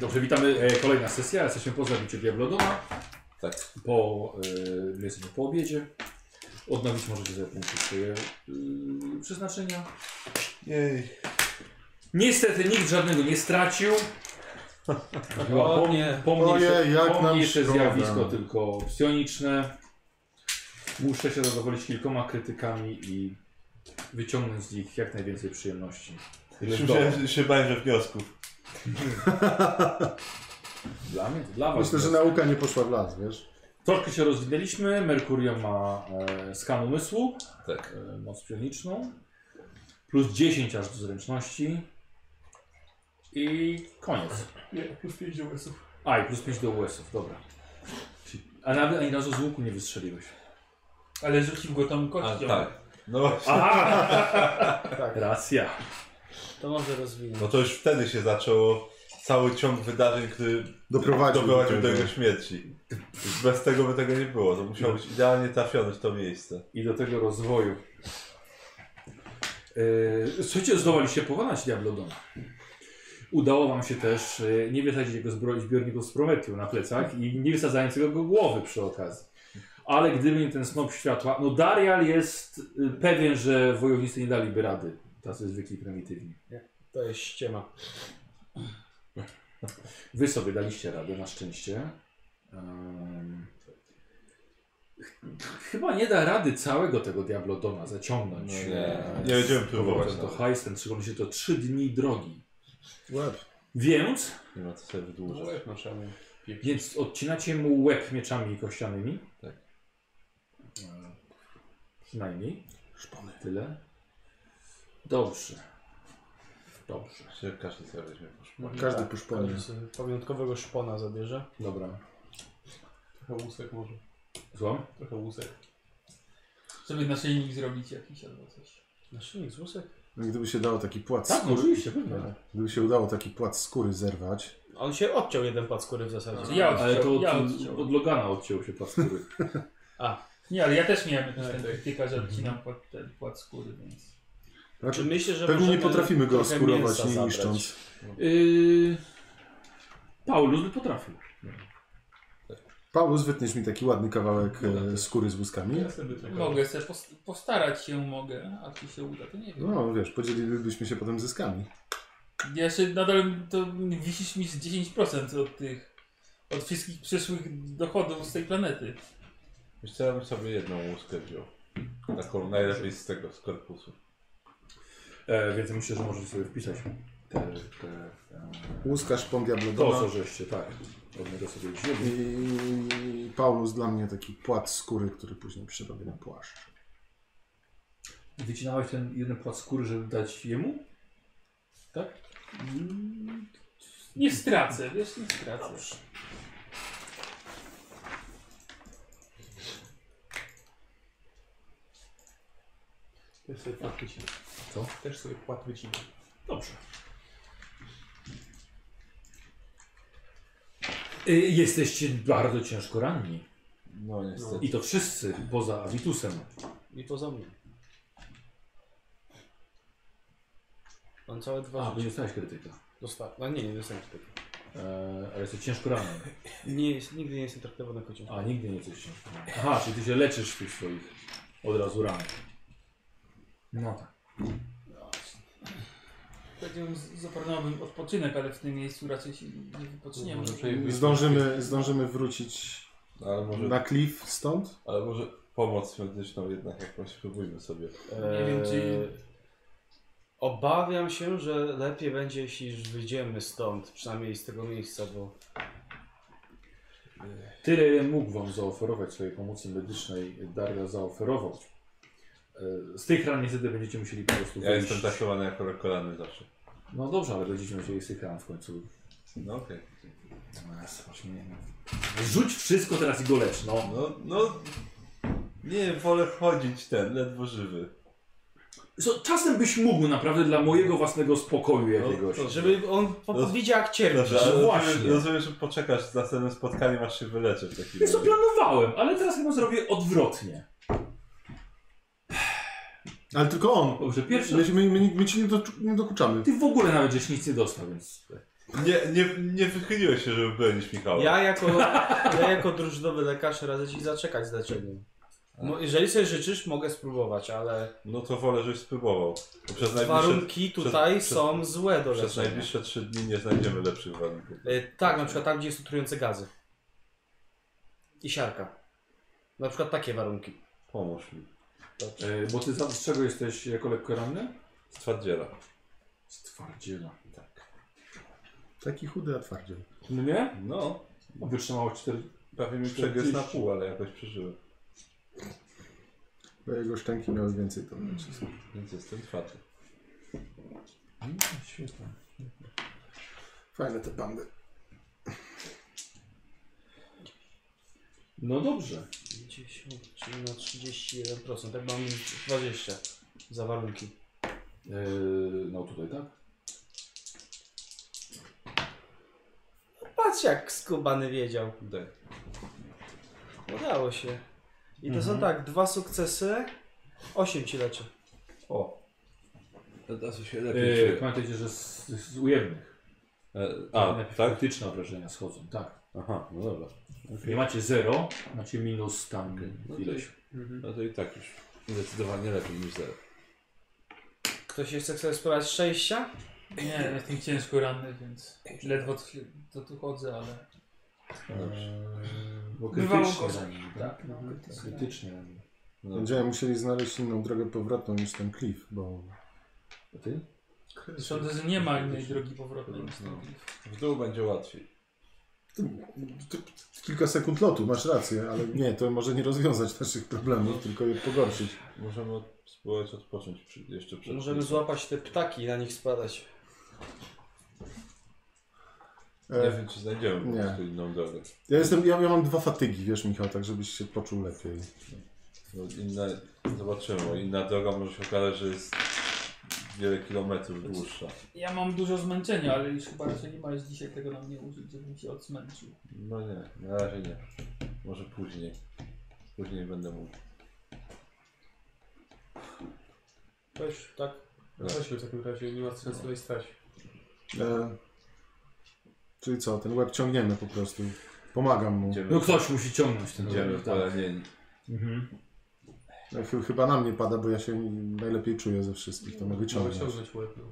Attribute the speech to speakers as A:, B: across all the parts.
A: Dobrze, witamy. E, kolejna sesja. Jesteśmy po zabiciu Diablodona.
B: Tak.
A: Po, e, my jesteśmy po obiedzie. Odnowić możecie sobie punkty swoje y, przeznaczenia.
B: Jej.
A: Niestety nikt żadnego nie stracił. Chyba po,
C: nie.
A: po mnie,
B: Ojej,
A: się-
B: jak
A: po
B: nam
A: mnie jeszcze
B: szkoda.
A: zjawisko tylko psioniczne. Muszę się zadowolić kilkoma krytykami i wyciągnąć z nich jak najwięcej przyjemności. Tyle w domu.
D: Myślałem, się bałem, że wniosków.
A: Dla mnie, to dla was.
B: Myślę, że
A: jest.
B: nauka nie poszła w las, wiesz?
A: Troszkę się rozwinęliśmy. Merkurio ma e, skan umysłu,
B: Tak.
A: e, moc psioniczną. Plus 10 aż do zręczności. I koniec.
C: Nie, już pięć US-ów.
A: A, i plus 5 do US-ów, dobra. Czyli- A nawet ani razu z łuku nie wystrzeliłeś.
C: Ale rzucił go tam kością.
D: tak. No właśnie.
A: Aha!
C: Tak.
A: Racja.
E: To może rozwinąć.
D: No to już wtedy się zaczęło cały ciąg wydarzeń, który
B: Doprowadził
D: Tak, doprowadził
B: do
D: do
B: tego.
D: jego śmierci. Już bez tego by tego nie było. To musiało być idealnie trafione w to miejsce.
A: I do tego rozwoju. Yy, słuchajcie, zdołaliście pokonać Diablodona. Udało wam się też yy, nie wysadzić jego zbro- zbiorników z Prometiu na plecach i nie wysadzając jego głowy przy okazji. Ale gdyby nie ten snop światła, no Darial jest y, pewien, że wojownicy nie daliby rady. Tacy zwykli prymitywni.
E: To jest ściema.
A: Wy sobie daliście radę, na szczęście. Ym, ch- Chyba nie da rady całego tego Diablodona zaciągnąć.
B: No
A: e,
B: nie.
D: Nie
A: z
D: będziemy próbować
A: powrotem
D: nawet.
A: Do Heisten, szczególnie się to 3 dni drogi.
B: Łeb.
A: Więc,
D: Nie ma co sobie wydłużać.
A: więc odcinacie mu łeb mieczami kościanymi.
D: Tak.
A: E, Przynajmniej
B: Szpony.
A: tyle. Dobrze. Dobrze.
D: Się Każdy sobie weźmie po szpanie.
B: Każdy puszpony.
E: Tak, Każdy sobie Pamiątkowego szpona zabierze.
A: Dobra.
C: Trochę łusek może.
A: Złam?
C: Trochę łusek. Sobie naszyjnik zrobić jakiś albo coś.
E: Naszyjnik z łusek?
B: No, gdyby się dało taki płat
A: Tak,
B: skóry...
A: oczywiście, pewnie.
B: Tak. Gdyby się udało taki płat skóry zerwać...
E: On się odciął jeden pad skóry w zasadzie.
C: Ja
A: Ale to od,
C: odciął, ja odciął.
A: od Logana odciął się pastury.
C: Nie, ale ja też miałem jakąś ten krytyka, że odcinam płat, ten płat skóry, więc...
B: Znaczy,
E: Czy myślisz, że
B: pewnie nie
E: możemy
B: potrafimy go
E: trochę
B: oskurować,
E: mięsa
B: nie
E: zabrać?
B: niszcząc.
A: Yy, Paulus by potrafił.
B: Paulus, wytniesz mi taki ładny kawałek
D: No,
B: e,
D: tak.
B: skóry z łuskami.
E: Tak,
C: Mogę se pos- postarać się, mogę, a czy się uda, to nie wiem.
B: No, wiesz, podzielilibyśmy się potem zyskami.
C: Ja się nadal, to wisisz mi z 10% od tych, od wszystkich przyszłych dochodów z tej planety.
D: Wiesz co, ja bym sobie jedną łuskę wziął. Taką najlepiej z tego, z korpusu.
A: E, więc myślę, że możecie sobie wpisać te, te,
B: Łuska,
A: to,
B: szpon diablodona
A: co żeście, tak, od niego sobie wzięli.
B: i Paulus dla mnie taki płat skóry, który później przerobię na płaszcz.
A: Wycinałeś ten jeden płat skóry, żeby dać jemu? Tak?
C: Nie stracę, wiesz, nie stracę.
F: Też sobie płat wycinam.
A: Co?
F: Też sobie płat wycinam.
A: Dobrze. Y, Jesteście bardzo ciężko ranni.
D: No niestety.
A: I to wszyscy poza Avitusem.
E: I poza mnie. On całe dwa
A: A,
E: życia
A: bo nie dostałeś krytyka.
E: dostał. No nie, nie dostałem tego.
A: E, ale jesteś ciężko ranny.
E: Nie jest, nigdy nie jestem traktowany jako ciężko.
A: A, nigdy nie jesteś ciężko ranny. Aha, czyli ty się leczysz w tych swoich od razu rannych. No tak.
C: Powiedziałbym, z- zaproponowałbym odpoczynek, ale w tym miejscu raczej się nie wypoczniemy.
B: No,
F: Może przejmę.
B: Zdążymy, zdążymy wrócić
D: Ale może,
B: na klif stąd?
D: ale może pomoc medyczną jednak jakąś spróbujmy sobie.
C: Nie wiem, czy-
E: E, Obawiam się, że lepiej będzie, jeśli wyjdziemy stąd, przynajmniej z tego miejsca, bo
A: Tyle ile mógł Wam zaoferować swojej pomocy medycznej, Daria zaoferował. E, Z tych ran niestety będziecie musieli po prostu
D: Ja
A: wyjść.
D: jestem tak- traktowany jako rekolany zawsze.
A: No dobrze, ale będziecie musieli z tych ran w końcu.
D: No okej.
A: No, jest właśnie nie wiem. Rzuć wszystko teraz i go lecz, no.
D: No, no. Nie, wolę chodzić ten, ledwo żywy.
A: Co, czasem byś mógł naprawdę dla mojego własnego spokoju jakiegoś.
D: No, to-
E: żeby on po-
D: Roz-
E: widział jak cierpi.
D: Dobrze, ale
A: właśnie.
D: rozumiem, rozumiem, że poczekasz z następnym spotkaniem, aż się wyleczę w takim
A: Wiesz co,
D: razie.
A: planowałem, ale teraz chyba zrobię odwrotnie.
B: Ale tylko on.
A: Dobrze, pierwszy
B: My, my, my, my ci nie, do, nie dokuczamy.
A: Ty w ogóle nawet żeś nic nie dostał, więc...
D: Nie, nie, nie wychyliłeś się, żeby bronić Michała.
E: Ja jako, ja jako drużynowy lekarz radzę ci zaczekać z leczeniem. Mo- Jeżeli sobie życzysz, mogę spróbować, ale
D: No to wolę, żeś spróbował. Bo przez najbliższe,
E: warunki tutaj
D: przez-
E: są złe do
D: przez
E: leczenia.
D: najbliższe trzy dni nie znajdziemy lepszych warunków.
E: Y, Tak, na przykład tam, gdzie jest utrujące gazy. I siarka. Na przykład takie warunki.
D: Pomóż mi.
A: E, bo ty za- z czego jesteś jako lekko ranny?
D: Stwardziela.
A: Z twardziela. Tak.
B: Taki chudy, a twardziej.
A: No nie?
D: No,
A: No, Wytrzymało 4.
D: prawie mi przegryzł na pół, ale jakoś przeżyłem.
B: Bo jego szczęki miały więcej to nacisku.
D: Więc jestem twardy.
A: Świetnie.
B: Fajne te bandy.
A: No dobrze.
E: 50, czyli na 31%. Tak mam 20 za warunki.
A: E, no tutaj tak?
E: Patrz jak skubany wiedział.
D: Daj.
E: Udało się. I to
D: Mhm.
E: są tak, dwa sukcesy, 8 ci leczy.
D: O. Teraz się
A: E, pamiętajcie, że z, z ujemnych.
D: Yy, A, tak?
A: Faktyczne obrażenia schodzą, tak.
D: Aha, no dobra.
A: Nie macie 0, macie minus tam
D: No to-
A: ileś.
D: No to i tak już zdecydowanie lepiej niż zero.
E: Ktoś jeszcze chce spróbować szczęścia?
C: Nie, ja jestem ciężko ranny, więc ledwo tu się- to tu chodzę, ale...
D: Dobrze.
B: Eee,
A: Bo
C: Bywało
A: krytycznie
C: gorzej.
A: ranni, tak?
C: No,
A: Krytycznie ranni.
D: No, dobra.
B: Będziemy musieli znaleźć inną drogę powrotną niż ten klif, bo
A: A ty?
C: Sądzę, że nie ma innej drogi powrotnej niż
D: No.
C: no.
D: w dół będzie łatwiej.
B: to kilka sekund lotu, masz rację, ale nie, to może nie rozwiązać naszych problemów, tylko je pogorszyć.
D: Możemy od- spróbować odpocząć przy, jeszcze przed...
E: Możemy złapać te ptaki i na nich spadać.
D: Nie
B: E,
D: wiem, czy znajdziemy po
B: Nie.
D: prostu inną drogę.
B: ja, jestem, ja, ja mam dwa fatygi, wiesz Michał, tak żebyś się poczuł lepiej.
D: No, inna, zobaczymy, bo inna droga może się okazać, że jest wiele kilometrów dłuższa.
C: Ja mam dużo zmęczenia, ale już chyba raczej nie ma już dzisiaj tego na mnie użyć, żebym się odsmęczył.
D: No nie, na razie nie. Może później. Później będę mógł.
F: Weź, tak. Weź w takim razie, nie ma
C: No.
F: sensu tutaj stać.
B: E, czyli co, ten łeb ciągniemy po prostu. Pomagam mu.
D: Idziemy,
A: No ktoś musi ciągnąć ten
D: idziemy
A: rower,
D: w palenie.
A: Mhm.
B: E, chy- Chyba na mnie pada, bo ja się najlepiej czuję ze wszystkich, to mogę
F: Mogę
B: ciągnąć.
F: ciągnąć łeb. no.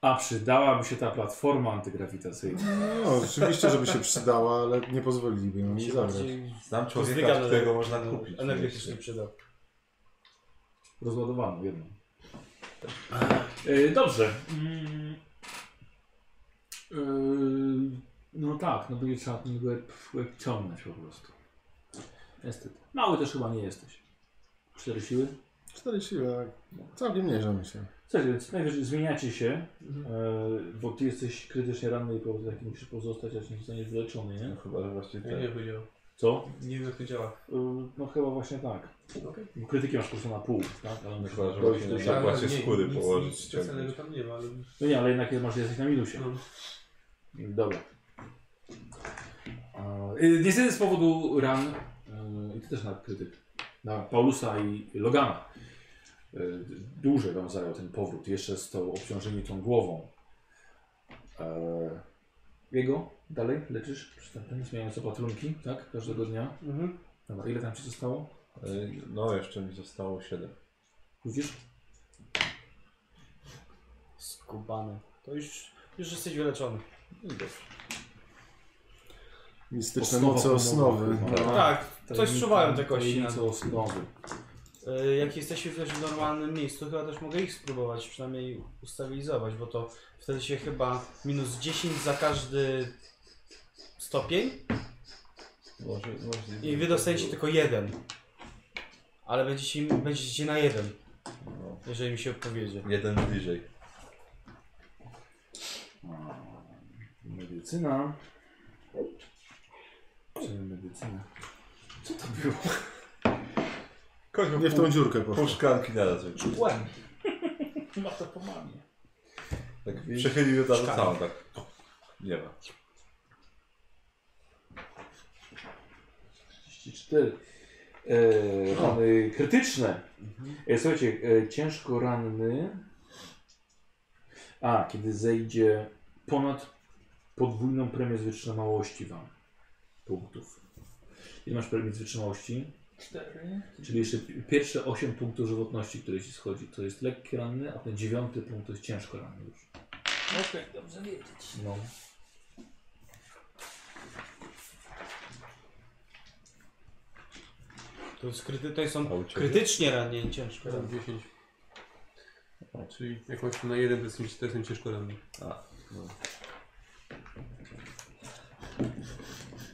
A: A przydałaby się ta platforma antygrawitacyjna.
B: No, oczywiście, żeby się przydała, ale nie pozwoliliby nam
E: Mi
B: jej
E: się
B: zabrać.
E: bardziej
D: Znam
E: zwyga
D: człowieka,
E: do-
D: którego można
E: do-
D: kupić.
E: Energetycznie przyda.
A: Rozładowaną jedną. E, dobrze. Mm. E, no tak, no będzie trzeba ten łeb, łeb ciągnąć po prostu. Niestety. Mały też chyba nie jesteś. Cztery siły?
B: Cztery siły, tak. całkiem nieźle mi się.
A: Cześć, więc najwyżej zmieniacie się, e, bo ty jesteś krytycznie ranny i po takim musisz pozostać, aż nie zostaniesz wyleczony,
D: No,
A: nie?
D: chyba, że właściwie
F: Ja nie
D: tak.
F: wiem, jak to działa.
A: Co?
F: Nie wiem, jak to działa.
A: Y, No chyba właśnie tak.
F: Okej.
A: Bo Krytyki masz po prostu na pół, tak? Ale musisz
D: Chyba, że
A: dojść
D: właśnie
A: do
D: na
A: siebie.
D: zapłacie
F: Ale nie,
D: skóry
F: nic-
D: położyć,
F: Nic
D: ciągnąć.
F: specjalnego tam nie ma, ale...
A: No nie, ale jednak masz, jesteś na minusie.
F: No.
A: Dobra. E, y, niestety z powodu ran, y, i ty też na krytyk, na Paulusa i Logana, y, dłużej wam zajął ten powrót, jeszcze z tą obciążeniem tą głową. E, jego dalej leczysz, przystępnie, zmieniając opatrunki, tak? Każdego dnia.
E: Mhm.
A: Dobra, ile tam ci zostało?
D: Y, No, jeszcze mi zostało 7.
A: Widzisz?
E: Skubany. To już, już jesteś wyleczony.
D: No
B: Mistyczne
A: Osnowa
B: moce osnowy.
A: pomocy.
B: No.
E: tak, coś czuwałem te kości.
A: Tajemnice osnowy.
E: Y, Jak jesteśmy też w normalnym miejscu, chyba też mogę ich spróbować, przynajmniej ustabilizować, bo to wtedy się chyba minus 10 za każdy stopień
D: Może, może
E: i wy dostajecie tylko jeden. Ale będziecie, będziecie na jeden,
D: No,
E: jeżeli mi się odpowiedzie.
D: jeden bliżej.
A: Medycyna. Czy medycyna? Co to było?
D: Koń
B: Nie w tą dziurkę poszło.
D: Puszkanki naraz wyciągnął.
E: Ładnie.
C: Ma to po mamie.
D: Tak przechylił na całą, tak. Nie ma.
A: 34. E, rany krytyczne. E, słuchajcie, e, ciężko ranny. A, kiedy zejdzie ponad podwójną premię z wytrzymałości wam punktów. Ile masz premii z wytrzymałości?
C: Cztery.
A: Czyli jeszcze pi- pierwsze 8 punktów żywotności, które ci schodzi, to jest lekki ranny, a ten dziewiąty punkt to jest ciężko ranny już.
C: Okej, dobrze wiedzieć.
A: No.
E: To, jest kryty, to są
D: A u ciebie?
E: krytycznie ranieni, ciężko.
F: Teraz 10. Czyli jak masz na jeden, to jestem, to jestem ciężko ranny.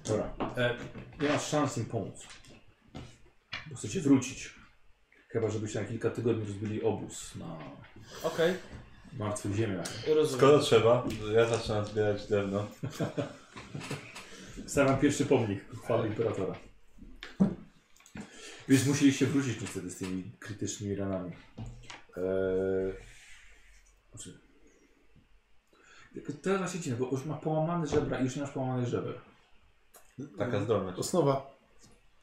A: Dobra. E, nie masz szans im pomóc. Bo chcecie wrócić. Chyba, żebyście na kilka tygodni rozbili obóz na
E: Okej,
A: martwych ziemiach.
E: rozumiem.
D: Skoro trzeba, to ja zaczynam zbierać no. drewno.
A: Stawiam pierwszy pomnik chwały imperatora. Więc musieliście wrócić niestety z tymi krytycznymi ranami. Eee, znaczy, tylko teraz właśnie dziwne, bo już ma połamane żebra i już nie masz połamanych żeber.
D: Taka zdolność.
B: Osnowa.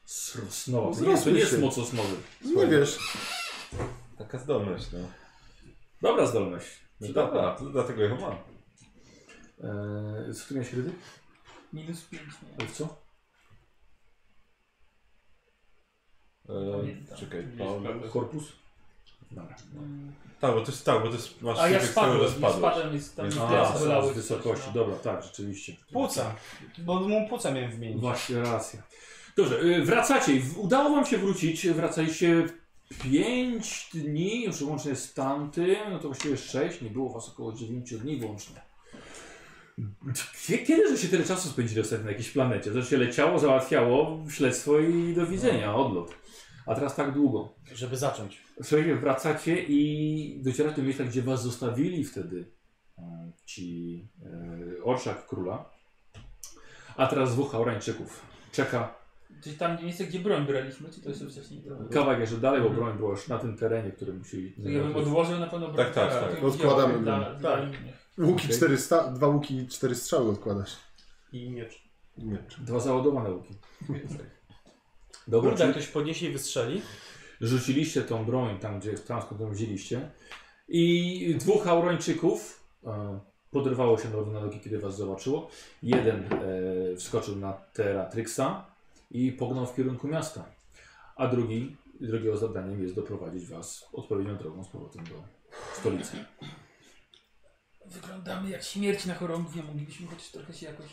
A: Srosnowa. To nie, to
B: Zrosły
A: nie jest
B: się.
A: moc osnowy.
B: Nie wiesz.
D: Taka zdolność, no.
A: Dobra zdolność.
D: no dobra, to dlatego ją mam.
A: Eee, co tu miałeś rydy?
C: Minus pięć miałem.
A: Ale w co?
D: E, czekaj, Paul.
A: No, Korpus? Dobra. no.
D: Tak, bo to jest tak, bo to jest masz
C: A ja
D: efekt tego,
C: spadłem,
D: że
C: spadłem,
D: spadłeś.
C: spadłem jest tam
D: Więc
C: nic
D: A,
A: A,
C: teraz bolało.
A: z wysokości. Dobra, tak, rzeczywiście.
E: Płuca, bo mu płuca miałem wymienić.
A: Właśnie, racja. Dobrze, y, wracacie. i w- Udało wam się wrócić. Wracaliście 5 dni, już łącznie z tamtym, no to właściwie 6, nie było was około 9 dni włącznie. Kie- Kiedy że się tyle czasu spędzili ostatnio na jakiejś planecie? Zresztą się leciało, załatwiało śledztwo i do widzenia, odlot. A teraz tak długo.
E: Żeby zacząć.
A: Słuchajcie, wracacie i docieracie do miejsca, gdzie was zostawili wtedy e, ci e, orszak króla. A teraz dwóch Haurańczyków. Czeka
C: Czyli no. tam miejsce, gdzie broń braliśmy, czy to jeszcze wcześniej? To
A: kawałek jeszcze dalej, bo broń była już na tym terenie, który musieli...
C: ja bym odłożył na pewno broń.
D: Tak, tak, tak.
C: to
B: Odkładamy
C: wziąłem Dla,
B: broń.
C: dla
F: Tak.
C: innych.
B: Łuki
A: Okej.
B: cztery sta... Dwa łuki i cztery strzały odkładasz.
F: I miecz.
B: I Miecz.
A: Dwa załadowane łuki. Dobra,
E: Kurde,
A: czyli
E: jak ktoś podniesie i wystrzeli.
A: rzuciliście tą broń tam, gdzie tam skąd ją wzięliście. I dwóch Haurończyków e, podrywało się na nogi, kiedy was zobaczyło. Jeden e, wskoczył na Teratryxa i pognał w kierunku miasta. A drugi, drugiego zadaniem jest doprowadzić was odpowiednią drogą z powrotem do stolicy.
C: Wyglądamy jak śmierć na chorągwie. Moglibyśmy chociaż trochę się jakoś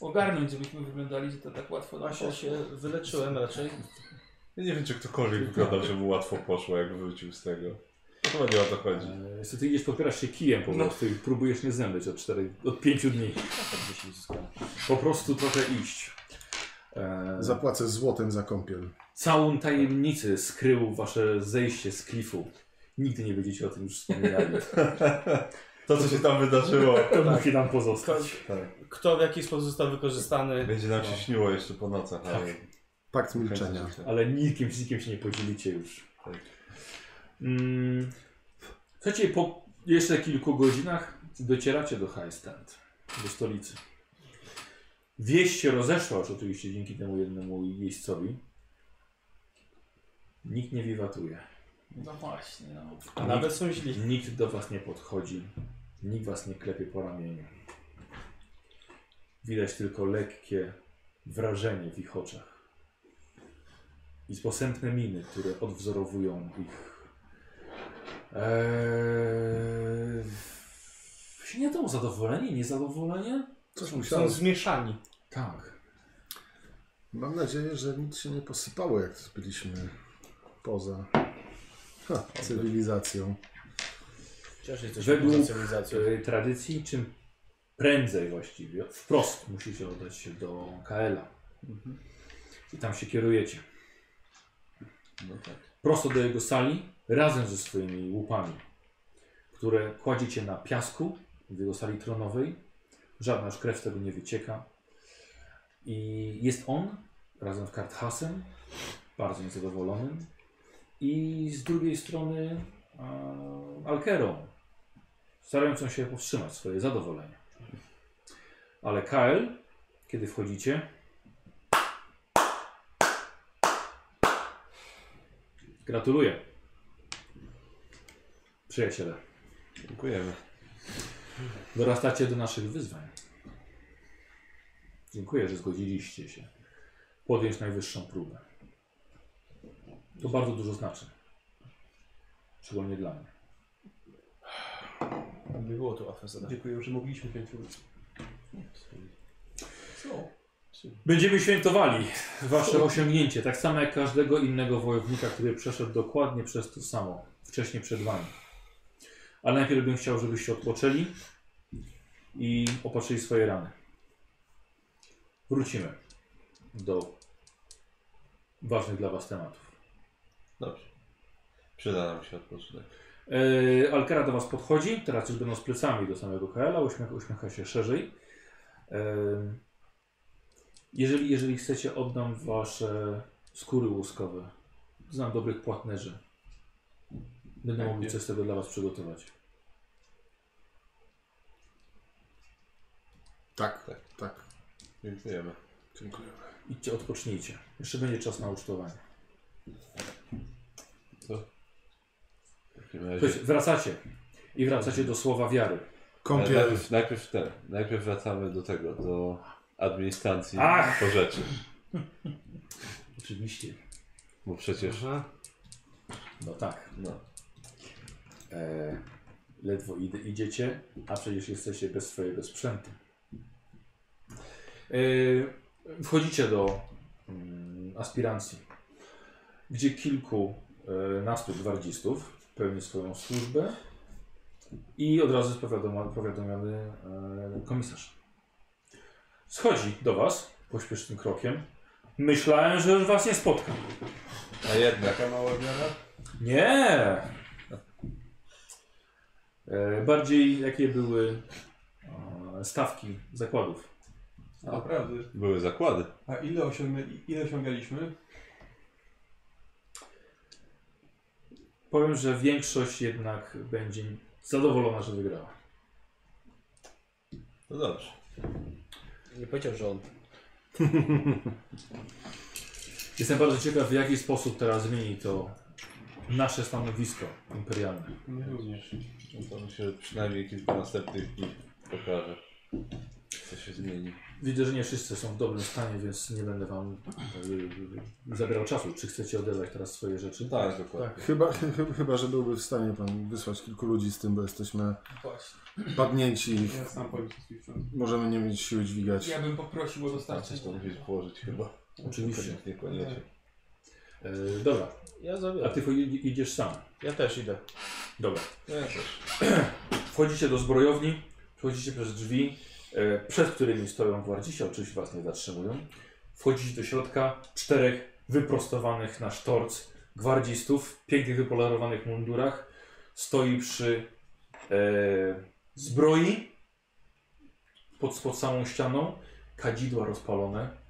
C: ogarnąć, żebyśmy wyglądali, że to tak łatwo nam
E: Asia
C: poszło.
E: się wyleczyłem raczej.
D: Ja nie wiem, czy ktokolwiek wyglądał, że mu łatwo poszło, jak wrócił z tego. To Chyba nie o to chodzi.
A: E, Niestety idziesz, popierasz się kijem po prostu i próbujesz nie zemdleć od, czterech, od pięciu dni. Po prostu trochę iść. E,
B: Zapłacę złotem za kąpiel.
A: całą tajemnicę skrył wasze zejście z klifu. Nigdy nie będziecie o tym już wspominali.
D: To, co się tam wydarzyło.
A: To musi nam pozostać.
D: Tak.
E: Kto w jaki sposób został wykorzystany.
D: Będzie nam się śniło jeszcze po nocach, ale...
B: Pakt milczenia.
A: Ale nikim, z nikim się nie podzielicie już.
D: Tak.
A: Mm, słuchajcie, po jeszcze kilku godzinach docieracie do High Stand, do stolicy. Wieść się rozeszła już oczywiście dzięki temu jednemu jeźdźcowi. Nikt nie wiwatuje.
C: No właśnie, no.
E: A nawet są źli.
A: Nikt do was nie podchodzi, nikt was nie klepie po ramieniu. Widać tylko lekkie wrażenie w ich oczach i posępne miny, które odwzorowują ich. Eee... Się nie to zadowolenie, niezadowolenie?
B: Coś
E: Są
B: musiało.
E: zmieszani.
A: Tak.
B: Mam nadzieję, że nic się nie posypało, jak byliśmy poza ha, cywilizacją.
E: Cieszę się,
A: Według-
E: poza cywilizacją.
A: E, Tradycji, czym prędzej właściwie, wprost musicie oddać się do Kaela.
D: Mhm.
A: I tam się kierujecie.
D: No tak.
A: prosto do jego sali razem ze swoimi łupami, które kładziecie na piasku w jego sali tronowej. Żadna już krew z tego nie wycieka. I jest on razem z Karthasem, bardzo niezadowolonym, i z drugiej strony e, Alkerą, starającą się powstrzymać swoje zadowolenie. Ale Kael, kiedy wchodzicie, Gratuluję. Przyjaciele.
D: Dziękujemy.
A: Dorastacie do naszych wyzwań. Dziękuję, że zgodziliście się podjąć najwyższą próbę. To bardzo dużo znaczy. Szczególnie dla mnie.
E: Nie było tak? to łatwe zadanie.
F: Dziękuję, że mogliśmy wziąć udział. Co?
A: Będziemy świętowali wasze osiągnięcie, tak samo jak każdego innego wojownika, który przeszedł dokładnie przez to samo, wcześniej przed wami. Ale najpierw bym chciał, żebyście odpoczęli i opatrzyli swoje rany. Wrócimy do ważnych dla was tematów.
D: Dobrze. Przyda nam się odpoczynek.
A: Yy, Alkera do was podchodzi, teraz już będą z plecami do samego KL-a, uśmiecha, uśmiecha się szerzej. Yy, jeżeli, jeżeli chcecie, oddam wasze skóry łuskowe. Znam dobrych płatnerzy. Będę
D: Tak,
A: mogli
D: jest.
A: coś z tego dla was przygotować.
B: Tak,
D: Tak.
B: tak.
D: Dziękujemy.
B: Dziękuję.
A: Idźcie, odpocznijcie. Jeszcze będzie czas na ucztowanie.
D: W takim razie.
A: Słuchajcie, Wracacie. I wracacie do słowa wiary.
D: Ale
B: Kąpiel.
D: najpierw, najpierw ten. Najpierw wracamy do tego, do administracji
A: Ach!
D: po rzeczy.
A: Oczywiście.
D: Bo przecież.
E: Aha.
A: No tak.
D: No.
A: E, ledwo id- idziecie, a przecież jesteście bez swojego sprzętu. E, wchodzicie do mm, aspirancji, gdzie kilkunastu gwardzistów pełni swoją służbę i od razu jest powiadoma- powiadomiony e, komisarz. Schodzi do Was pośpiesznym krokiem. Myślałem, że już Was nie spotkam.
D: A jednak.
F: Taka mała wiara?
A: Nie. E, Bardziej jakie były e, stawki zakładów. Tak.
F: Naprawdę.
D: Były zakłady.
F: A ile, osiągnęli, ile osiągaliśmy?
A: Powiem, że większość jednak będzie zadowolona, że wygrała.
D: No dobrze.
E: Nie powiedział, że on.
A: Jestem bardzo ciekaw, w jaki sposób teraz zmieni to nasze stanowisko imperialne.
F: My również.
D: No to myślę, że przynajmniej kilka następnych dni pokażę, co się zmieni.
A: Widzę, że nie wszyscy są w dobrym stanie, więc nie będę wam e, zabierał czasu. Czy chcecie odebrać teraz swoje rzeczy?
D: Tak, dokładnie.
B: Chyba, chy- chyba, że byłby w stanie pan wysłać kilku ludzi z tym, bo jesteśmy
F: Właśnie.
B: padnięci.
F: Ja sam powiem wszystkich sprzęt.
B: Możemy nie mieć siły dźwigać.
F: Ja bym poprosił o
D: Tak, coś
F: dostarczenie.
D: tam musisz położyć chyba.
A: Oczywiście.
D: Niekoniecznie.
A: E, Dobra,
E: Ja
A: a
E: zabiorę.
A: ty chodzi- idziesz sam.
E: Ja też idę.
A: Dobra.
D: No ja też.
A: Wchodzicie do zbrojowni, przechodzicie przez drzwi, e, przed którymi stoją gwardziści, oczywiście was nie zatrzymują. Wchodzicie do środka, czterech wyprostowanych na sztorc gwardzistów w pięknych, wypolerowanych mundurach. Stoi przy e, zbroi, pod, pod samą ścianą, kadzidła rozpalone,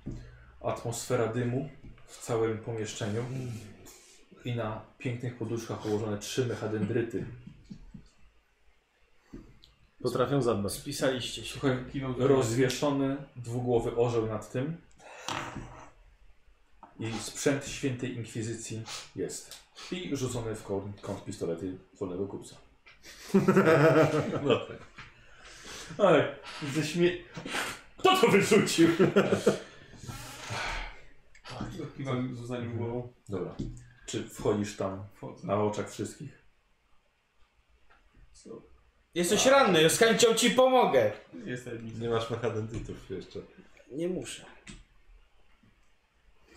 A: atmosfera dymu w całym pomieszczeniu i na pięknych poduszkach położone trzy mechadendryty.
B: Potrafią zadbać.
E: Spisaliście się.
A: Słuchaj,
F: Kiwam do
A: rozwieszony dwugłowy orzeł nad tym. I sprzęt świętej inkwizycji jest. I rzucony w kąt, kąt pistolety wolnego kupca.
D: No tak.
A: Ale ze śmie... Kto to wyrzucił?
F: Kiwam z uznaniem
A: Mhm.
F: głową.
A: Dobra. Czy wchodzisz tam
F: Wchodzę.
A: na oczach wszystkich?
F: Co?
E: Jesteś ranny, z chęcią ci pomogę.
F: Jest tajemnica.
D: Nie masz mechadentytów jeszcze.
E: Nie muszę.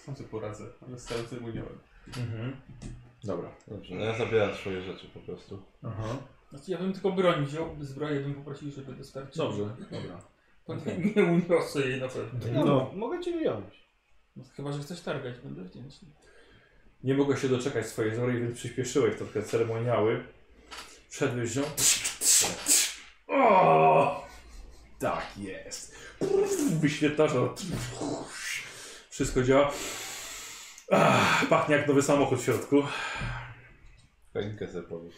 F: Sam sobie poradzę, ale z całym ceremoniałem.
A: Mhm. Dobra.
D: Dobrze, no ja zabieram swoje rzeczy po prostu.
A: Aha.
C: Znaczy, ja bym tylko broń wziął, zbroję bym poprosił, żeby dostarczył.
A: Dobrze. Dobra.
C: To nie, nie uniosę jej na pewno.
E: No,
B: No.
E: mogę cię wyjąć.
C: No, chyba, że chcesz targać, będę wdzięczny.
A: Nie mogłeś się doczekać swojej zbroi, więc przyspieszyłeś trochę ceremoniały. Wszedłeś ją. O! Tak jest. Wyświetlasz. no. Wszystko działa. Ach, pachnie jak nowy samochód w środku.
D: Kalinkę sobie powiesz.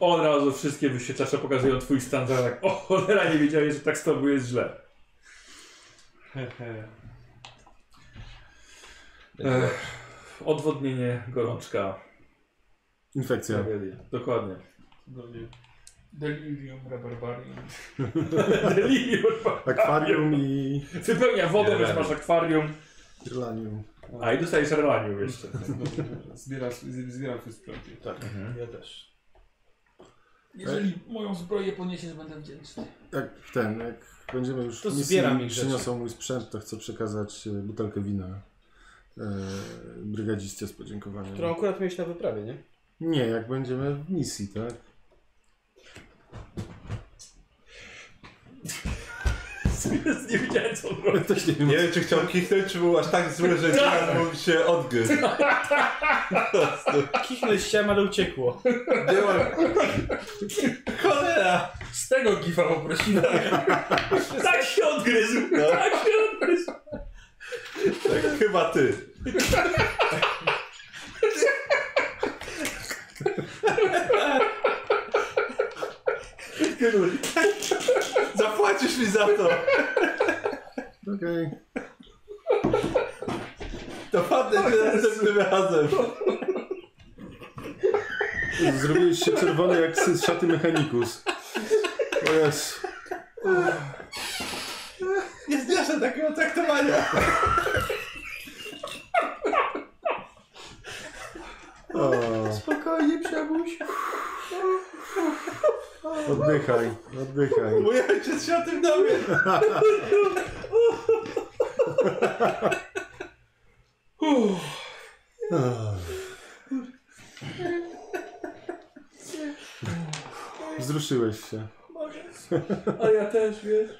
A: Od razu wszystkie wyświetlacze pokazują twój stan. że Tak, o cholera, nie wiedziałeś, że tak z tobą jest źle.
F: Hehe.
A: Ech, odwodnienie, gorączka.
B: Infekcja. Tak.
A: Tragedia. Dokładnie.
F: Cudownie.
C: Delirium, reverbarium.
A: Delirium.
B: Akwarium i
A: Wypełnia wodą, więc
D: Relanium.
A: masz akwarium.
B: Irlanium.
A: A i dostajesz relanium jeszcze.
F: Zbieram, z- zbieram te sprzęty.
E: Tak,
A: Mhm.
E: ja też.
C: Jeżeli moją zbroję poniesiesz, będę wdzięczny.
B: Jak ten, jak będziemy już
E: To
B: misji
E: zbieram ich
B: przyniosą mój sprzęt, to chcę przekazać e, butelkę wina e, brygadziście z podziękowaniem.
E: Którą akurat miałeś na wyprawie, nie?
B: Nie, jak będziemy w misji, tak?
A: nie wiedziałem co on robi.
B: Ja też nie wiem.
D: Nie wiem, czy chciał kichnąć, czy był aż tak zły, że nie mógł się odgryźć.
E: Kichnąć chciałem, ale uciekło.
D: Nie mam... Cholera!
C: Z tego gifa poprosiłem.
A: Tak się odgryzł!
D: No.
A: Tak się odgryzł!
D: Tak, chyba ty. Zapłacisz mi za to!
B: Okej.
D: Dopadnę cię następnym razem.
B: Zrobiłeś się czerwony jak syn z szaty mechanikus. O jest.
D: Nie zniosę takiego traktowania.
B: O,
E: Spokojnie, przebuś.
B: oddychaj, oddychaj.
D: Mój ojciec się o tym dowie.
B: Wzruszyłeś się.
C: A ja też, wiesz.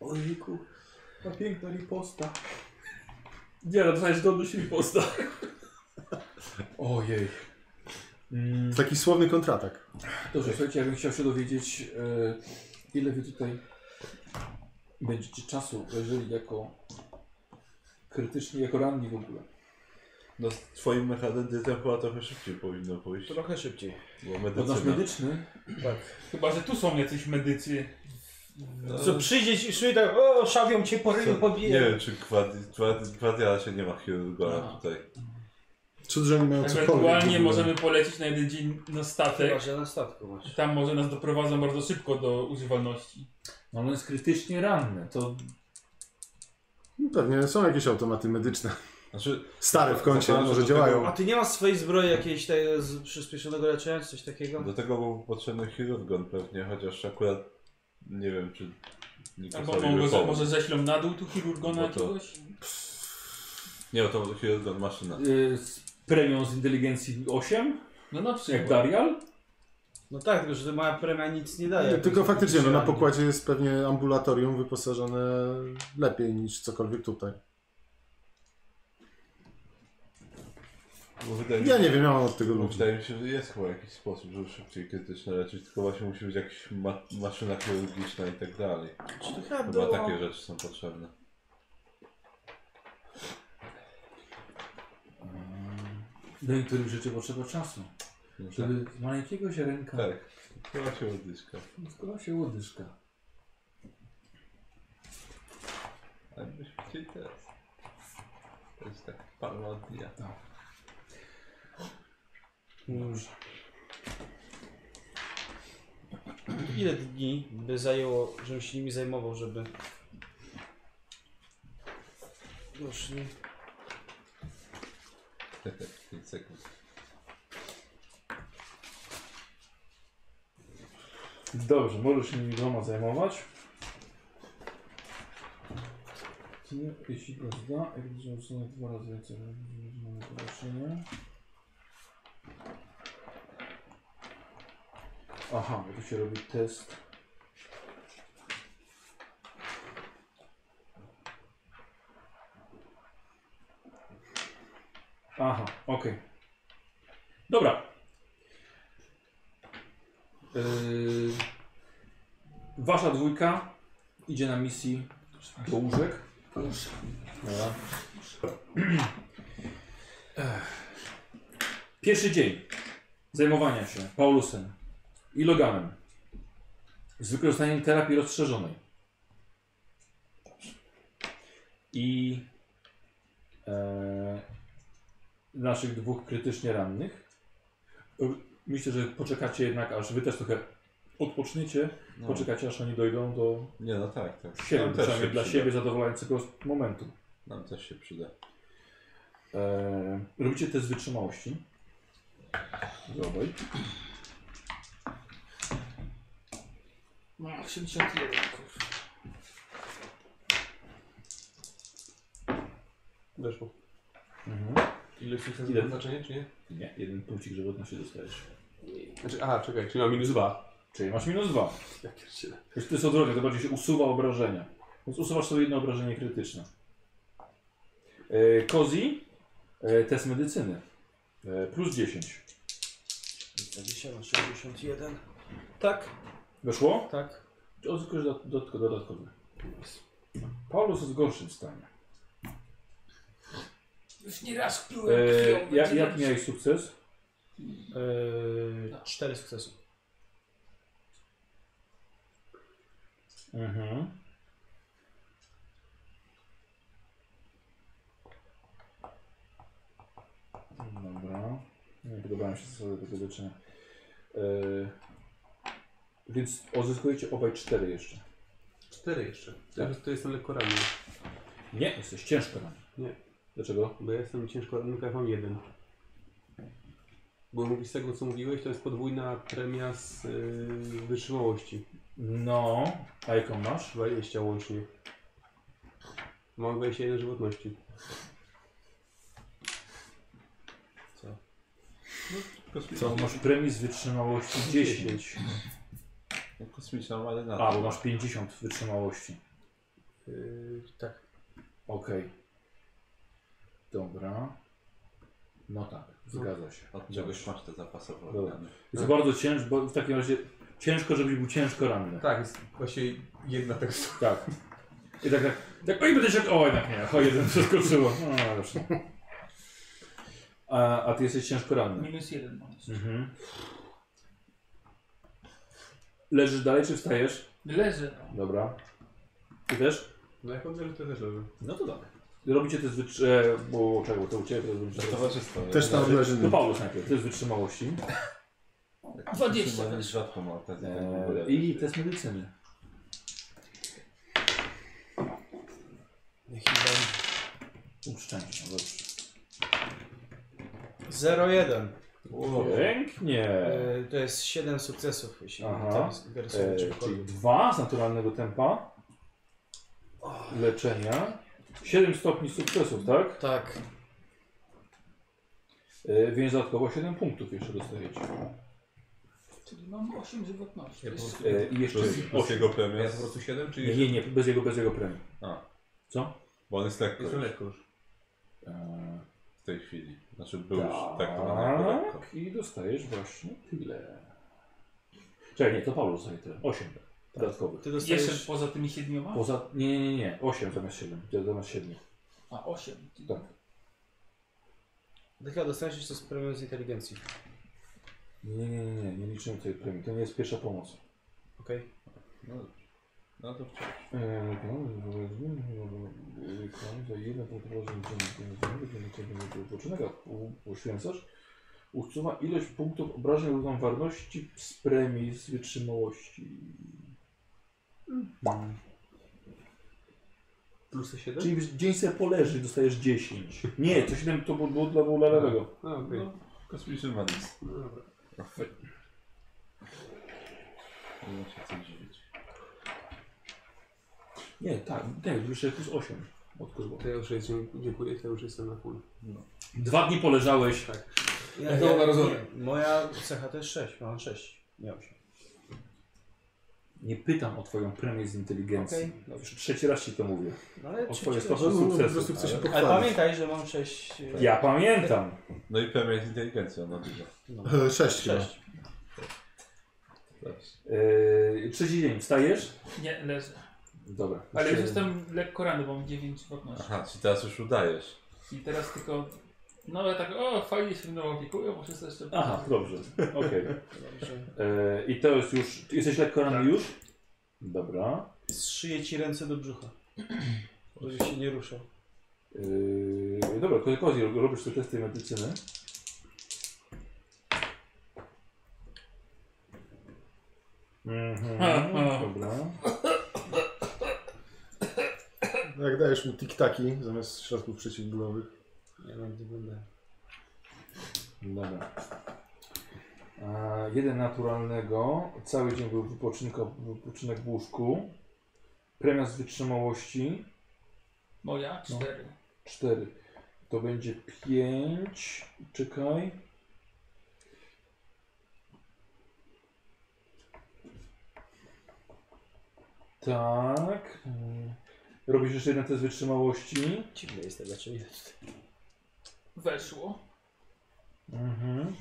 C: Ojku. Ta piękna riposta.
A: Nie no, dostajesz godność i posta. Ojej. Mm,
B: Taki słowny kontratak.
A: Dobrze, słuchajcie, ja bym chciał się dowiedzieć, e, ile wy tutaj będziecie czasu leżeli jako krytycznie, jako ranni w ogóle.
D: No z twoim mechanyzmem chyba trochę szybciej powinno pójść.
E: Trochę szybciej.
D: Bo
A: Bo nasz
D: medycyna.
A: medyczny,
C: Chyba, że tu są jacyś medycy.
E: Co, przyjdzie ci szły tak, o, szabią cię po ryju
D: Co, nie
E: pobije. No.
D: wiem, czy kwad- kwad- kwadiala się nie ma chirurga
C: Aha.
D: tutaj.
B: Cud, że oni mają No, cokolwiek. w
C: Ewentualnie
B: ogóle.
C: możemy polecić na jeden dzień na
E: Chyba,
C: statek.
E: że na statku masz.
C: Tam może nas doprowadzą bardzo szybko do używalności.
A: no on jest krytycznie ranny, to
B: No Pewnie są jakieś automaty medyczne.
D: Znaczy,
B: Stare w kącie,
D: Zakładam, że
B: może
D: do tego-
E: A
B: działają.
E: ty nie masz swojej zbroi jakiejś tej z przyspieszonego leczenia, czy coś takiego?
D: do tego był potrzebny chirurgon pewnie, chociaż akurat nie wiem, czy
C: Albo
D: Nikosowi by
C: może,
D: pomógł.
C: może ześlą na dół tu chirurgona
A: No
D: Bo to-
C: jakiegoś?
D: Nie, bo to był chirurgon maszyna.
A: y, z premią z inteligencji 8,
C: No na
A: jak
C: przykład.
A: Darial.
E: No tak, tylko że ta mała premia nic nie daje.
B: Tylko
E: Jakoś
B: faktycznie, no, na
E: specjalnie.
B: pokładzie jest pewnie ambulatorium wyposażone lepiej niż cokolwiek tutaj.
D: Bo wydaje mi,
B: Ja nie wiem, ja mam od tego
D: bo
B: ludzi.
D: wydaje mi się, że jest chyba jakiś sposób, żeby szybciej krytyczne leczyć, tylko właśnie musi być jakaś ma maszyna chirurgiczna i tak dalej.
E: Czy to chyba
D: Chyba
E: było...
D: takie rzeczy są potrzebne.
A: Do niektórych rzeczy potrzeba czasu,
D: No tak.
A: żeby z maleńkiego ziarenka
D: Tak, chyba się udyska.
A: skoro się łodyżka.
D: Ale byśmy chcieli teraz. To jest tak parodia.
E: Dobrze. Ile dni by zajęło, żebym się nimi zajmował, żeby... Doszli.
D: 5 sekund.
A: Dobrze, możesz się nimi dwoma zajmować. Nie, Jeśli go zda, jak widzimy, są dwa razy więcej mamy poruszenie. Aha, bo tu się robi test. Aha, okej. Dobra. Yy, wasza dwójka idzie na misji do łóżek. Dobra. Ech. Pierwszy dzień zajmowania się Paulusem i Loganem z wykorzystaniem terapii rozszerzonej. I e, naszych dwóch krytycznie rannych. Myślę, że poczekacie jednak, aż wy też trochę odpoczniecie,
D: No.
A: poczekacie aż oni dojdą do
D: Nie, no tak, tak.
A: siebie,
D: Nam też się
A: przynajmniej dla
D: przyda.
A: siebie zadowalającego momentu.
D: Nam też się przyda.
A: E, robicie test wytrzymałości. Dawaj.
C: No, 81, kurwa.
F: Weszło. Ile się chce
A: Ile?
F: znaczenie, czy nie?
A: Nie, jeden punkcik żywotności dostajesz.
F: Znaczy, aha, czekaj, czyli mam minus dwa.
A: Czyli masz minus dwa.
F: Ja pierdzielę.
A: Jeśli to jest odwrotnie, to bardziej się usuwa obrażenia. Więc usuwasz sobie jedno obrażenie krytyczne. E, Kozi, e, test medycyny. E, plus 10.
E: 20 na 61. Tak,
A: Weszło?
E: tak.
A: O, tylko że dod- dodatko- dodatkowe. Paulus jest w gorszym stanie.
C: Już nie raz plułem
A: E,
C: krwią.
A: ja,
C: będzie
A: jak
C: dobrze.
A: miałeś sukces?
E: Yy, cztery sukcesy.
A: Mhm. Dobra. Nie podobałem się zasady tego leczenia. E, więc odzyskujecie obaj cztery jeszcze.
F: Cztery jeszcze.
A: Tak.
F: To jestem lekko ranny,
A: Nie, jesteś ciężko ranny.
F: Nie.
A: Dlaczego?
F: bo ja jestem ciężko ranny, tylko ja mam jeden. Bo mówisz z tego, co mówiłeś, to jest podwójna premia z yy, wytrzymałości.
A: No, a jaką masz?
F: 20 łącznie. Mam 21 żywotności.
A: Co? Masz premis wytrzymałości 10.
D: No, kosmiczna maryna.
A: A, bo masz 50 wytrzymałości.
F: Yy, tak.
A: Okej. Dobra. No tak, zgadza się.
D: Od czegoś masz te zapasowe
A: Dobra.
D: organy.
A: Jest bardzo ciężko, bo w takim razie ciężko, żebyś był ciężko ranny.
F: Tak, jest właśnie jedna tak
A: Tak. I tak, tak, tak, oj, będę się, o jednak nie, o jeden przeskoczyło. No, już. a, a ty jesteś ciężko ranny.
C: Minus jeden mam.
A: Mhm. Leżysz dalej, czy wstajesz?
C: Leżę, no.
A: Dobra. Ty też?
F: No jak on to też robię.
A: No to dobra. Robicie to z wytrzymałości. Bo czego, to u Ciebie, to będzie.
D: Że towarzystwo.
B: Też tam leży.
A: To Paulus najpierw, to jest wytrzymałości.
C: Dwadzieścia.
D: Chyba nie rzadko ma okazję. tak w ogóle.
A: Eee, I test medycyny.
E: Niech idą.
A: Punkt szczęścia, No dobrze.
E: 0,1.
A: Pięknie.
E: Yy, to jest 7 sukcesów, jeśli
A: Aha.
E: teraz interesuje
A: Eee, czyli
E: czegokolwiek.
A: dwa z naturalnego tempa leczenia. 7 stopni sukcesów, tak?
E: Tak.
A: Eee, więc dodatkowo 7 punktów jeszcze dostajecie.
C: Czyli mam 8 żywotności.
F: Ja
C: To
F: po
C: jest-
F: prostu-
A: Eee, I jeszcze
D: Plus, plus
A: osiem.
D: jego premia.
F: Ja po prostu 7, czyli
A: Nie, nie, nie, bez jego, bez jego premii.
D: A.
A: Co?
D: Bo on jest lekko
F: jestem
D: już
F: lekko już.
A: Eee,
D: w tej chwili. Znaczy był już traktowany jako lekko.
A: tak, i dostajesz właśnie tyle. Czekaj, nie, to Paulus dostaje tyle. 8
D: Tak.
A: dodatkowych.
E: Ty dostajesz...
C: Jeszcze poza tymi siedmioma?
A: Poza... Nie, nie, nie, 8 zamiast 7. Zamiast 7.
C: A, 8.
A: Tak.
E: Dycha, dostaniesz jeszcze z premium z inteligencji.
A: Nie, nie, nie, nie, nie liczymy tej premii. To nie jest pierwsza pomoc.
E: Okej.
D: No dobrze. No to wciąż.
A: Odpoczynek, uświęcasz, usuwa ilość punktów obrażeń równowartości z premii z wytrzymałości. Hmm.
F: Plus te 7?
A: Czyli dzień sobie poleży, dostajesz 10. Nie, to 7 to było- było dla było dla lewego.
F: No, okej.
D: No, kosmiczny manus.
F: No, dobra.
D: Nie ma się co dziwić.
A: Nie, tak, tak, już jest plus 8 od kozła.
F: To ja już jest, dziękuję, to ja już jestem na full.
A: Dwa dni poleżałeś.
E: Ja,
F: to ona rozumie.
E: nie, Moja cecha to jest 6, mam 6. Nie 8.
A: Nie pytam o twoją premię z inteligencji.
E: Okej.
A: No, już trzeci raz ci to mówię.
E: No ale
A: O
E: trzeci
A: twoje
E: raz.
A: stopy
B: No, no, po prostu
A: sukcesu.
B: chcę się
A: ale-
E: Ale
B: pochwalić.
E: pamiętaj, że mam yy, 6.
A: Ja pamiętam.
D: No i premia jest inteligencja, no ona duża.
B: E, Sześć chyba.
E: 6.
D: Dobrze.
A: Yy, trzeci dzień, wstajesz?
C: Nie, leżę.
A: Dobra.
C: Ale już
A: Jeszcze-
C: jestem lekko ranny, bo mam 9 żywotności.
D: Aha, czyli teraz już udajesz.
C: I teraz tylko... No ale tak, o, fajnie się mną opiekują, muszę sobie jeszcze...
A: Aha, dobrze. Okej. Yy, I to jest już. Jesteś lekko ranny
C: Tak.
A: już? Dobra.
E: Zszyję ci ręce do brzucha. Żebyś się nie ruszał.
A: Yy, dobra, Ko- Kozi, robisz te testy medycyny. Mhm, dobra.
B: Jak dajesz mu tiktaki zamiast środków przeciwbólowych.
E: Ja nawet nie będę.
A: Dobra. A, jeden naturalnego, cały dzień był wypoczynko, wypoczynek w łóżku. Premia z wytrzymałości
C: Moja?
A: No.
C: Cztery.
A: 4. To będzie 5. Czekaj. Tak. Mm. Robisz jeszcze jeden test wytrzymałości.
E: Dziwne jest to, dlaczego ile tutaj.
C: Weszło.
A: Mhm.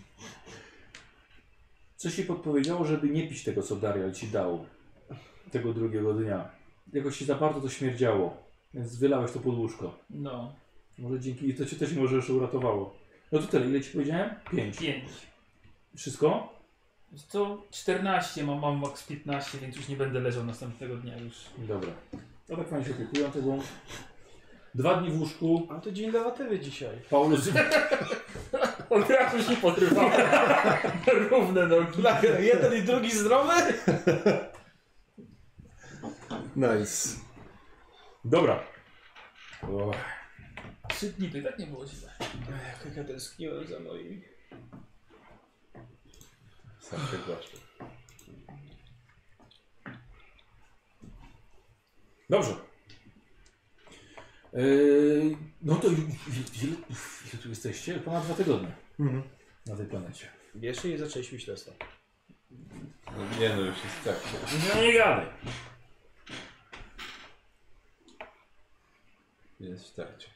A: Coś ci podpowiedziało, żeby nie pić tego, co Darial ci dał tego drugiego dnia. Jakoś ci za bardzo to śmierdziało, więc wylałeś to pod łóżko.
C: No.
A: Może dzięki to cię też może jeszcze uratowało. No to tyle, ile ci powiedziałem? Pięć.
C: Pięć.
A: Wszystko?
C: Wiesz Co? 14, mam, mam max 15, więc już nie będę leżał następnego dnia już.
A: Dobra. No tak fajnie się opiekują tobą. Dwa dni w łóżku.
E: A to dzień dawatywy dzisiaj.
A: Paulus...
C: Od razu się podrywałem. Równe nogi.
E: Jeden i drugi zdrowy?
B: Nice.
A: Dobra. O,
C: Trzy dni to i tak nie było źle.
E: Ech, Jak ja tęskniłem za moim.
D: Sam się głaszczę.
A: Dobrze. Yy, no to ile, ile tu jesteście? Ponad dwa tygodnie.
B: Mhm.
A: na tej planecie.
E: Jeszcze nie zaczęliśmy śledztwa.
D: No, nie no, już jest tak.
A: No nie gadaj.
D: Jest w trakcie.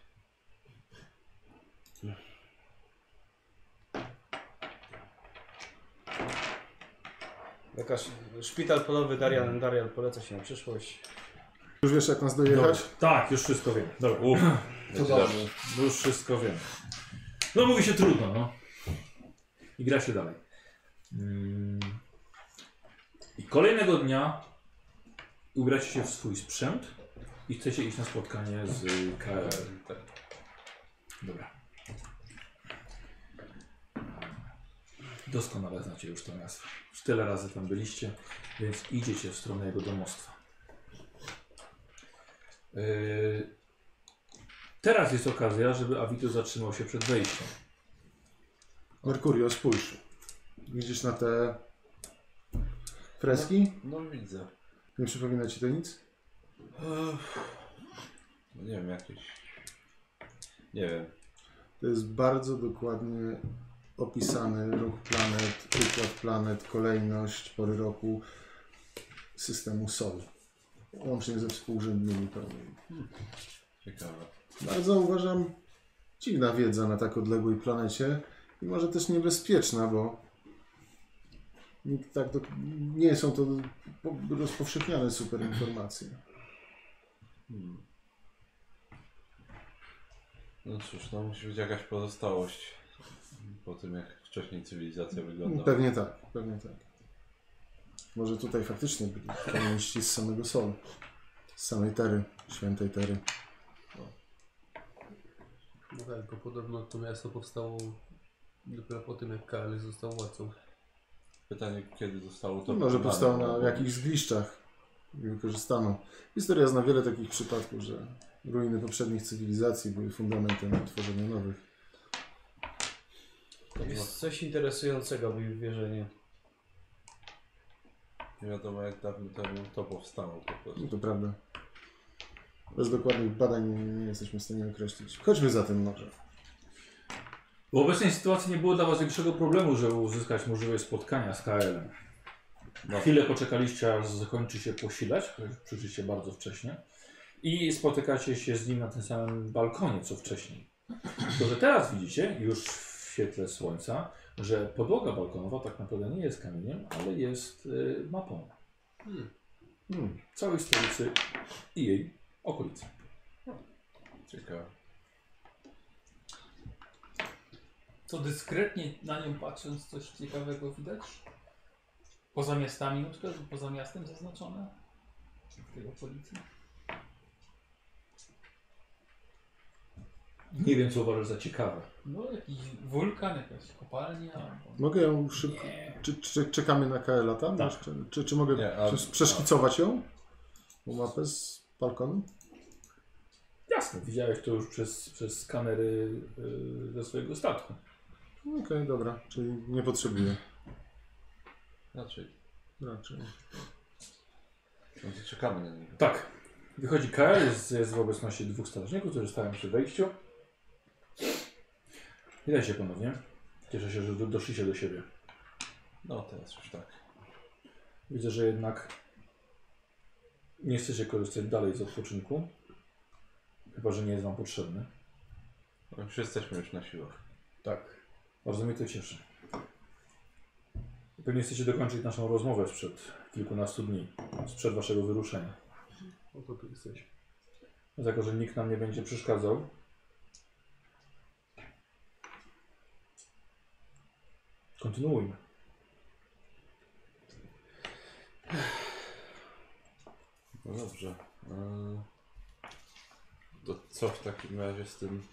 E: Lekarz, szpital polowy Darian, Darian poleca się na przyszłość.
B: Już wiesz jak nas dojechać?
A: Tak, już wszystko wiem. Dobra,
D: Uff,
B: To
D: będzie
B: dobrze.
D: dobrze.
A: już wszystko wiem. No mówi się trudno, no. I gra się dalej. Mm. I kolejnego dnia ubracie się w swój sprzęt i chcecie iść na spotkanie z KR.
D: Tak.
A: Dobra. Doskonale znacie już to miasto. Już tyle razy tam byliście, więc idziecie w stronę jego domostwa. Yy, Teraz jest okazja, żeby Avito zatrzymał się przed wejściem.
B: Merkurio, spójrz. Widzisz na te freski?
D: No widzę.
B: Nie przypomina ci to nic?
D: No, nie wiem, jakieś... Nie wiem.
B: To jest bardzo dokładnie opisany ruch planet, układ planet, kolejność, pory roku systemu Sol. Łącznie ze współrzędnymi pełnymi.
D: Ciekawe.
B: Bardzo uważam dziwna wiedza na tak odległej planecie i może też niebezpieczna, bo nikt tak do... nie są to po- rozpowszechniane super informacje.
D: No cóż, no musi być jakaś pozostałość po tym, jak wcześniej cywilizacja wyglądała.
B: Pewnie tak, pewnie tak. Może tutaj faktycznie byli komuniści z samego Solu, z samej Tery, świętej Tery.
F: No tak, tylko podobno to miasto powstało dopiero po tym, jak Karl został władcą.
D: Pytanie, kiedy zostało to tak,
B: To No, może
D: wykonane,
B: powstało
D: bo-
B: na jakichś zgliszczach i wykorzystano. Historia zna wiele takich przypadków, że ruiny poprzednich cywilizacji były fundamentem tworzenia nowych.
E: Jest coś interesującego w moim wierzeniu.
D: Nie wiadomo, jak dawno temu to powstało po prostu.
B: No to prawda. Bez dokładnych badań nie, nie jesteśmy w stanie określić. Chodźmy za tym może.
A: W obecnej sytuacji nie było dla Was większego problemu, żeby uzyskać możliwość spotkania z KL-em. Na chwilę poczekaliście, aż zakończy się posilać, choć przyszliście bardzo wcześnie. I spotykacie się z nim na tym samym balkonie, co wcześniej. To, że teraz widzicie, już w świetle słońca, że podłoga balkonowa tak naprawdę nie jest kamieniem, ale jest y, mapą.
F: Hmm.
B: Hmm.
A: Całej stolicy i jej okolicy.
D: Ciekawe.
C: To dyskretnie na nią patrząc coś ciekawego widać? Poza miastami na przykład, poza miastem zaznaczone? W tej okolicy?
A: Nie wiem, co uważasz za ciekawe.
C: No jakiś wulkan, jakaś kopalnia. albo-
B: Mogę ją szybko...
C: Nie.
B: Czy, czy czekamy na Kaela tam?
A: Tak.
B: Jeszcze? Czy, czy mogę
D: Nie, a-
B: przes- przeszkicować ją? Tą mapę z balkonu?
A: Jasne, widziałeś to już przez, przez skanery y, ze swojego statku.
B: Okej, dobra. Czyli nie potrzebuję.
D: Znaczy,
B: Raczej.
D: no to czekamy na niego.
A: Tak. Wychodzi KL, jest, jest w obecności dwóch strażników, którzy stają przy wejściu. Witaj się ponownie. Cieszę się, że do- doszliście do siebie.
D: No teraz już tak.
A: Widzę, że jednak nie chcecie korzystać dalej z odpoczynku. Chyba, że nie jest wam potrzebny.
D: No, Już jesteśmy już na siłach.
A: Tak. Bardzo mnie to cieszy. Pewnie chcecie dokończyć naszą rozmowę sprzed kilkunastu dni, sprzed waszego wyruszenia.
F: Oto tu jesteś.
A: Jako, że nikt nam nie będzie przeszkadzał. Kontynuujmy.
D: No dobrze. Eee, To co w takim razie z tym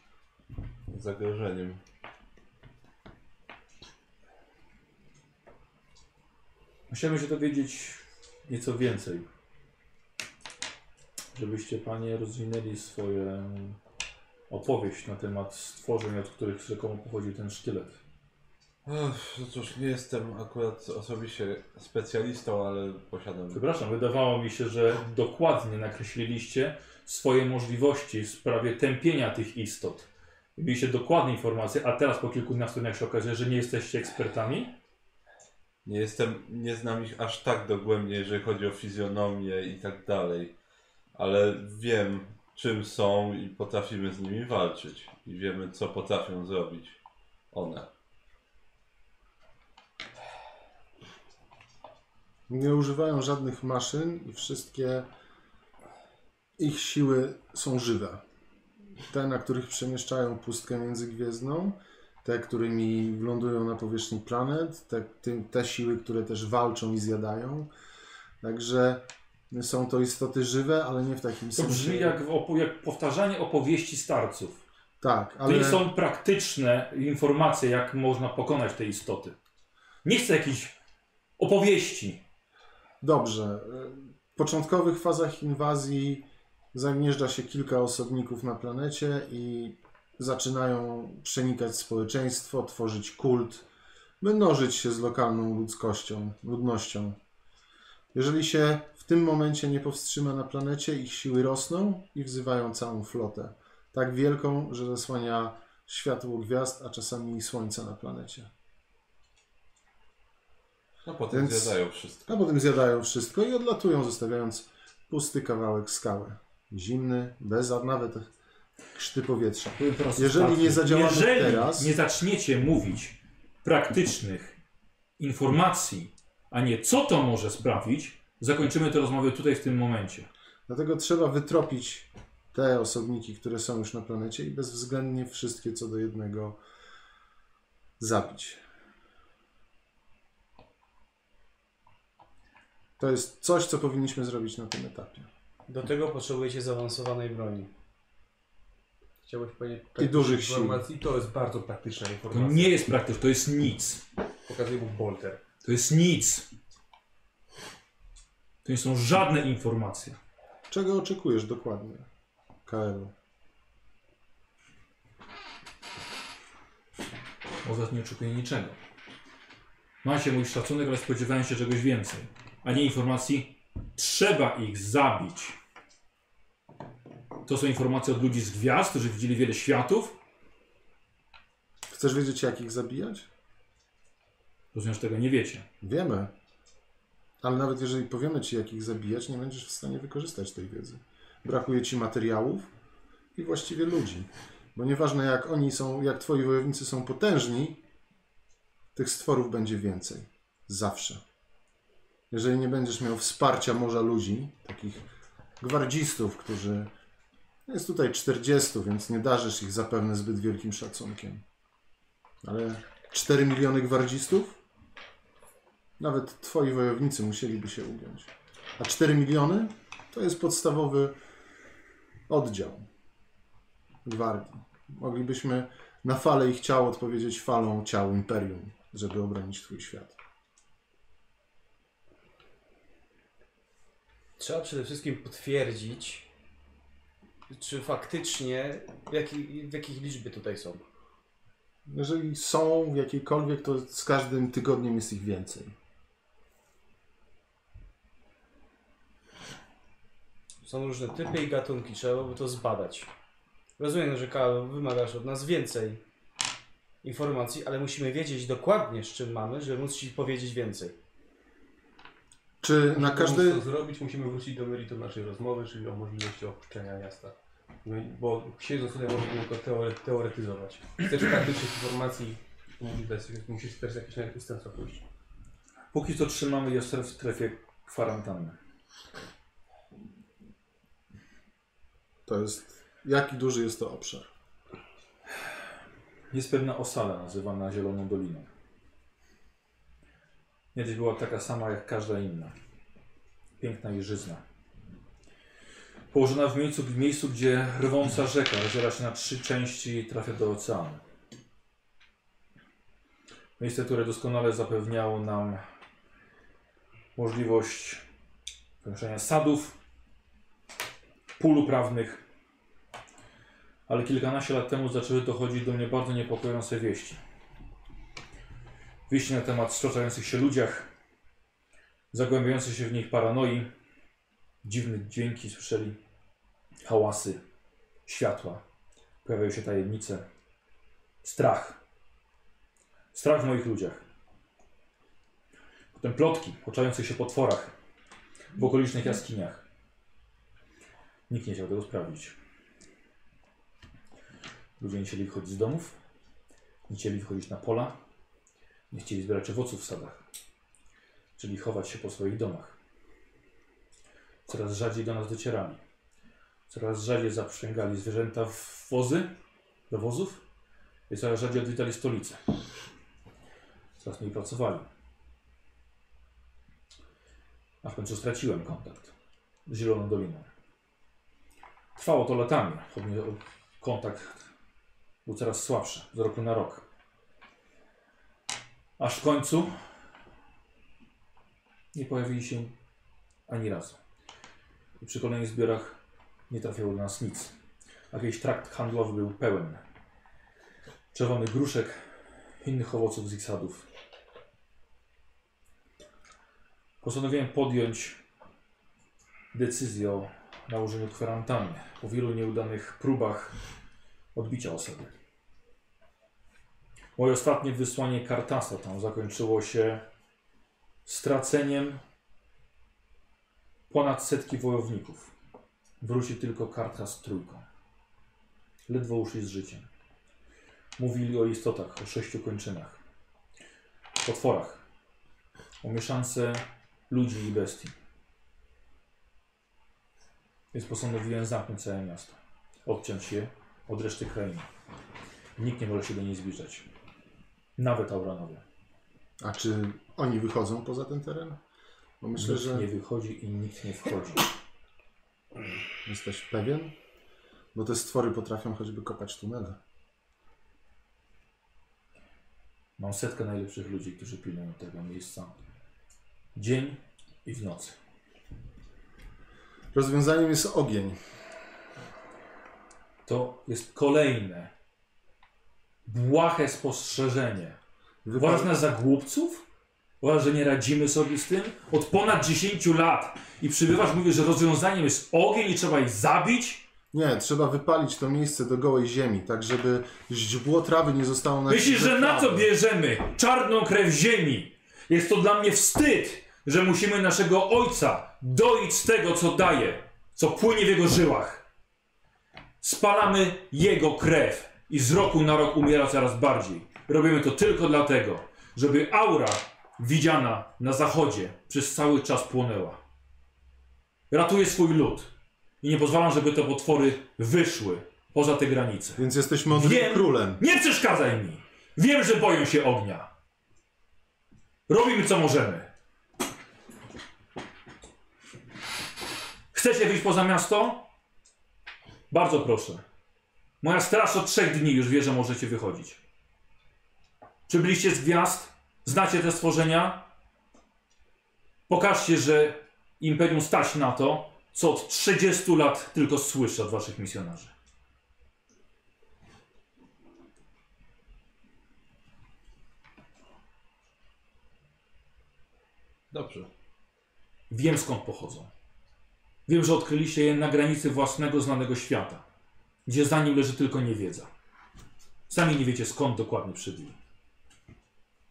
D: zagrożeniem?
A: Musimy się dowiedzieć nieco więcej. Żebyście panie rozwinęli swoją opowieść na temat stworzeń, od których rzekomo pochodził ten sztylet.
D: Ech, no cóż, nie jestem akurat osobiście specjalistą, ale posiadam.
A: Przepraszam, wydawało mi się, że dokładnie nakreśliliście swoje możliwości w sprawie tępienia tych istot. Mieliście dokładne informacje, a teraz po kilkunastu dniach się okazuje, że nie jesteście ekspertami?
D: Nie jestem, nie znam ich aż tak dogłębnie, jeżeli chodzi o fizjonomię i tak dalej, ale wiem czym są i potrafimy z nimi walczyć i wiemy co potrafią zrobić one.
B: Nie używają żadnych maszyn i wszystkie ich siły są żywe. Te, na których przemieszczają pustkę międzygwiezdną, te, którymi lądują na powierzchni planet, te, tym- te siły, które też walczą i zjadają. Także są to istoty żywe, ale nie w takim
A: To
B: sensie.
A: brzmi jak, w opo- jak powtarzanie opowieści starców.
B: Tak,
A: To nie
B: ale
A: są praktyczne informacje, jak można pokonać te istoty. Nie chcę jakichś opowieści.
B: dobrze. W początkowych fazach inwazji zagnieżdża się kilka osobników na planecie i zaczynają przenikać społeczeństwo, tworzyć kult, by mnożyć się z lokalną ludzkością, ludnością. Jeżeli się w tym momencie nie powstrzyma na planecie, ich siły rosną i wzywają całą flotę. Tak wielką, że zasłania światło gwiazd, a czasami i słońca na planecie.
D: No potem
B: Więc-
D: zjadają wszystko.
B: A potem zjadają wszystko i odlatują, zostawiając pusty kawałek skały. Zimny, bez a nawet krzty powietrza.
A: Powiem teraz
B: Jeżeli
A: tak,
B: nie zadziałamy
A: jeżeli
B: teraz-
A: nie zaczniecie mówić praktycznych informacji, a nie co to może sprawić, zakończymy tę rozmowę tutaj w tym momencie.
B: Dlatego trzeba wytropić te osobniki, które są już na planecie i bezwzględnie wszystkie co do jednego zabić. To jest coś, co powinniśmy zrobić na tym etapie.
E: Do tego potrzebujecie zaawansowanej broni.
F: Chciałeś panie
B: I dużych sił.
F: informacji? To jest bardzo praktyczna
A: To
F: informacja.
A: nie jest praktyczne, to jest nic.
F: Pokazuję mu bolter.
A: To jest nic. To nie są żadne informacje.
B: Czego oczekujesz dokładnie, Kaelu?
A: Od was nie oczekuję niczego. Macie mój szacunek, ale spodziewałem się czegoś więcej. A nie informacji, trzeba ich zabić. To są informacje od ludzi z gwiazd, którzy widzieli wiele światów.
B: Chcesz wiedzieć, jak ich zabijać?
A: Rozumiem, że tego nie wiecie.
B: Wiemy. Ale nawet jeżeli powiemy ci, jak ich zabijać, nie będziesz w stanie wykorzystać tej wiedzy. Brakuje ci materiałów i właściwie ludzi. Bo nieważne jak oni są, jak twoi wojownicy są potężni, tych stworów będzie więcej. Zawsze. Jeżeli nie będziesz miał wsparcia morza ludzi, takich gwardzistów, którzy. Jest tutaj 40, więc nie darzysz ich zapewne zbyt wielkim szacunkiem. Ale 4 miliony gwardzistów? Nawet twoi wojownicy musieliby się ugiąć. A 4 miliony to jest podstawowy oddział gwardii. Moglibyśmy na falę ich ciał odpowiedzieć falą ciał Imperium, żeby obronić Twój świat.
E: Trzeba przede wszystkim potwierdzić, czy faktycznie, w, jaki, w jakich liczby tutaj są.
B: Jeżeli są w jakiejkolwiek, to z każdym tygodniem jest ich więcej.
E: Są różne typy i gatunki, trzeba by to zbadać. Rozumiem, że Karol, wymagasz od nas więcej informacji, ale musimy wiedzieć dokładnie, z czym mamy, żeby móc ci powiedzieć więcej.
B: Czy na
F: Żeby
B: każdy...
F: móc to zrobić, musimy wrócić do meritum naszej rozmowy, czyli o możliwości opuszczenia miasta. No i- Bo siedząc tutaj możemy tylko teore- teoretyzować. Chcesz praktycznych informacji, możliwości, musisz też jakieś na ustępstwa pójść.
A: Póki co trzymamy je w strefie kwarantanny.
B: To jest... Jaki duży jest to obszar?
A: Jest pewna osada nazywana Zieloną Doliną. Kiedyś była taka sama jak każda inna. Piękna jeżyzna. Położona w miejscu, w miejscu gdzie rwąca rzeka rozdziela się na trzy części i trafia do oceanu. Miejsce, które doskonale zapewniało nam możliwość pomieszczenia sadów, pól uprawnych, ale kilkanaście lat temu zaczęły dochodzić do mnie bardzo niepokojące wieści. Wieści na temat stoczających się ludziach, zagłębiających się w nich paranoi, dziwne dźwięki słyszeli, hałasy, światła, pojawiają się tajemnice, strach. Strach w moich ludziach. Potem plotki o czających się potworach w okolicznych jaskiniach. Nikt nie chciał tego sprawdzić. Ludzie nie chcieli wychodzić z domów, nie chcieli wychodzić na pola, nie chcieli zbierać owoców w sadach, czyli chować się po swoich domach. Coraz rzadziej do nas docierali. Coraz rzadziej zaprzęgali zwierzęta w wozy, do wozów i coraz rzadziej odwiedzali stolicę. Coraz mniej pracowali. A w końcu straciłem kontakt z Zieloną Doliną. Trwało to latami. Od mnie- od- Kontakt był coraz słabszy z roku na rok. Aż w końcu nie pojawili się ani razu. I przy kolejnych zbiorach nie trafiało do nas nic. A jakiś trakt handlowy był pełen czerwonych gruszek, innych owoców z ich sadów. Postanowiłem podjąć decyzję o nałożeniu kwarantanny po wielu nieudanych próbach odbicia osoby. Moje ostatnie wysłanie Kartasa tam zakończyło się straceniem ponad setki wojowników. Wrócił tylko Kartas z trójką. Ledwo uszli z życiem. Mówili o istotach, o sześciu kończynach, potworach, o mieszance ludzi i bestii. Więc postanowiłem zamknąć całe miasto, odciąć je od reszty krainy. Nikt nie może się do niej zbliżać. Nawet Auranowie.
B: A czy oni wychodzą poza ten teren? Bo myślę,
A: Nikt
B: że...
A: nie wychodzi i nikt nie wchodzi.
B: Jesteś pewien? Bo te stwory potrafią choćby kopać tunele.
A: Mam setkę najlepszych ludzi, którzy pilnują tego miejsca. Dzień i w nocy.
B: Rozwiązaniem jest ogień.
A: To jest kolejne błahe spostrzeżenie. Uważasz nas za głupców? Uważasz, że nie radzimy sobie z tym? Od ponad 10 lat i przybywasz, mówisz, że rozwiązaniem jest ogień i trzeba ich zabić?
B: Nie, trzeba wypalić to miejsce do gołej ziemi, tak żeby źdźbło trawy nie zostało na
A: Myślisz, że na co
B: trawy.
A: bierzemy czarną krew ziemi? Jest to dla mnie wstyd, że musimy naszego ojca doić z tego, co daje, co płynie w jego żyłach. Spalamy jego krew i z roku na rok umiera coraz bardziej. Robimy to tylko dlatego, żeby aura widziana na zachodzie przez cały czas płonęła. Ratuję swój lud i nie pozwalam, żeby te potwory wyszły poza te granice.
B: Więc jesteś mądrym
A: Wiem.
B: królem.
A: Nie przeszkadzaj mi! Wiem, że boją się ognia. Robimy co możemy. Chcecie wyjść poza miasto? Bardzo proszę. Moja straż od trzech dni już wie, że możecie wychodzić. Przybyliście z gwiazd, znacie te stworzenia. Pokażcie, że Imperium stać na to, co od 30 lat tylko słyszę od waszych misjonarzy.
D: Dobrze.
A: Wiem skąd pochodzą. Wiem, że odkryliście je na granicy własnego znanego świata, gdzie za nim leży tylko niewiedza. Sami nie wiecie skąd dokładnie przybyli.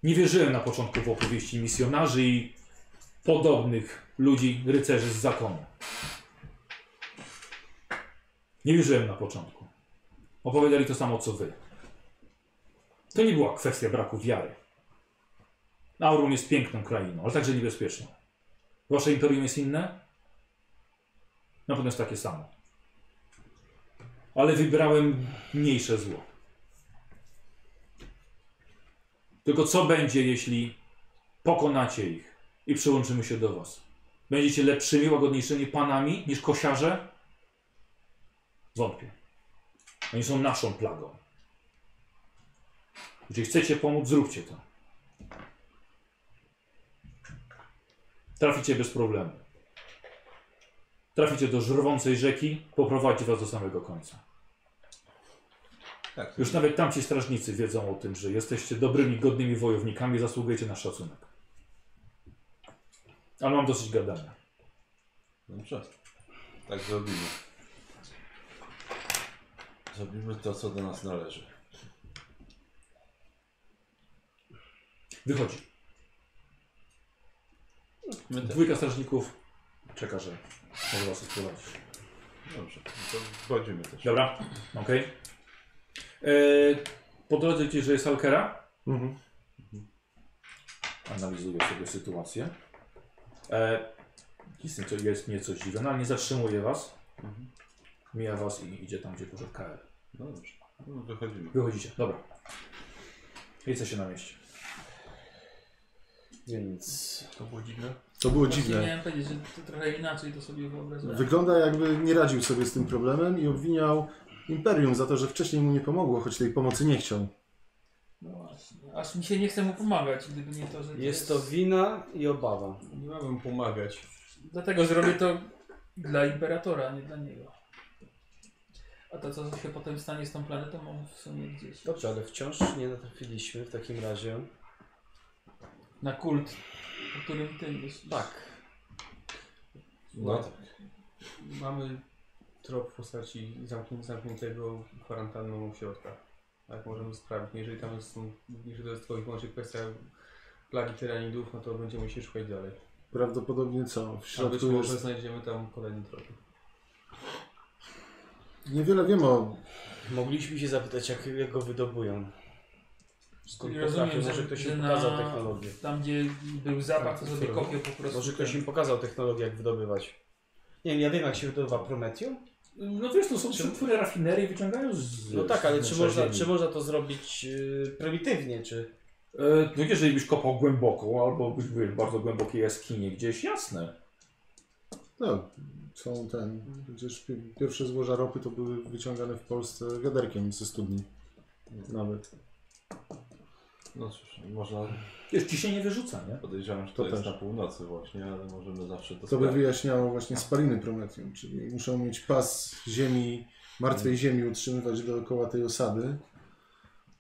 A: Nie wierzyłem na początku w opowieści misjonarzy i podobnych ludzi, rycerzy z zakonu. Nie wierzyłem na początku. Opowiadali to samo co wy. To nie była kwestia braku wiary. Aurum jest piękną krainą, ale także niebezpieczną. Wasze imperium jest inne? Na pewno jest takie samo. Ale wybrałem mniejsze zło. Tylko co będzie, jeśli pokonacie ich i przyłączymy się do was? Będziecie lepszymi, łagodniejszymi panami niż kosiarze? Wątpię. Oni są naszą plagą. Jeśli chcecie pomóc, zróbcie to. Traficie bez problemu. Traficie do żrwącej rzeki, poprowadzi was do samego końca.
D: Tak.
A: Już nawet tamci strażnicy wiedzą o tym, że jesteście dobrymi, godnymi wojownikami, zasługujecie na szacunek. Ale mam dosyć gadania.
D: Dobrze. Tak zrobimy. Zrobimy to, co do nas należy.
A: Wychodzi.
D: My też.
A: Dwójka strażników czeka, że może was odprowadzić.
D: Dobrze. No to wchodzimy też.
A: Dobra, okej. E, Po drodze widzicie, że jest Alkera.
B: Mhm.
A: Analizuję sobie sytuację. E, jest, nieco, jest nieco zdziwiona, ale nie zatrzymuje was.
E: Mhm.
A: Mija was i idzie tam, gdzie poszedł KR.
D: No dobrze. No, wychodzimy.
A: Wychodzicie, dobra. Jesteście na mieście.
E: Więc
F: To było dziwne.
B: To było
C: Właśnie
B: dziwne.
C: miałem powiedzieć, że to trochę inaczej to sobie wyobrażałem.
B: Wygląda jakby nie radził sobie z tym problemem i obwiniał Imperium za to, że wcześniej mu nie pomogło, choć tej pomocy nie chciał.
C: No właśnie. Aż mi się nie chce mu pomagać, gdyby nie to, że to
E: jest to wina i obawa.
F: Nie miałem pomagać.
C: Dlatego zrobię to dla imperatora, a nie dla niego. A to, co się potem stanie z tą planetą, on w sumie gdzieś.
E: Dobrze, ale wciąż nie natrafiliśmy w takim razie.
C: Na kult, o którym ty myślisz.
E: Tak.
D: No tak.
F: Mamy trop w postaci zamknię- zamkniętego kwarantanną środka. Tak możemy sprawdzić. Jeżeli tam jest, jeżeli to jest tylko i wyłącznie kwestia plagi tyranidów, no to będziemy się szukać dalej.
B: Prawdopodobnie co? W
F: A być
B: środku
F: może
B: jest...
F: znajdziemy tam kolejny trop.
B: Niewiele wiem o...
E: Mogliśmy się zapytać, jak, jak go wydobują. Skąd
C: Czyli
E: potrafią?
C: rozumiem, że,
E: Może ktoś
C: że
E: im
C: na-
E: pokazał technologię.
C: Tam, gdzie był zapach, to
F: Tak,
C: sobie
F: to-
C: kopię po prostu.
E: Może ktoś im pokazał technologię, jak wydobywać. Nie wiem, ja wiem, jak się wydobywa prometium.
A: No wiesz, to są które rafinerie wyciągają z...
E: No tak, ale czy
A: z
E: można,
A: ziemi.
E: czy można to zrobić yy, prymitywnie, czy...
A: E, No jeżeli byś kopał głęboko, albo byś był w bardzo głębokiej jaskinie gdzieś, jasne.
B: No, są ten... Przecież pi- pierwsze złoża ropy to były wyciągane w Polsce wiaderkiem ze studni. Nawet.
D: No cóż, można...
A: Wiesz, ci się nie wyrzuca, nie?
D: Podejrzewam, że to,
B: To
D: jest
B: też.
D: na północy właśnie, ale możemy zawsze to
B: To by
D: sprawdzić.
B: wyjaśniało właśnie spaliny Prometium, czyli muszą mieć pas ziemi, martwej ziemi utrzymywać dookoła tej osady.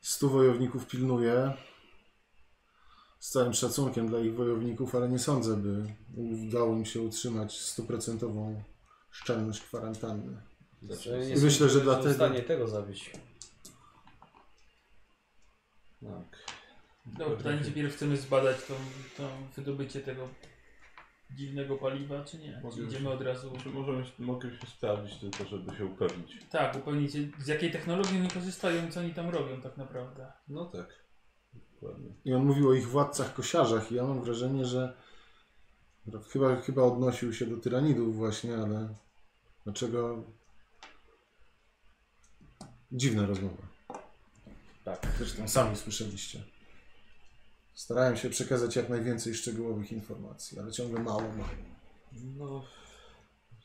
B: Stu wojowników pilnuje. Z całym szacunkiem dla ich wojowników, ale nie sądzę, by udało im się utrzymać stuprocentową szczelność kwarantanny.
E: Ja nie
D: Zawsze
E: sądzę,
B: Myślę, że
E: są
B: dlatego-
E: w stanie tego zabić.
D: Tak.
C: Dobra, pytanie, czy No, najpierw chcemy zbadać tą, tą wydobycie tego dziwnego paliwa, czy nie?
D: Mogę
C: Czy
D: już-
C: idziemy od razu...
D: Czy Znaczy, możemy, się- mogę się sprawdzić tylko, żeby się upewnić?
C: Tak, upewnić się, z jakiej technologii oni korzystają i co oni tam robią tak naprawdę.
D: No tak. Dokładnie.
B: I on mówił o ich władcach kosiarzach i ja mam wrażenie, że chyba, chyba odnosił się do tyranidów właśnie, ale dlaczego... Dziwna rozmowa.
E: Tak.
B: Zresztą sami słyszeliście. Starałem się przekazać jak najwięcej szczegółowych informacji, ale ciągle mało mam.
D: No...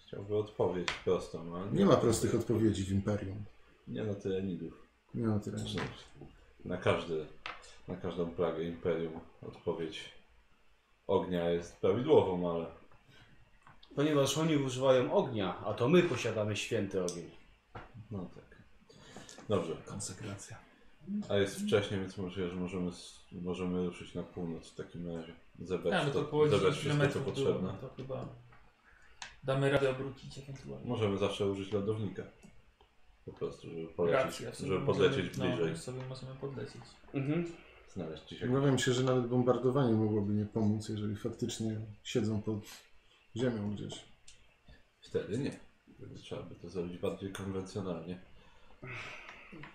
D: Chciałby odpowiedź prostą, ale...
B: Nie ma prostych odpowiedzi w Imperium.
D: Nie na tyranidów.
B: Nie ma tyle.
D: Znaczy, Na, każdy, na każdą plagę Imperium odpowiedź ognia jest prawidłową, ale
E: Ponieważ oni używają ognia, a to my posiadamy święty ogień.
D: no tak. Dobrze,
B: Konsekracja.
D: a jest wcześniej, więc może, że możemy, s- możemy ruszyć na północ w takim razie. Zebrać,
C: Tak,
D: to,
C: to około 10
D: zebrać wszystko, co
C: kilometrów było,
D: potrzebne.
C: no to chyba damy radę obrócić ewentualnie.
D: Możemy zawsze użyć lodownika. Po prostu, żeby polecieć,
C: Racja, w sumie
D: No, żeby podlecieć
C: możemy,
D: bliżej.
C: No, sobie możemy podlecieć.
E: Mhm.
D: Znaleźć dzisiaj.
B: Obawiam się, że nawet bombardowanie mogłoby nie pomóc, jeżeli faktycznie siedzą pod ziemią gdzieś.
D: Wtedy nie. Wtedy Trzeba by to zrobić bardziej konwencjonalnie.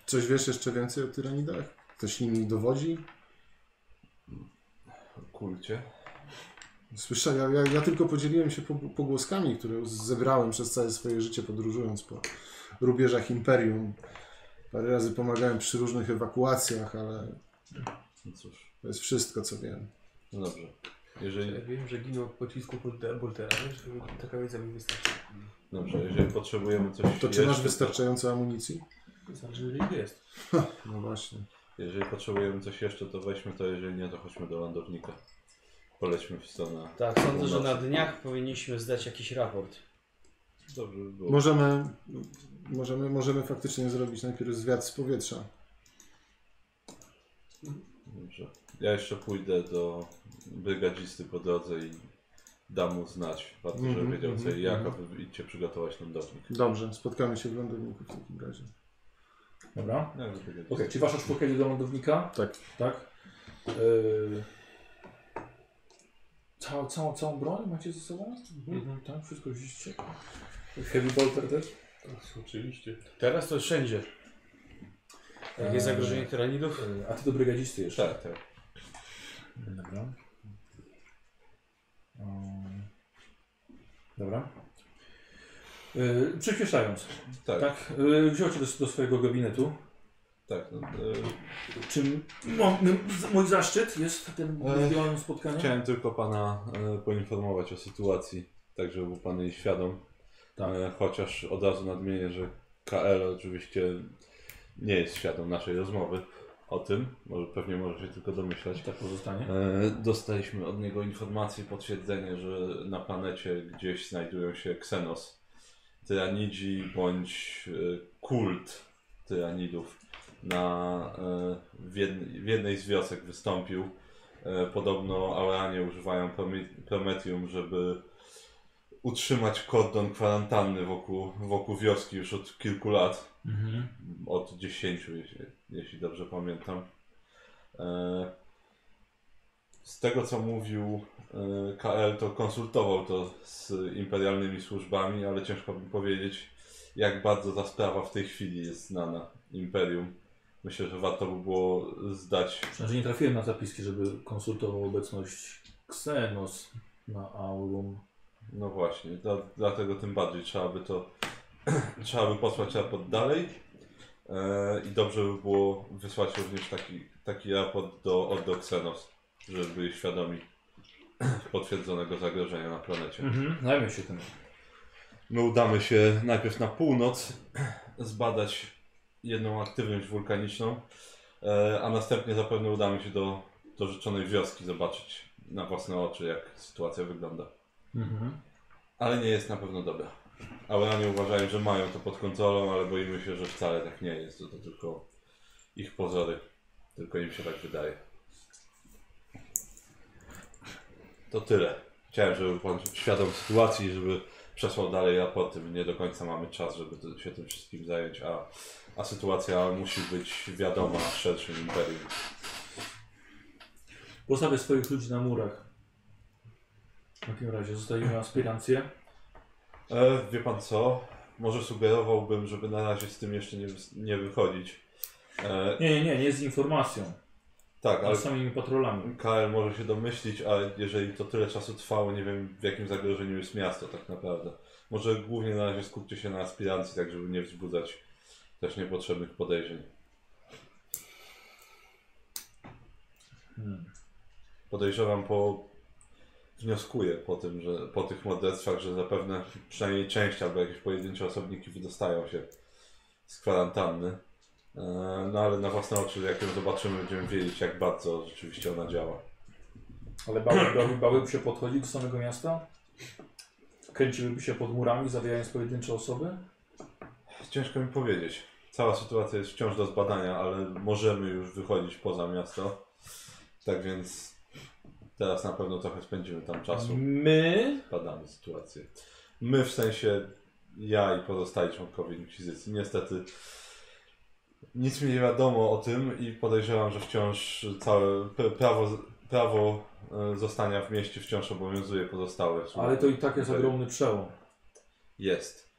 B: Coś wiesz jeszcze więcej o tyranidach? Ktoś nimi dowodzi?
D: Kulcie.
B: Słyszałem, ja, ja, ja tylko podzieliłem się po- pogłoskami, które zebrałem przez całe swoje życie podróżując po rubieżach imperium. Parę razy pomagałem przy różnych ewakuacjach, ale
D: No cóż,
B: to jest wszystko, co wiem.
D: no dobrze. Jeżeli
F: Ja wiem, że giną od pocisku Boltera, Boltera, wiesz, taka wiedza mi wystarczy.
D: Dobrze, jeżeli potrzebujemy coś
B: To czy
D: jeszcze,
B: masz wystarczająco amunicji?
F: Zależy, ile jest.
B: No właśnie.
D: Jeżeli potrzebujemy coś jeszcze, to weźmy to, jeżeli nie, to chodźmy do lądownika. Polećmy w stronę.
E: Tak, sądzę, że na dniach powinniśmy zdać jakiś raport.
D: Dobrze by było.
B: Możemy, możemy, możemy faktycznie zrobić najpierw zwiat z powietrza.
D: Dobrze. Ja jeszcze pójdę do brygadzisty po drodze i dam mu znać. Warto, żeby
B: Mhm,
D: wiedział co
B: mhm,
D: i jak,
B: mhm.
D: aby idźcie przygotować lądownik.
B: Dobrze, spotkamy się w lądowniku w takim razie.
A: Dobra.
D: No, jakby brygadzista.
A: Okej, czy wasza sztuka idzie do lądownika?
B: Tak.
A: Tak. Yy... Całą, całą, całą broń macie ze sobą? Mhm. Tak, wszystko wzięliście. Heavy bolter też?
F: Oczywiście.
E: Teraz to wszędzie. Jak jest zagrożenie tyranidów?
A: Yy, A ty do brygadzisty jeszcze?
D: Tak, tak.
A: Dobra. Mm. Dobra. Yy, przyspieszając,
D: Tak, tak.
A: tak, yy, wziął cię do, do swojego gabinetu.
D: no, y,
A: Czym no, m- mój zaszczyt jest tym
D: Ech.
A: udziałem spotkania?
D: Chciałem tylko pana e, poinformować o sytuacji, tak żeby był pan jej świadom.
A: Tak.
D: E, chociaż od razu nadmienię, że KL oczywiście nie jest świadom naszej rozmowy o tym, może, pewnie może się tylko domyślać.
A: Tak pozostanie.
D: E, dostaliśmy od niego informację, potwierdzenie, że na planecie gdzieś znajdują się Xenos, tyranidzi bądź e, kult tyranidów. Na, e, w, jednej, w jednej z wiosek wystąpił. E, podobno Auranie używają Prome- Prometium, żeby utrzymać kordon kwarantanny wokół, wokół wioski już od kilku lat
A: Mhm.
D: od 10, jeśli, jeśli dobrze pamiętam. E, Z tego co mówił e, KL, to konsultował to z imperialnymi służbami, ale ciężko mi powiedzieć, jak bardzo ta sprawa w tej chwili jest znana Imperium. Myślę, że warto by było zdać.
A: Znaczy nie trafiłem na zapiski, żeby konsultował obecność Xenos na Aurum.
D: No właśnie, dla, dlatego tym bardziej trzeba by to. trzeba by posłać raport dalej. E, I dobrze by było wysłać również taki, taki raport do Ordo Xenos, żeby byli świadomi potwierdzonego zagrożenia na planecie.
A: Mhm. Zajmę się tym.
D: My udamy się najpierw na północ, zbadać jedną aktywność wulkaniczną, e, a następnie zapewne udamy się do, do życzonej wioski, zobaczyć na własne oczy, jak sytuacja wygląda.
A: Mhm.
D: Ale nie jest na pewno dobra. Auranie uważają, że mają to pod kontrolą, ale boimy się, że wcale tak nie jest. To, to tylko ich pozory. Tylko im się tak wydaje. To tyle. Chciałem, żeby pan był świadom sytuacji, żeby przesłał dalej raporty. My nie do końca mamy czas, żeby to, się tym wszystkim zająć, a, a sytuacja musi być wiadoma w szerszym imperium.
A: Postawię swoich ludzi na murach. W takim razie zostawimy aspirancję.
D: E, wie pan co? Może sugerowałbym, żeby na razie z tym jeszcze nie, wys- nie wychodzić. E,
A: Nie, nie, nie, nie z informacją,
D: Tak,
A: ale
D: ale
A: z samymi patrolami.
D: KL może się domyślić, a jeżeli to tyle czasu trwało, nie wiem w jakim zagrożeniu jest miasto tak naprawdę. Może głównie na razie skupcie się na aspirancji, tak żeby nie wzbudzać też niepotrzebnych podejrzeń.
A: Hmm.
D: Podejrzewam po... Wnioskuję po tym, że po tych morderstwach, że zapewne przynajmniej część albo jakieś pojedyncze osobniki wydostają się z kwarantanny. E, No ale na własne oczy, jak ją zobaczymy, będziemy wiedzieć, jak bardzo rzeczywiście ona działa.
A: Ale bały, bały, bałyby się podchodzić do samego miasta? Kręciłyby się pod murami, zawijając pojedyncze osoby?
D: Ciężko mi powiedzieć. Cała sytuacja jest wciąż do zbadania, ale możemy już wychodzić poza miasto. Tak więc teraz na pewno trochę spędzimy tam czasu.
A: Mhm.
E: My
D: Badamy sytuację. My w sensie ja i pozostali członkowie inkwizycji. Niestety nic mi nie wiadomo o tym i podejrzewam, że wciąż całe p- prawo, prawo e, zostania w mieście wciąż obowiązuje pozostałe.
A: Ale to i tak jest ogromny przełom.
D: Jest.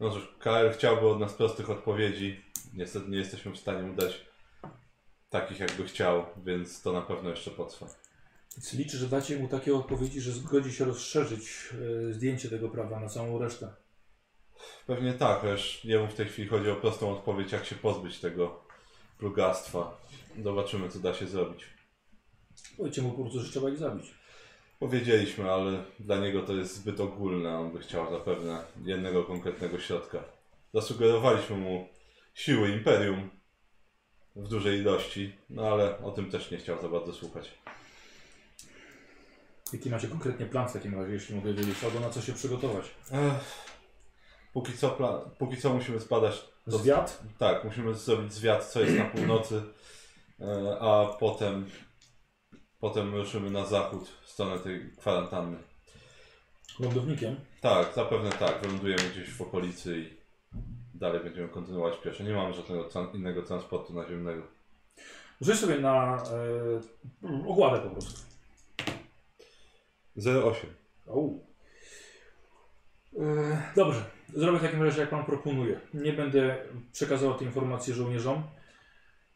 D: No cóż, KR chciałby od nas prostych odpowiedzi. Niestety nie jesteśmy w stanie mu dać takich, jakby chciał, więc to na pewno jeszcze potrwa.
A: Więc liczę, że dacie mu takie odpowiedzi, że zgodzi się rozszerzyć e, zdjęcie tego prawa na całą resztę.
D: Pewnie tak, chociaż jemu w tej chwili chodzi o prostą odpowiedź, jak się pozbyć tego plugastwa. Zobaczymy, co da się zrobić.
A: Powiedzcie mu No po prostu, że trzeba ich zabić.
D: Powiedzieliśmy, ale dla niego to jest zbyt ogólne. On by chciał zapewne jednego konkretnego środka. Zasugerowaliśmy mu siły imperium w dużej ilości, no ale o tym też nie chciał za bardzo słuchać.
A: Jaki macie konkretnie plan w takim razie, jeśli mogę wiedzieć, albo na co się przygotować?
D: Ech, póki, co pla- póki co musimy zbadać. to-
A: Zwiat?
D: Tak, musimy zrobić zwiat, co jest na północy, e, a potem, potem ruszymy na zachód w stronę tej kwarantanny.
A: Lądownikiem?
D: Tak, zapewne tak. Wylądujemy gdzieś w okolicy i dalej będziemy kontynuować pieszo. Nie mamy żadnego tran- innego transportu naziemnego.
A: Rzuć sobie na e, ogładę po prostu.
D: 08.
A: Au. E, Dobrze, zrobię w takim razie jak Pan proponuje. Nie będę przekazywał tej informacji żołnierzom.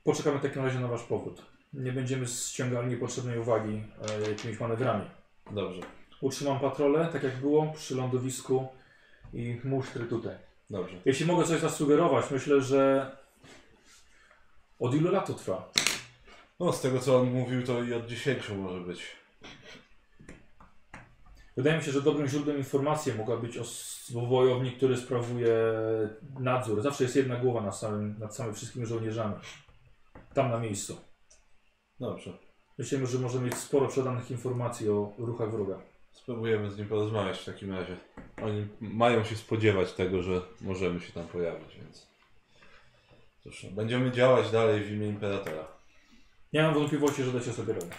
A: Poczekamy w takim razie na Wasz powrót. Nie będziemy ściągali niepotrzebnej uwagi e, jakimiś manewrami.
D: Dobrze,
A: Utrzymam patrolę, tak jak było, przy lądowisku i musztry tutaj.
D: dobrze.
A: Jeśli mogę coś zasugerować, myślę, że od ilu lat to trwa?
D: No, z tego co on mówił, to i od 10 może być.
A: Wydaje mi się, że dobrym źródłem informacji mogła być os- wojownik, który sprawuje nadzór. Zawsze jest jedna głowa nad, samym, nad samym wszystkimi żołnierzami. Tam na miejscu.
D: Dobrze.
A: Myślimy, że może mieć sporo przedanych informacji o ruchach wroga.
D: Spróbujemy z nim porozmawiać w takim razie. Oni mają się spodziewać tego, że możemy się tam pojawić, więc. Cóż, no, będziemy działać dalej w imię imperatora.
A: Nie mam wątpliwości, że dacie sobie radę.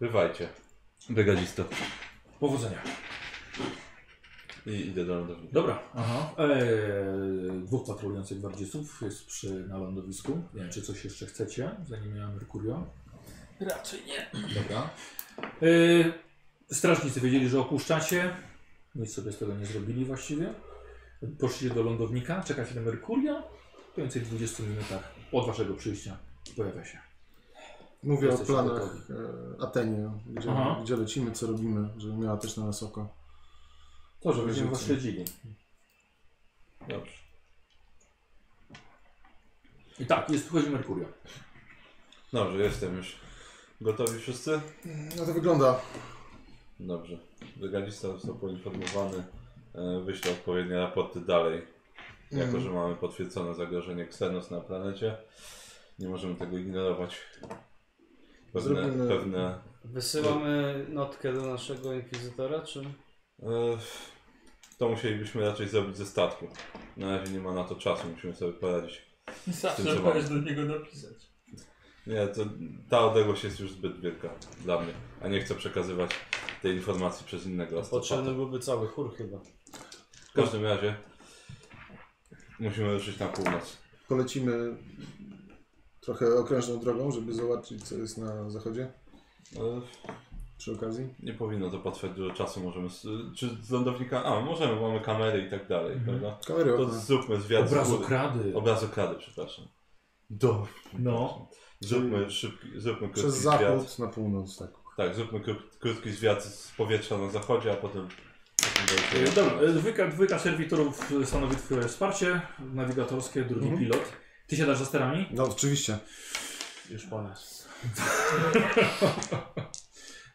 D: Bywajcie. Brygadisto.
A: Powodzenia.
D: I idę do lądownika.
A: Dobra. Aha. Eee, dwóch patrolujących gwardzistów jest przy, na lądowisku. Nie wiem, czy coś jeszcze chcecie, zanim ja Merkurio.
C: Raczej nie.
A: Dobra. Yy, strażnicy wiedzieli, że opuszczacie. Nic sobie z tego nie zrobili właściwie. Poszliście do lądownika, czekacie na Merkuria. W mniej więcej 20 minutach od waszego przyjścia pojawia się.
B: Mówię
A: Jesteś
B: o planach e, Atenie, gdzie,
A: Aha.
B: gdzie lecimy, co robimy, żeby miała też na nas oko.
A: To, że będziemy was śledzili.
D: Dobrze.
A: I tak, jest, chodzi Merkurio.
D: Dobrze, jestem już. Gotowi wszyscy?
B: No to wygląda.
D: Dobrze. Brygadzista został poinformowany. E, Wyślę odpowiednie raporty dalej. Jako,
B: Mhm.
D: że mamy potwierdzone zagrożenie Xenos na planecie, nie możemy tego ignorować. Pewne,
B: Zrobimy-
D: pewne
E: wysyłamy notkę do naszego inkwizytora, czy...
D: Ech, To musielibyśmy raczej zrobić ze statku. Na razie nie ma na to czasu, musimy sobie poradzić.
C: Zawsze
D: Zdecydowanie.
C: możesz do niego napisać.
D: Nie, to, ta odległość jest już zbyt wielka dla mnie, a nie chcę przekazywać tej informacji przez innego
E: No, Potrzebny
D: astropata.
E: byłby cały chór chyba.
D: W każdym razie musimy ruszyć na północ.
B: Polecimy trochę okrężną drogą, żeby zobaczyć, co jest na zachodzie
D: Ech,
B: przy okazji.
D: E, Nie powinno to potrwać dużo czasu, możemy... s- Czy z lądownika... A, możemy, mamy kamery i tak dalej,
A: Mhm.
D: prawda?
B: Kamery
D: To
B: okna.
D: zróbmy zwiat z
A: Obrazu
D: góry.
A: krady.
D: Obrazokrady, przepraszam. Do.
A: No.
D: Zróbmy szybki, zróbmy krótki
B: Przez
D: zwiat.
B: zachód na północ, tak.
D: Tak, zróbmy kró, krótki zwiat z powietrza na zachodzie, a potem... potem
B: No
A: E, Dobra, e, dwójka, dwójka serwitorów e, stanowi twoje wsparcie nawigatorskie, drugi
B: Mhm.
A: pilot. Ty siadasz za sterami?
B: No oczywiście.
F: Już po nas.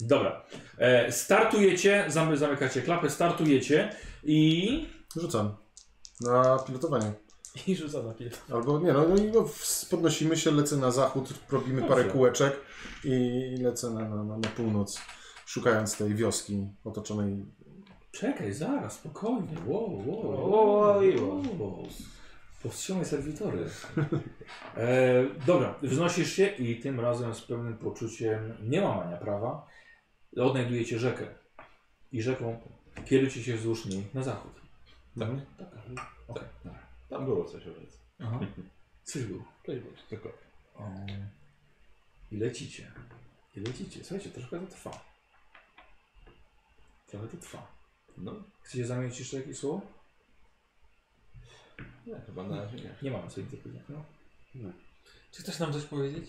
A: Dobra. E, startujecie, zamy, zamykacie klapę, startujecie i
B: Rzucam. Na pilotowanie.
E: I rzuca na piętro.
B: Albo nie, no, no i no, w- podnosimy się, lecę na zachód, robimy
D: No
B: parę
A: Dobrze.
B: kółeczek i lecę na, na, na, na północ, szukając tej wioski otoczonej.
A: Czekaj, zaraz, spokojnie. Wow, wow,
E: Oj,
A: wow. Powstrzymaj serwitory. E, dobra, wznosisz się i tym razem z pełnym poczuciem niełamania prawa odnajdujecie rzekę. I rzeką kierujecie się wzdłuż niej na zachód.
D: Tak.
B: Mhm.
A: Tak. Okej, dobra.
D: Tam było coś o rzece.
A: Aha. Coś było.
D: Tylko
A: O. I lecicie. I lecicie. Słuchajcie, troszkę to trwa. Trochę to trwa.
D: No,
A: Chcecie zamienić jeszcze jakieś słowo?
D: nie, chyba na razie nie.
A: Nie mam co interpretować. No.
C: Czy chcesz nam coś powiedzieć?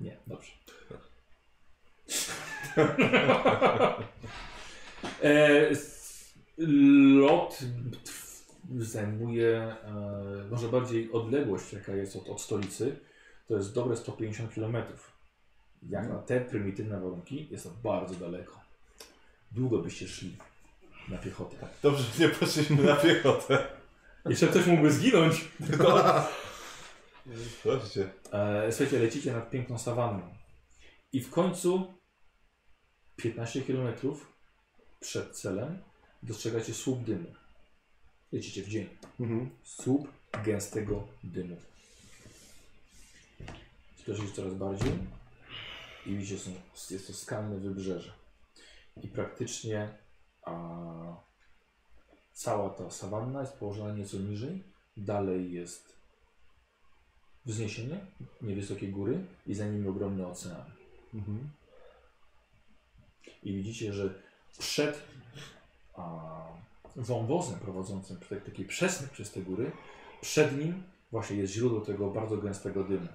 A: Nie, dobrze. e, s- lot tw- zajmuje e, może bardziej odległość, jaka jest od, od stolicy. To jest dobre 150 km. Jak na te prymitywne warunki jest to bardzo daleko. Długo byście szli na piechotę.
D: Dobrze, że nie poszliśmy na piechotę.
A: Jeszcze ktoś mógłby zginąć.
D: Chodźcie.
A: E, słuchajcie, lecicie nad piękną sawanną. I w końcu 15 km przed celem dostrzegacie słup dymu. Lecicie w dzień.
B: Mhm.
A: Słup gęstego dymu. Spieszycie coraz bardziej i widzicie, są, jest to skalne wybrzeże. I praktycznie a, cała ta sawanna jest położona nieco niżej. Dalej jest wzniesienie, niewysokie góry i za nimi ogromny ocean.
B: Mhm.
A: I widzicie, że przed a, wąwozem prowadzącym taki, taki przesmyk przez te góry, przed nim właśnie jest źródło tego bardzo gęstego dymu.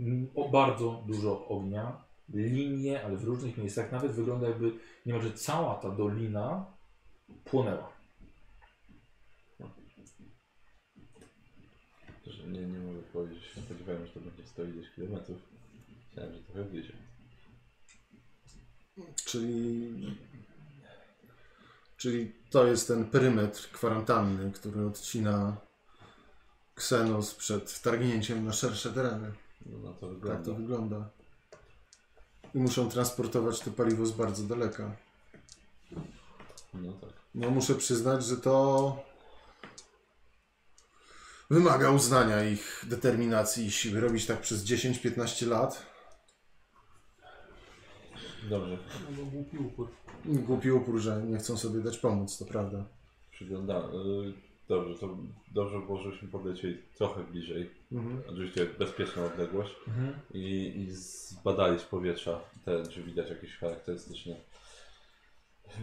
A: M, O bardzo dużo ognia, linie, ale w różnych miejscach nawet wygląda jakby niemalże cała ta dolina płonęła.
D: Że nie, nie mogę powiedzieć. Nie Spodziewałem, że to będzie 100 ileś kilometrów. Myślałem, że trochę bliżej.
B: Czyli, czyli to jest ten perymetr kwarantanny, który odcina Ksenos przed targnięciem na szersze tereny.
D: No na to
B: Tak
D: wygląda.
B: to wygląda. I muszą transportować to paliwo z bardzo daleka.
D: No tak.
B: No muszę przyznać, że to wymaga uznania ich determinacji i siły. Robić tak przez 10-15 lat.
D: Dobrze.
F: No bo głupi upór.
B: Głupi upór, że nie chcą sobie dać pomóc, to prawda.
D: Przyglądam. y, Dobrze, to dobrze było, żeśmy podlecieli trochę bliżej.
B: Mhm.
D: Oczywiście bezpieczna odległość.
A: Mhm.
D: I, I zbadali z powietrza, te, czy widać jakieś charakterystyczne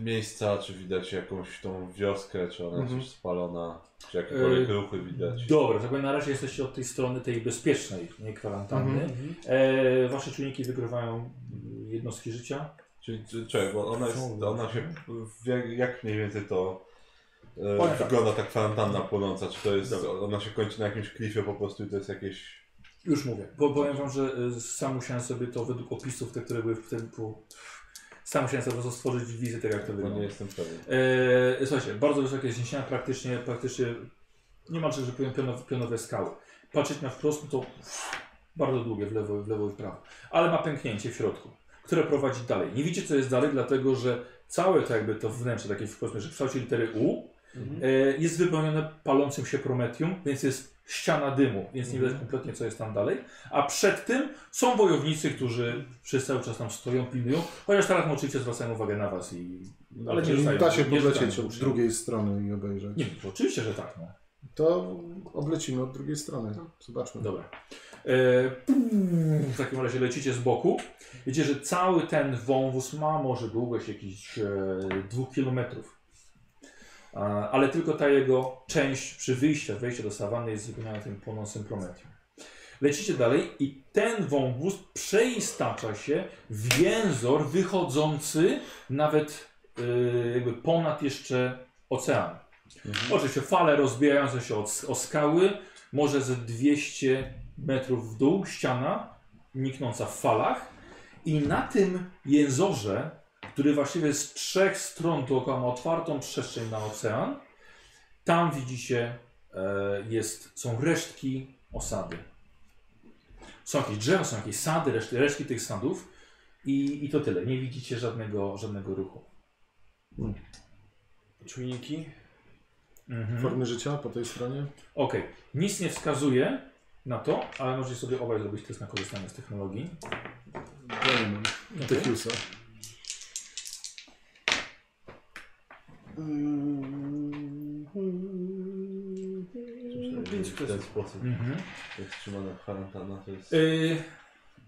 D: miejsca, czy widać jakąś tą wioskę, czy ona jest
B: Mhm.
D: już spalona, czy jakiekolwiek
A: Yy,
D: ruchy widać.
A: Dobra, tak powiem, na razie jesteście od tej strony tej bezpiecznej, nie kwarantanny.
B: Mhm.
A: E, wasze czujniki wygrywają mm, jednostki życia.
D: Czyli czy, czekaj, bo ona, jest, ona się, jak, jak mniej więcej to e,
A: Powiem tak.
D: wygląda ta kwarantanna płonąca, czy to jest, ona się kończy na jakimś klifie po prostu i to jest jakieś...
A: Już mówię. Bo powiem wam, że y, sam musiałem sobie to według opisów, te, które były w tym. Po... Sam musiałem sobie po prostu stworzyć wizję tego, jak to
D: Bo nie
A: wygląda.
D: jestem pewien.
A: E, słuchajcie, bardzo wysokie wzniesienia, praktycznie, praktycznie niemalże, że powiem, pionowe, pionowe skały. Patrzeć na wprost, no to bardzo długie w lewo, w lewo i w prawo. Ale ma pęknięcie w środku, które prowadzi dalej. Nie widzicie, co jest dalej, dlatego że całe to jakby to wnętrze, takie w powiedzmy, że w kształcie litery U,
B: Mhm.
A: e, jest wypełnione palącym się prometium, więc jest ściana dymu, więc
B: Mhm.
A: nie widać kompletnie, co jest tam dalej. A przed tym są wojownicy, którzy przez cały czas tam stoją, pilnują, chociaż teraz oczywiście zwracają uwagę na was i... No, Ale nie
B: Czyli
A: rzucają,
B: da się
A: nie rzucają
B: podlecieć od
A: się.
B: drugiej strony i obejrzeć.
A: Nie, to oczywiście, że tak. No.
B: To oblecimy od drugiej strony. Zobaczmy.
A: Dobra. E, pum, w takim razie lecicie z boku. Wiecie, że cały ten wąwóz ma może długość jakichś e, dwóch kilometrów. E, ale tylko ta jego część przy wyjściu, wejściu do sawanny jest wypełniona tym płonącym prometium. Lecicie dalej i ten wąwóz przeistacza się w jęzor wychodzący nawet e, jakby ponad jeszcze ocean. Oczywiście fale rozbijające się od, o skały, może ze 200 metrów w dół ściana, niknąca w falach. I na tym jęzorze, który właściwie z trzech stron dookoła ma otwartą przestrzeń na ocean, Tam widzicie, e, jest, są resztki osady. Są jakieś drzewa, są jakieś sady, resztki, resztki tych sadów i, i to tyle. Nie widzicie żadnego, żadnego ruchu.
E: Czujniki?
A: Mhm.
B: Formy życia po tej stronie?
A: Okej, nic nie wskazuje na to, ale możecie sobie obaj zrobić test na korzystanie z technologii.
B: Ja nie mam. Techiusa.
E: Pięć
D: W ten sposób
A: Mhm.
D: jest trzymana kwarantanna, to jest
A: Y,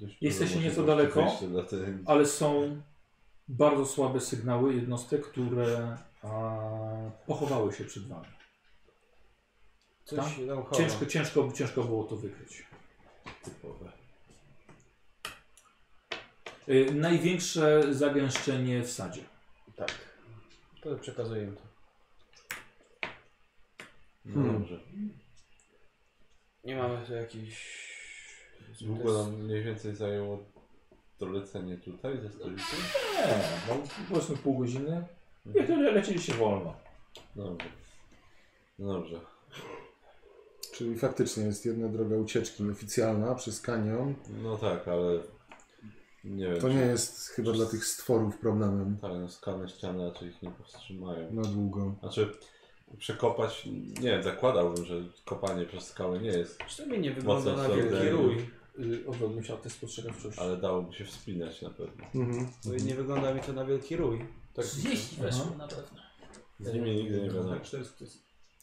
D: dość
A: jesteście
D: dużo
A: nieco
D: możliwości
A: daleko,
D: wejścia Dla tej...
A: ale są bardzo słabe sygnały jednostek, które a, pochowały się przed wami.
E: Coś się tam chowa.
A: Ciężko, ciężko, ciężko było to wykryć. Typowe. Y, największe zagęszczenie w sadzie.
E: Tak. To przekazuję to.
D: No
B: Hmm.
D: dobrze.
E: Nie mamy tu jakichś...
D: W ogóle nam mniej więcej zajęło dolecenie tutaj ze stolicy?
A: Nie, no powiedzmy pół godziny. Nie, to le- lecieliście wolno.
D: Dobrze. No Dobrze.
B: Czyli faktycznie jest jedna droga ucieczki oficjalna przez kanion.
D: No tak, ale nie wiem.
B: To
D: czy-
B: nie jest chyba dla tych stworów problemem
D: Tak, no skany ściany raczej ich nie powstrzymają.
B: na długo.
D: Znaczy, przekopać, nie wiem, zakładałbym, że kopanie przez skałę nie jest,
E: Przynajmniej nie wygląda
D: Mocno
E: na wielki
D: wzorny.
E: rój.
A: Yy, odwrotnie się test spostrzegawczości.
D: ale dałoby się wspinać na pewno.
B: Mhm.
E: Nie wygląda mi to na wielki rój. Tak.
C: 30 weszło na pewno.
D: Z nimi nigdy nie wiadomo.
A: tak,
F: Cztery sukcesy.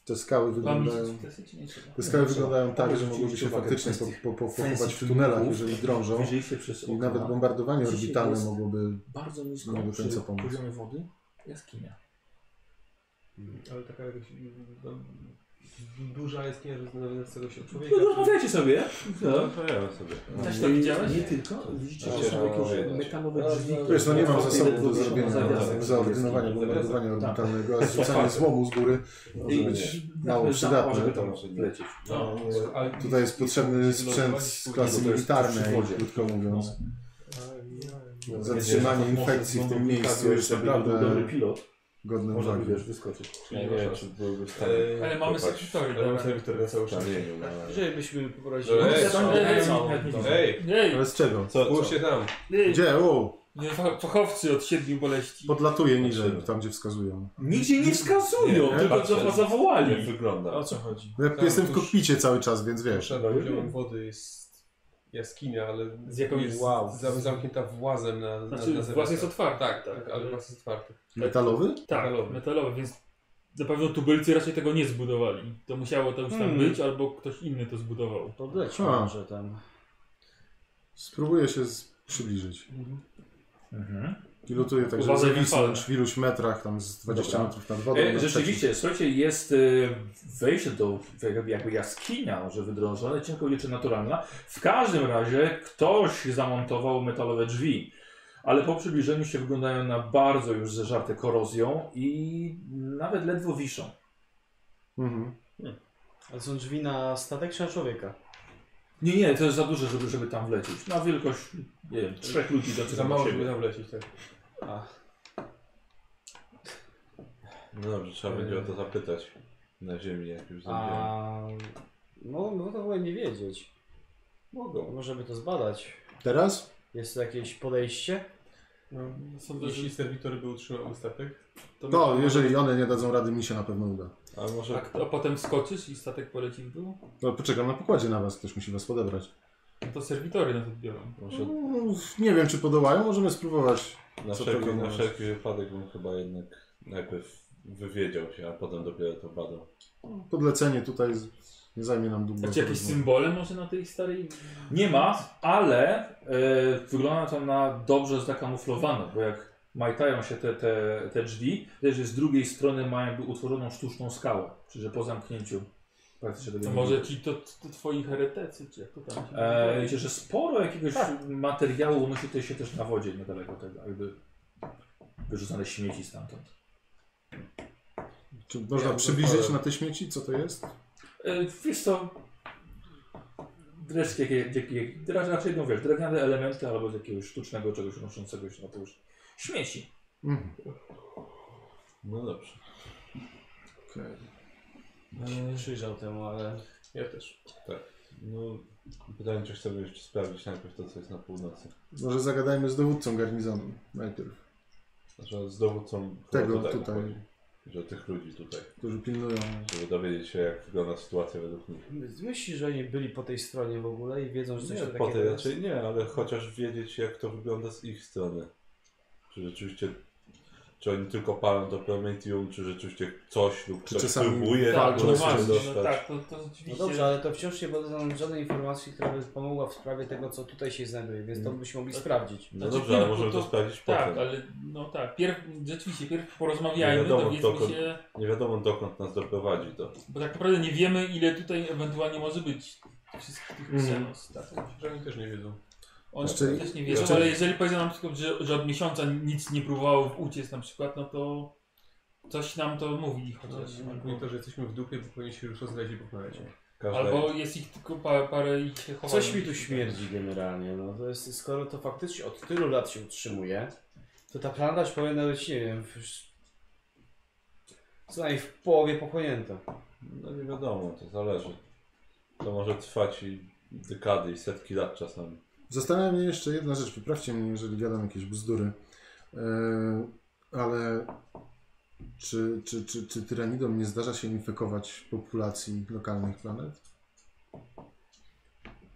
B: Te skały
C: Mam
B: wyglądają...
C: sukcesy czy nie trzeba?
B: Te skały
A: Nie,
B: wyglądają tak, że
A: Zwrócić
B: mogłyby się
A: uwagę
B: faktycznie
A: kwestii-
B: po, po, po,
A: kwestii
B: pochować w
A: tunelów.
B: tunelach, jeżeli drążą.
A: Wyjrzeliście przez
B: I
A: okna.
B: nawet bombardowanie
A: Dzisiaj
B: orbitalne
A: jest-
B: mogłoby...
A: bardzo nisko
B: Nie mogę
A: przy
B: końca pomóc.
A: poziomie wody jaskinia.
F: Mm. Ale taka jakaś no, duża jest nie rozmawiającego się człowieka.
A: No rozmawiajcie sobie. No.
D: Rozmawiamy sobie.
C: Też
A: Nie-
C: to widziałeś?
A: Nie tylko. Widzicie,
D: A,
A: że są jakieś
D: no,
A: metalowe
E: no,
A: drzwi.
E: no,
B: Wiesz, no nie mam zasobów do
A: Zawiasy.
B: zrobienia
A: Zawiasy.
B: zaordynowania bombardowania
A: Tak.
B: orbitalnego, a zrzucanie złomu z góry może
A: I-
B: być...
A: i- zapach,
B: mało przydatne.
A: żeby tam lecieć.
D: No,
F: No, ale-
B: Tutaj jest potrzebny sprzęt z klasy militarnej,
A: przywodzie.
B: krótko mówiąc.
F: Ajajaj.
A: No,
B: Zatrzymanie
A: wiecie,
B: infekcji w
A: może
B: tym miejscu
A: pokazuje,
B: jest
A: żeby
B: naprawdę-
A: był Dobry pilot.
B: Godne
A: Można
B: uwagi.
A: by wiesz, wyskoczyć.
D: nie wiem, czy byłby w stanie.
F: Eee,
C: Ale mamy tak.
D: kopać
C: sekretorium.
F: Ale mamy serwitor na cały
D: w
F: czas.
D: kamieniu, ale-
E: Żebyśmy poprosili.
D: Ej,
E: Ej,
D: co?
E: ej,
C: Ej,
E: całą
A: jak nie
E: tą-
A: widzę.
F: Ej,
C: Jej!
B: Ale z czego?
D: Co, co?
F: spójrzcie tam.
B: Gdzie? O,
C: Nie, fa- Fachowcy od siedmiu boleści.
B: podlatuje niżej, tam gdzie wskazują.
A: Nigdzie nie wskazują,
D: Nie,
A: tylko
D: patrzę.
A: co was
D: Jak
A: zawołali.
D: wygląda?
E: O co chodzi?
B: Ja
F: Tam
B: jestem w
F: tuż-
B: kokpicie cały czas, więc wiesz.
F: Przed poziomem wody jest jaskinia, ale
E: Z jakąś-
F: jest
E: wow.
F: za- zamknięta włazem na, na,
C: Znaczy,
F: na
C: włas jest otwarty.
F: Tak, tak, ale włas jest otwarty.
B: Metalowy?
C: Tak,
F: Metalowy.
C: metalowy. więc na pewno tubylcy raczej tego nie zbudowali. To musiało to już tam
E: Hmm.
C: być, albo ktoś inny to zbudował.
E: Podlećmy
B: A.
E: może tam.
B: Spróbuję się z... przybliżyć.
A: Mhm.
B: Pilotuję tak,
C: Uważaj
B: żeby
C: na
B: wisnąć
C: falę.
B: w iluś metrach, tam z 20
A: Dobra.
B: metrów nad wodą.
A: E,
B: na
A: Rzeczywiście, słuchajcie, jest e, wejście do jakby- jakby jaskinia, może wydrążona, ale cienko liczy naturalna. W każdym razie ktoś zamontował metalowe drzwi, ale po przybliżeniu się wyglądają na bardzo już zeżarte korozją i nawet ledwo wiszą.
B: trzecim. Mhm.
E: Ale są drzwi na statek czy na człowieka?
A: Nie, nie, to jest za duże, żeby, żeby tam wlecieć. Na wielkość, nie wiem, trzech ludzi do
F: Za mało, żeby tam lecieć, tak.
D: No dobrze, trzeba będzie o to zapytać. Na ziemi, jak już znajdziemy.
E: A... No, no to chyba nie wiedzieć.
D: Mogą.
E: Możemy to zbadać.
B: Teraz?
E: Jest tu jakieś podejście?
F: No,
C: Sądzę, że
F: jeśli serwitory by utrzymały statek,
C: to
B: No, jeżeli one nie dadzą rady, mi się na pewno uda.
D: A może
C: Tak, a potem skoczysz i statek poleci w dół,
B: No, poczekam na pokładzie na was, ktoś musi was podebrać.
C: no to serwitory nas odbiorą.
D: Może
B: No, nie wiem, czy podołają, możemy spróbować.
D: na,
B: Co
D: wszelki, na
B: proponować?
D: wszelki wypadek bym chyba jednak najpierw wywiedział się, a potem dopiero to badał.
B: Podlecenie tutaj z- nie zajmie nam długo.
C: Znaczy jakieś symbole może na tej starej...
A: Nie ma, ale e, wygląda to na dobrze zakamuflowane, bo jak majtają się te, te, te drzwi, też z drugiej strony ma jakby utworzoną sztuczną skałę, czyli że po zamknięciu praktycznie tego
C: To
A: nie
C: może
A: widać.
C: ci to, to twoi heretycy, czy jak to tam Eee, się
A: E,
C: nazywa?
A: wiecie, że sporo jakiegoś materiału unosi tutaj się też na wodzie niedaleko tego, jakby wyrzucane śmieci stamtąd.
B: Czy można
F: Ja
B: przybliżyć
F: pozwolę.
B: na te śmieci, co to jest?
A: E, wiesz co, resztki, jakie, jakie, jakie, raczej no wiesz, drewniane elementy albo z jakiegoś sztucznego czegoś unoszącego się na powierzchni. Śmieci.
B: Mhm.
D: No dobrze.
B: Okej.
E: Nie przyjrzał temu, ale
F: Ja też.
D: No, pytanie, czy chcemy jeszcze sprawdzić najpierw to, co jest na północy.
B: Może zagadajmy z dowódcą garnizonu najpierw,
D: Znaczy z dowódcą chyba
B: Tego
D: No, to tak
B: tutaj.
D: chodzi, Że tych ludzi tutaj.
B: którzy pilnują.
D: Żeby dowiedzieć się, jak wygląda sytuacja według nich.
E: myślisz, że oni byli po tej stronie w ogóle i wiedzą, że coś
D: Nie,
E: takiego
D: po tej
E: jest?
D: raczej nie, ale chociaż wiedzieć, jak to wygląda z ich strony. Czy rzeczywiście, czy oni tylko palą to Prometium, czy rzeczywiście coś lub
B: Czy
D: ktoś
B: czasami
D: próbuje
B: walczą
D: po prostu
B: właśnie,
D: się
B: no
D: dostać.
C: tak, no tak, to, to
E: No
C: rzeczywiście...
E: dobrze, ale to wciąż nie podano nam żadnej informacji, która by pomogła w sprawie tego, co tutaj się znajduje, więc Mm. to byśmy mogli sprawdzić.
D: No
C: Znaczy,
D: dobrze, ale
C: nie,
D: możemy
C: to-
D: to sprawdzić
C: Tak,
D: potem.
C: ale no tak, pierw, rzeczywiście, pierw porozmawiajmy,
D: Nie wiadomo,
C: dowiedzmy
D: dokąd-
C: się,
D: Nie wiadomo, dokąd nas doprowadzi to.
C: bo tak naprawdę nie wiemy, ile tutaj ewentualnie może być wszystkich tych
F: Mhm.
C: Xenos. Tak.
F: Że oni też nie wiedzą.
C: Oni
B: Jeszcze-
C: też nie wiedzą,
B: jeszcze-
C: ale jeżeli powiedzą nam tylko, że, że od miesiąca nic nie próbowało uciec na przykład, no to coś nam to mówi chociaż.
F: Szczególnie to, że jesteśmy w dupie, bo powinni się już rozleć i pokonać.
E: Tak,
F: no.
D: Każda
C: Albo jest ich tylko parę, parę i się chowają.
E: Coś mi tu śmierdzi generalnie, no to jest, skoro to faktycznie od tylu lat się utrzymuje, to ta plantaż powinna być, nie wiem, w, co najmniej w połowie pochłonięta.
D: No nie wiadomo, to zależy. To może trwać i dekady i setki lat czasami.
B: Zastanawia mnie jeszcze jedna rzecz, poprawcie mnie, jeżeli gadam jakieś bzdury, e, ale czy, czy, czy, czy tyranidom nie zdarza się infekować populacji lokalnych planet?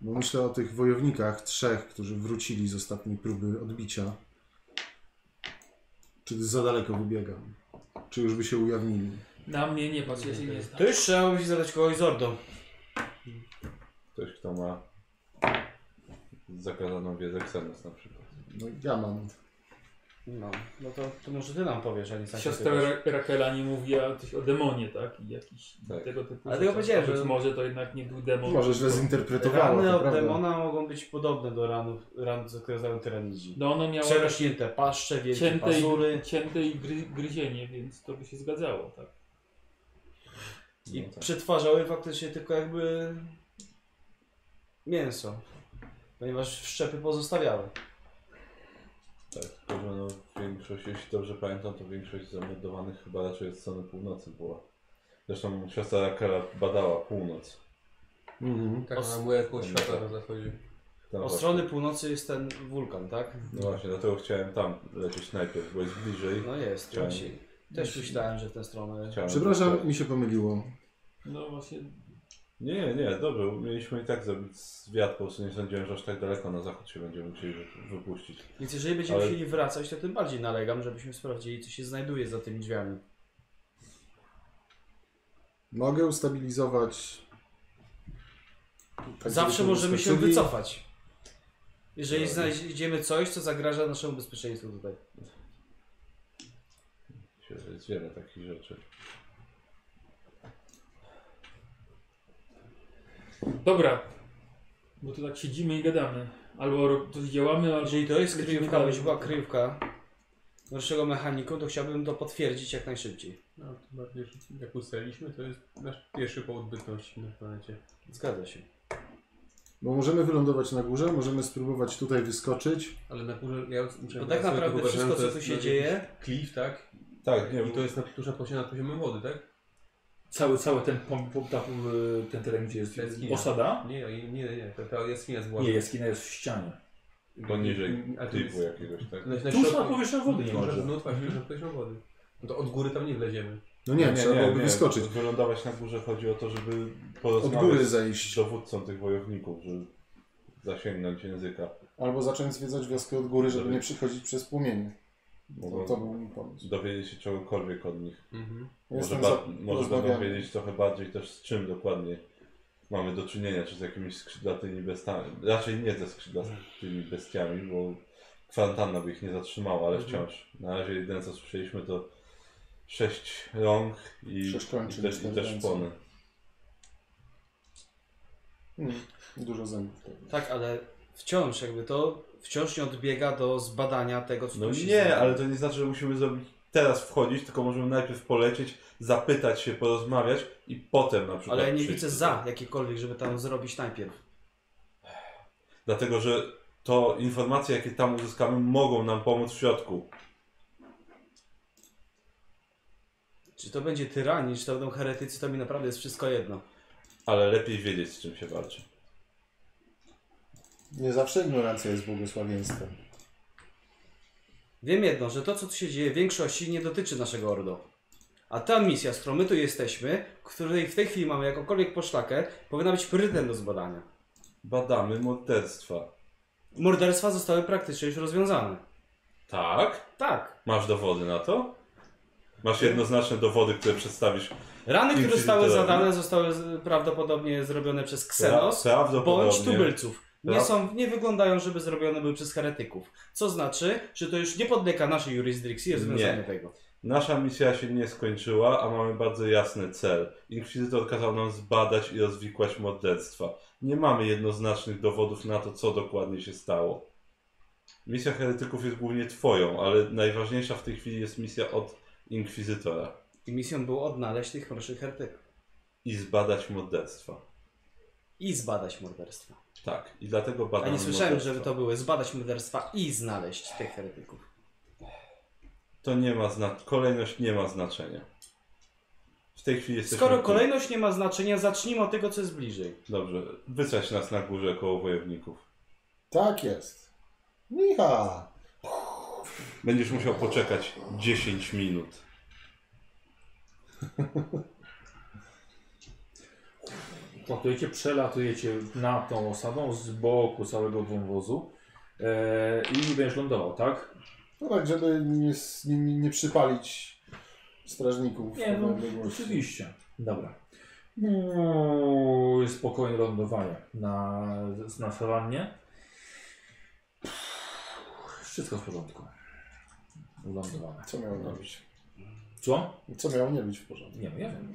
B: Bo myślę o tych wojownikach, trzech, którzy wrócili z ostatniej próby odbicia. Czy za daleko wybiegam? Czy już by się ujawnili?
C: Na mnie nie patrz, ja się nie znam.
E: To już trzeba będzie zadać kogoś z Ordą.
D: Ktoś, kto ma zakazaną wiedzę Xenos na przykład.
B: No, ja mam.
E: No, no to, to może ty nam powiesz, a nie sam się
C: Siostra
E: pytasz.
C: Ra- Rakela nie mówiła coś o demonie, tak? I jakiś
D: Tak.
C: tego typu
E: Ale ja
C: rzeczach.
E: powiedziałem,
C: A być
E: że-
C: może to jednak nie był demon.
B: Może źle zinterpretowała,
E: Rany
B: to
E: od
B: prawda.
E: demona mogą być podobne do ranów, ran, które znają tyranidzi.
C: No ono miało
E: Przerośnięte paszcze, wielkie
C: cięte
E: pazury.
C: i, cięte i gry, gryzienie, więc to by się zgadzało, tak?
E: I
D: No tak.
E: przetwarzały faktycznie tylko jakby mięso. Ponieważ wszczepy pozostawiały.
D: Tak, tylko że no, większość, jeśli dobrze pamiętam, to większość zamordowanych chyba raczej od strony północy była. Zresztą siostra Rakela badała północ.
B: Mhm.
F: Tak,
E: no, Os-
F: na młeku świata na zachodzie.
D: Tam
E: Od strony północy jest ten wulkan, tak?
D: No właśnie, dlatego chciałem tam lecieć najpierw, bo jest bliżej.
E: No jest,
D: Tak.
E: właśnie. Też myślałem, że w tę stronę.
D: Chciałem
B: Przepraszam, mi się pomyliło.
C: No właśnie,
D: Nie, nie, nie, dobrze, mieliśmy i tak zrobić zwiat, po prostu nie sądziłem, że aż tak daleko na zachód się będziemy musieli wy- wypuścić.
E: Więc jeżeli będziemy
D: Ale-
E: musieli wracać, to tym bardziej nalegam, żebyśmy sprawdzili, co się znajduje za tymi drzwiami.
D: Tak,
B: Mogę ustabilizować. Tak,
E: Zawsze
B: żebyśmy
E: możemy się
B: wyskoczyli.
E: wycofać. Jeżeli
D: Tak.
E: znajdziemy coś, co zagraża naszemu bezpieczeństwu tutaj.
D: Myślę, że Jest wiele takich rzeczy.
C: dobra. Bo tu tak siedzimy i gadamy. Albo ro- coś działamy, albo...
E: Jeżeli to jest
C: lecimy
E: kryjówka,
C: dalej.
E: bądź była kryjówka naszego mechaniku, to chciałbym to potwierdzić jak najszybciej.
F: No, tym bardziej, że jak ustaliliśmy, to jest nasz pierwszy powód bytności na planecie.
E: Zgadza się.
B: Bo możemy wylądować na górze, możemy spróbować tutaj wyskoczyć.
F: Ale na górze ja muszę...
E: Bo
F: ja
E: tak
F: sobie
E: naprawdę
F: wyobrażam,
E: wszystko,
F: to
E: co
F: jest
E: tu się
F: na-
E: dzieje,
F: Klif, tak?
D: Tak, nie
F: I to jest na, tuż na poziomie, nad poziomem wody, tak?
A: Cały, cały ten, pom, pom, ta, y, ten teren, gdzie jest
F: Jaskinia.
A: osada,
F: Nie, nie, nie, nie. Ta, ta jaskinia z
A: nie, jaskina jest w ścianie.
D: poniżej
F: A tu jest...
D: typu jakiegoś, tak?
F: Na, na
A: Tuż
F: No środku...
A: na powierzchni wody nie
F: Może
A: może.
F: no tak, mhm. poziom wody. No to od góry tam nie wleziemy.
B: No nie, trzeba byłoby wyskoczyć.
D: Wylądować na górze chodzi o to, żeby
B: Od
D: porozmawiać
B: góry
D: z
B: zejść.
D: dowódcą tych wojowników, żeby zasięgnąć języka.
B: Albo zacząć zwiedzać wioskę od góry, żeby
D: Żeby-
B: nie przychodzić przez płomienie. To,
D: Mogą
B: No to był mój pomysł.
D: dowiedzieć się czegokolwiek od nich.
F: Mhm.
D: Może,
B: Jestem
D: ba-
B: za
D: może będą
B: rozmawiamy.
D: wiedzieć trochę bardziej też z czym dokładnie mamy do czynienia, czy z jakimiś skrzydlatymi bestiami. Raczej nie ze skrzydlatymi bestiami, bo kwarantanna by ich nie zatrzymała, ale
F: Mhm.
D: wciąż. Na razie jedyne co słyszeliśmy to sześć rąk i,
B: Sześć
D: i
B: kończyn,
D: też, i
B: cztery
D: też
B: ręce.
D: szpony.
B: Hmm, Dużo zębów. tego.
E: tak, ale wciąż jakby to wciąż nie odbiega do zbadania tego, co
D: No
E: tu się
D: nie,
E: znajduje.
D: ale to nie znaczy, że musimy zrobić teraz wchodzić, tylko możemy najpierw polecieć, zapytać się, porozmawiać i potem na przykład.
E: Ale nie
D: przyjść
E: widzę
D: tutaj.
E: za jakiekolwiek, żeby tam zrobić najpierw.
D: Dlatego, że to informacje, jakie tam uzyskamy, mogą nam pomóc w środku.
E: Czy to będzie tyranii, czy to będą heretycy, to mi naprawdę jest wszystko jedno.
D: Ale lepiej wiedzieć, z czym się walczy.
B: Nie zawsze ignorancja jest błogosławieństwem.
E: Wiem jedno, że to, co tu się dzieje w większości, nie dotyczy naszego Ordo. A ta misja, z którą my tu jesteśmy, której w tej chwili mamy jakąkolwiek poszlakę, powinna być priorytetem do zbadania.
D: Badamy morderstwa.
E: Morderstwa zostały praktycznie już rozwiązane.
D: Tak?
E: Tak.
D: Masz dowody na to? Masz jednoznaczne dowody, które przedstawisz
E: Rany, które zostały
D: Inkwizytorowi.
E: zadane, zostały z- prawdopodobnie zrobione przez Ksenos.
D: Pra- Tak, prawdopodobnie. Tak.
E: bądź tubylców. Nie,
D: Pra-
E: są, nie wyglądają, żeby zrobione były przez heretyków. Co znaczy, że to już nie podlega naszej jurysdykcji rozwiązanie
D: Nie.
E: tego.
D: Nasza misja się nie skończyła, a mamy bardzo jasny cel. Inkwizytor kazał nam zbadać i rozwikłać morderstwa. Nie mamy jednoznacznych dowodów na to, co dokładnie się stało. Misja heretyków jest głównie twoją, ale najważniejsza w tej chwili jest misja od Inkwizytora.
E: I misją było odnaleźć tych mrocznych heretyków
D: I zbadać morderstwa.
E: i zbadać morderstwa.
D: Tak, i dlatego
E: A
D: badamy
E: nie słyszałem,
D: morderstwa.
E: żeby to były zbadać morderstwa i znaleźć tych heretyków.
D: To nie ma znaczenia. Kolejność nie ma znaczenia. W tej chwili jesteśmy...
E: Skoro
D: tu.
E: kolejność nie ma znaczenia, zacznijmy od tego, co jest bliżej.
D: Dobrze, wysłać nas na górze koło wojowników.
B: Tak jest. Micha!
D: Będziesz musiał poczekać 10 minut.
A: Latujecie, przelatujecie nad tą osadą z boku całego wąwozu e, i będziesz lądował, tak?
B: No tak, żeby nie, s- nie, nie przypalić strażników.
A: Nie, no
B: odległości.
A: oczywiście. Dobra. No, spokojne lądowanie na, na sawannie. Wszystko w porządku. Lądowane.
B: Co miał nie być?
A: Co?
B: Co miał nie być w porządku?
A: Nie wiem, ja wiem.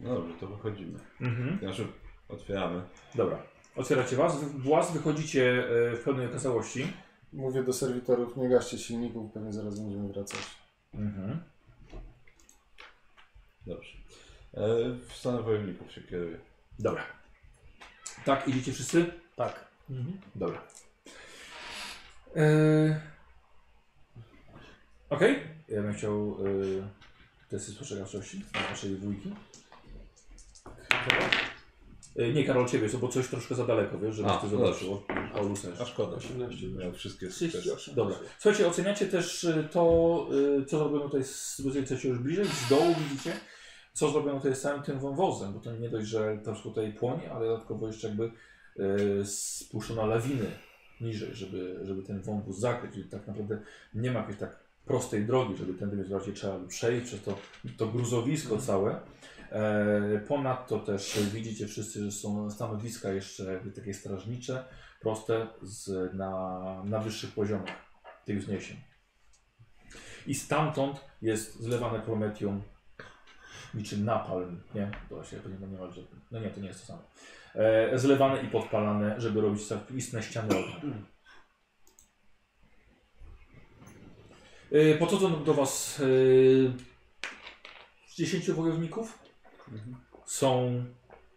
D: No dobrze, to wychodzimy.
A: Mhm.
D: Znaczy, otwieramy.
A: Dobra. Otwieracie was, włas, wychodzicie e, w pełnej okazałości.
B: Mówię do serwitorów, nie gaście silników, pewnie zaraz będziemy wracać.
A: Mhm.
D: Dobrze. E, w stronę wojowników się kieruje.
A: Dobra. Tak, idziecie wszyscy?
E: Tak.
C: Mhm.
A: Dobra.
E: Eee,
A: Yy... Okej. Ja bym chciał yy, testy spostrzegawczości z naszej dwójki. Yy, nie Karol, ciebie, co, bo coś troszkę za daleko, wiesz, żebyś
D: A,
A: ty
D: no
A: zobaczył. Paulus też.
D: A szkoda,
F: 18
D: miał wszystkie sukcesy.
F: 38.
A: Dobra. Słuchajcie, oceniacie też y, to, y, co zrobiono tutaj z jesteście już bliżej, z dołu widzicie, co zrobiono tutaj z całym tym wąwozem, bo to nie dość, że to wszystko tutaj płonie, ale dodatkowo jeszcze jakby y, spuszczono lawiny niżej, żeby, żeby ten wąwóz zakryć. I tak naprawdę nie ma jakiejś tak prostej drogi, żeby tędy więc bardziej trzeba by przejść przez to, to gruzowisko całe. E, ponadto też widzicie wszyscy, że są stanowiska jeszcze jakby takie strażnicze, proste z, na, na wyższych poziomach tych wzniesień. I stamtąd jest zlewane prometium niczym napalm, nie? To się pewnie nie ma, że... No nie, to nie jest to samo. E, zlewane i podpalane, żeby robić istne ściany ognia. E, podchodzą do Was e, z 10 wojowników. Są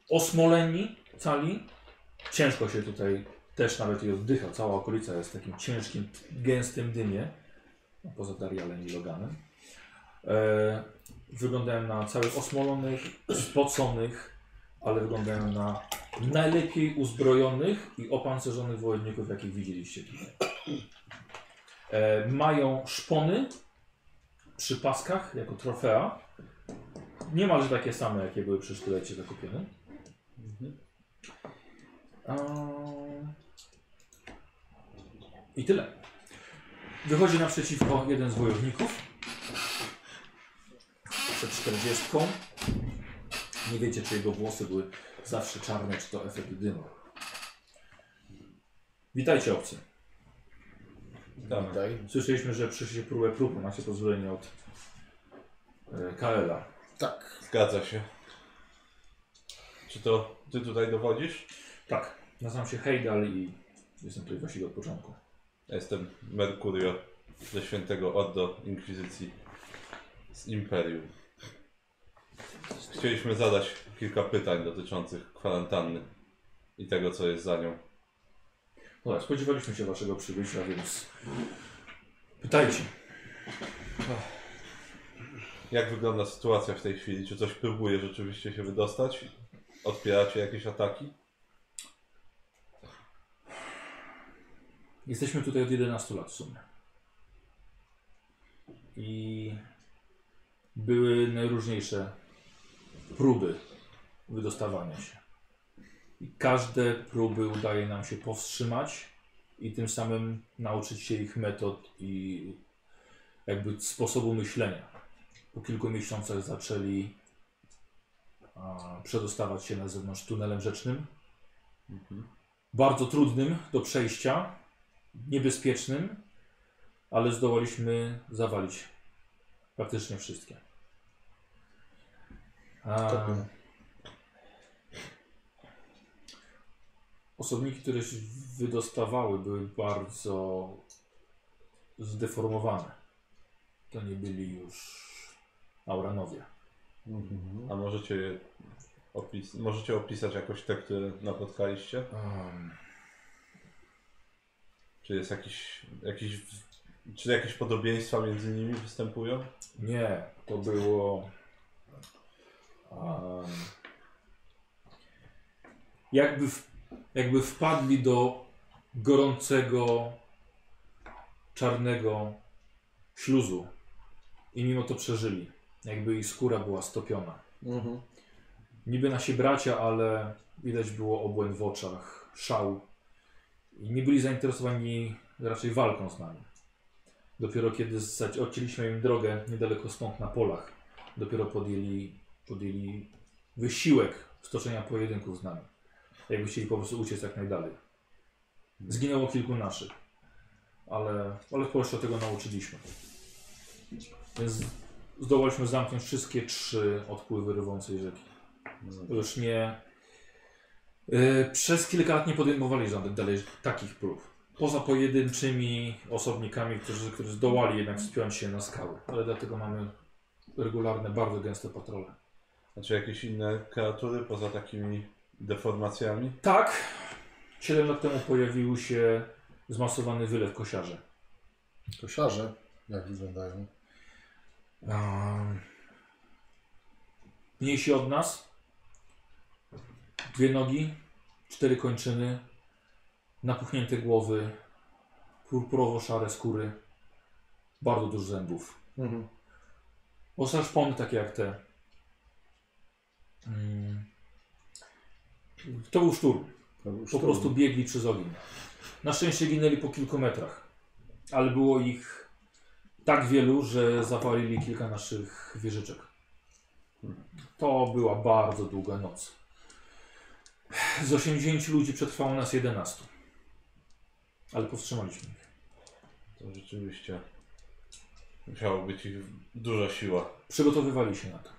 A: osmoleni cali. Ciężko się tutaj też nawet i oddycha. Cała okolica jest w takim ciężkim, gęstym dymie. No, Poza Darialem i Loganem. E, wyglądają na całych osmolonych, spoconych, ale wyglądają na najlepiej uzbrojonych i opancerzonych wojowników, jakich widzieliście tutaj. E, mają szpony przy paskach jako trofea. Niemalże takie same, jakie były przy sztylecie zakupione. Eee, I tyle. Wychodzi naprzeciwko jeden z wojowników. Przed czterdziestką. Nie wiecie, czy jego włosy były zawsze czarne, czy to efekt dymu. Witajcie obcy.
D: Witamy.
B: Daj.
A: Słyszeliśmy, że przyszliście próbę prób. Macie pozwolenie od e, Kaela.
B: Tak.
D: Zgadza się. Czy to ty tutaj dowodzisz?
A: Tak, nazywam się Heidal i jestem tutaj właściwie od początku.
D: Ja jestem Mercurio ze świętego Ordo Inkwizycji z Imperium. Chcieliśmy zadać kilka pytań dotyczących kwarantanny i tego, co jest za nią.
A: No tak, spodziewaliśmy się waszego przybycia, więc pytajcie.
D: Jak wygląda sytuacja w tej chwili? Czy coś próbuje rzeczywiście się wydostać? Odpieracie jakieś ataki?
A: Jesteśmy tutaj od 11 lat w sumie. I były najróżniejsze próby wydostawania się. I każde próby udaje nam się powstrzymać i tym samym nauczyć się ich metod i jakby sposobu myślenia. Po kilku miesiącach zaczęli a, przedostawać się na zewnątrz tunelem rzecznym. Bardzo trudnym do przejścia, niebezpiecznym, ale zdołaliśmy zawalić praktycznie wszystkie. A... Osobniki, które się wydostawały, były bardzo zdeformowane. To nie byli już Auranowie.
D: A możecie, je opis możecie opisać jakoś te, które napotkaliście?
A: Um,
D: Czy jest jakiś, jakiś, czy jakieś podobieństwa między nimi występują?
A: Nie, to było. em, jakby, w, jakby wpadli do gorącego, czarnego śluzu i mimo to przeżyli. Jakby ich skóra była stopiona.
B: Mhm.
A: Niby nasi bracia, ale widać było obłęd w oczach, szał. I nie byli zainteresowani raczej walką z nami. Dopiero kiedy zac- odcięliśmy im drogę niedaleko stąd na polach, dopiero podjęli, podjęli wysiłek stoczenia pojedynków z nami. Jakby chcieli po prostu uciec jak najdalej. Zginęło kilku naszych, ale, ale w Polsce tego nauczyliśmy. Więc zdołaliśmy zamknąć wszystkie trzy odpływy rwącej rzeki. Już nie. Yy, przez kilka lat nie podejmowali żadnych dalej takich prób. Poza pojedynczymi osobnikami, którzy, którzy zdołali jednak spiąć się na skały. Ale dlatego mamy regularne, bardzo gęste patrole.
D: Znaczy jakieś inne kreatury poza takimi deformacjami?
A: Tak, 7 lat temu pojawił się zmasowany wylew kosiarzy.
B: Kosiarze, jak wyglądają?
A: Ehm, Mniejsi od nas. Dwie nogi, cztery kończyny, napuchnięte głowy, purpurowo-szare skóry, bardzo dużo zębów.
B: Mhm.
A: Ostre szpony takie jak te. Mm. To był szturm.
B: To już
A: Po
B: to-
A: prostu biegli przez ogień. Na szczęście ginęli po kilku metrach, ale było ich tak wielu, że zapalili kilka naszych wieżyczek. To była bardzo długa noc. Z 80 ludzi przetrwało nas 11. Ale powstrzymaliśmy ich.
D: To rzeczywiście musiało być ich duża siła.
A: Przygotowywali się na to.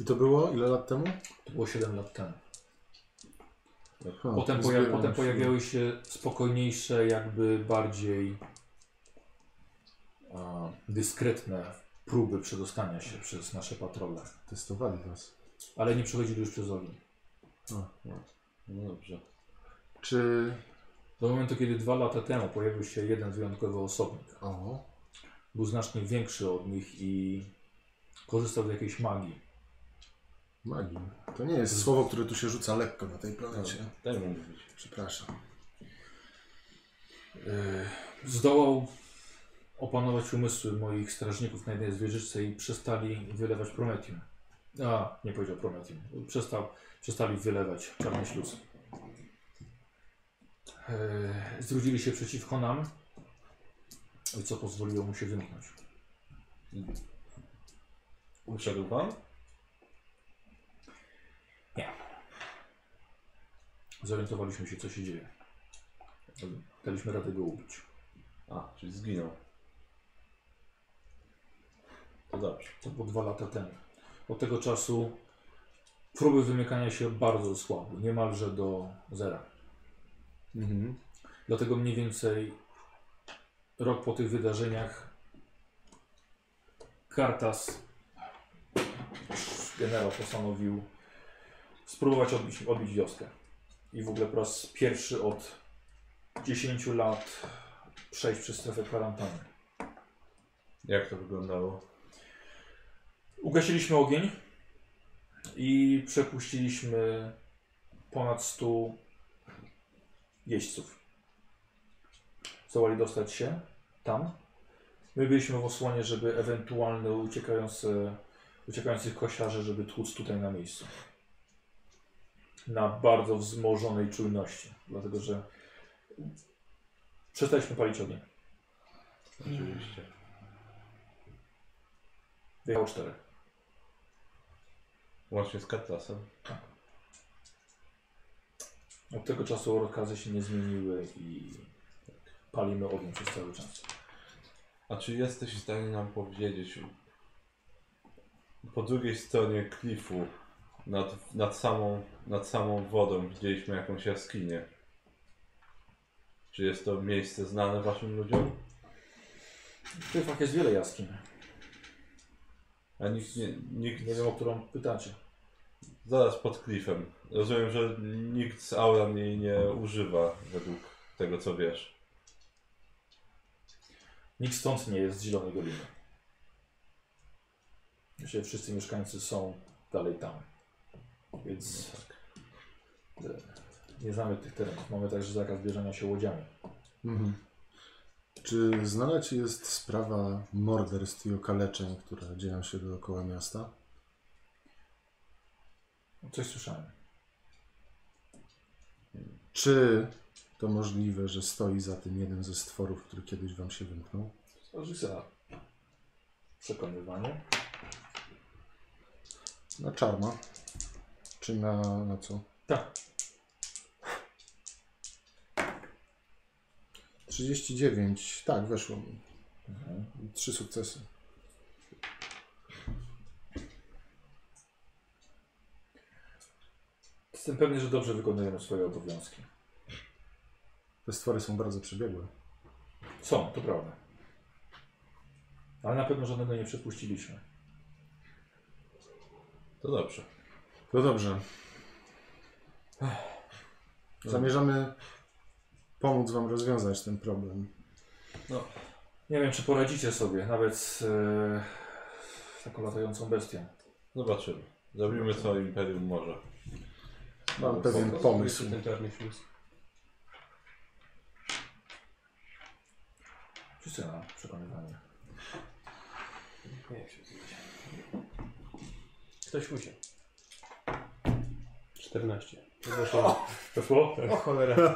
B: I to było ile lat temu?
A: To było 7 lat temu.
B: Ha,
A: Potem, poja
B: zbieram
A: potem
B: się.
A: pojawiały się spokojniejsze, jakby bardziej e, dyskretne próby przedostania się przez nasze patrole.
B: Testowali was.
A: Ale nie przechodzili już przez ogień.
D: No dobrze.
B: Czy...
A: Do momentu, kiedy dwa lata temu pojawił się jeden wyjątkowy osobnik.
B: O,
A: Był znacznie większy od nich i korzystał z jakiejś magii.
B: magii. To nie jest słowo, które tu się rzuca lekko na tej planecie.
D: Daj mu mówić.
B: Przepraszam.
A: E, Zdołał opanować umysły moich strażników na jednej zwierzyczce i przestali wylewać prometium. A, nie powiedział prometium. Przestał, przestali wylewać czarny śluz. E, Zwrócili się przeciwko nam, co pozwoliło mu się wymknąć.
D: Uszedł pan?
A: Zorientowaliśmy się, co się dzieje. Daliśmy radę go ubić.
D: A, czyli zginął. To dobrze.
A: To było dwa lata temu. Od tego czasu próby wymykania się bardzo słabły, niemalże do zera.
B: Mhm.
A: Dlatego mniej więcej rok po tych wydarzeniach Kartas, generał, postanowił spróbować odbić, odbić wioskę. I w ogóle po raz pierwszy od 10 lat przejść przez strefę kwarantanny.
D: Jak to wyglądało?
A: Ugasiliśmy ogień i przepuściliśmy ponad 100 jeźdźców. Zdołali dostać się tam. My byliśmy w osłonie, żeby ewentualne uciekające, uciekających kosiarzy, żeby tłuc tutaj na miejscu. Na bardzo wzmożonej czujności, dlatego że przestaliśmy palić ogień. Mm.
D: Oczywiście.
A: Wyjechało cztery.
D: Łącznie z Katlasem.
A: Od tego czasu orkazy się nie zmieniły i palimy ogień przez cały czas.
D: A czy jesteś w stanie nam powiedzieć po drugiej stronie klifu nad, nad, samą, nad samą wodą widzieliśmy jakąś jaskinię. Czy jest to miejsce znane waszym ludziom?
A: W Tyfach jest wiele jaskiń.
D: A nikt nie, nikt
A: Nie wiem, o którą pytacie.
D: Zaraz pod klifem. Rozumiem, że nikt z Auran jej nie używa według tego co wiesz.
A: Nikt stąd nie jest z Zielonej Doliny. Myślę, że wszyscy mieszkańcy są dalej tam. Więc e, nie znamy tych terenów. Mamy także zakaz bierzenia się łodziami.
B: Mhm. Czy znana ci jest sprawa morderstw i okaleczeń, które dzieją się dookoła miasta?
A: Coś słyszałem.
B: Czy to możliwe, że stoi za tym jeden ze stworów, który kiedyś wam się wymknął?
A: Spojrzyjcie na przekonywanie.
B: Na czarma? Czy na, na co?
A: Tak.
B: 39, tak, weszło mi.
A: Mhm.
B: Trzy sukcesy.
A: Jestem pewny, że dobrze wykonujemy swoje obowiązki.
B: Te stwory są bardzo przebiegłe.
A: Są, to prawda. Ale na pewno żadnego nie przepuściliśmy.
D: To dobrze.
B: No dobrze. Zamierzamy pomóc Wam rozwiązać ten problem.
A: Nie wiem, czy poradzicie sobie, nawet z e, z taką latającą bestią.
D: Zobaczymy. Zrobimy co Imperium może.
B: Mam pewien
F: Spoko,
B: pomysł.
F: Ten czarny śluz.
A: Wszyscy na przekonywanie.
F: Nie, jak się nazywa?
E: Ktoś musi.
F: 14. Przepraszam.
A: Weszło?
E: O cholera.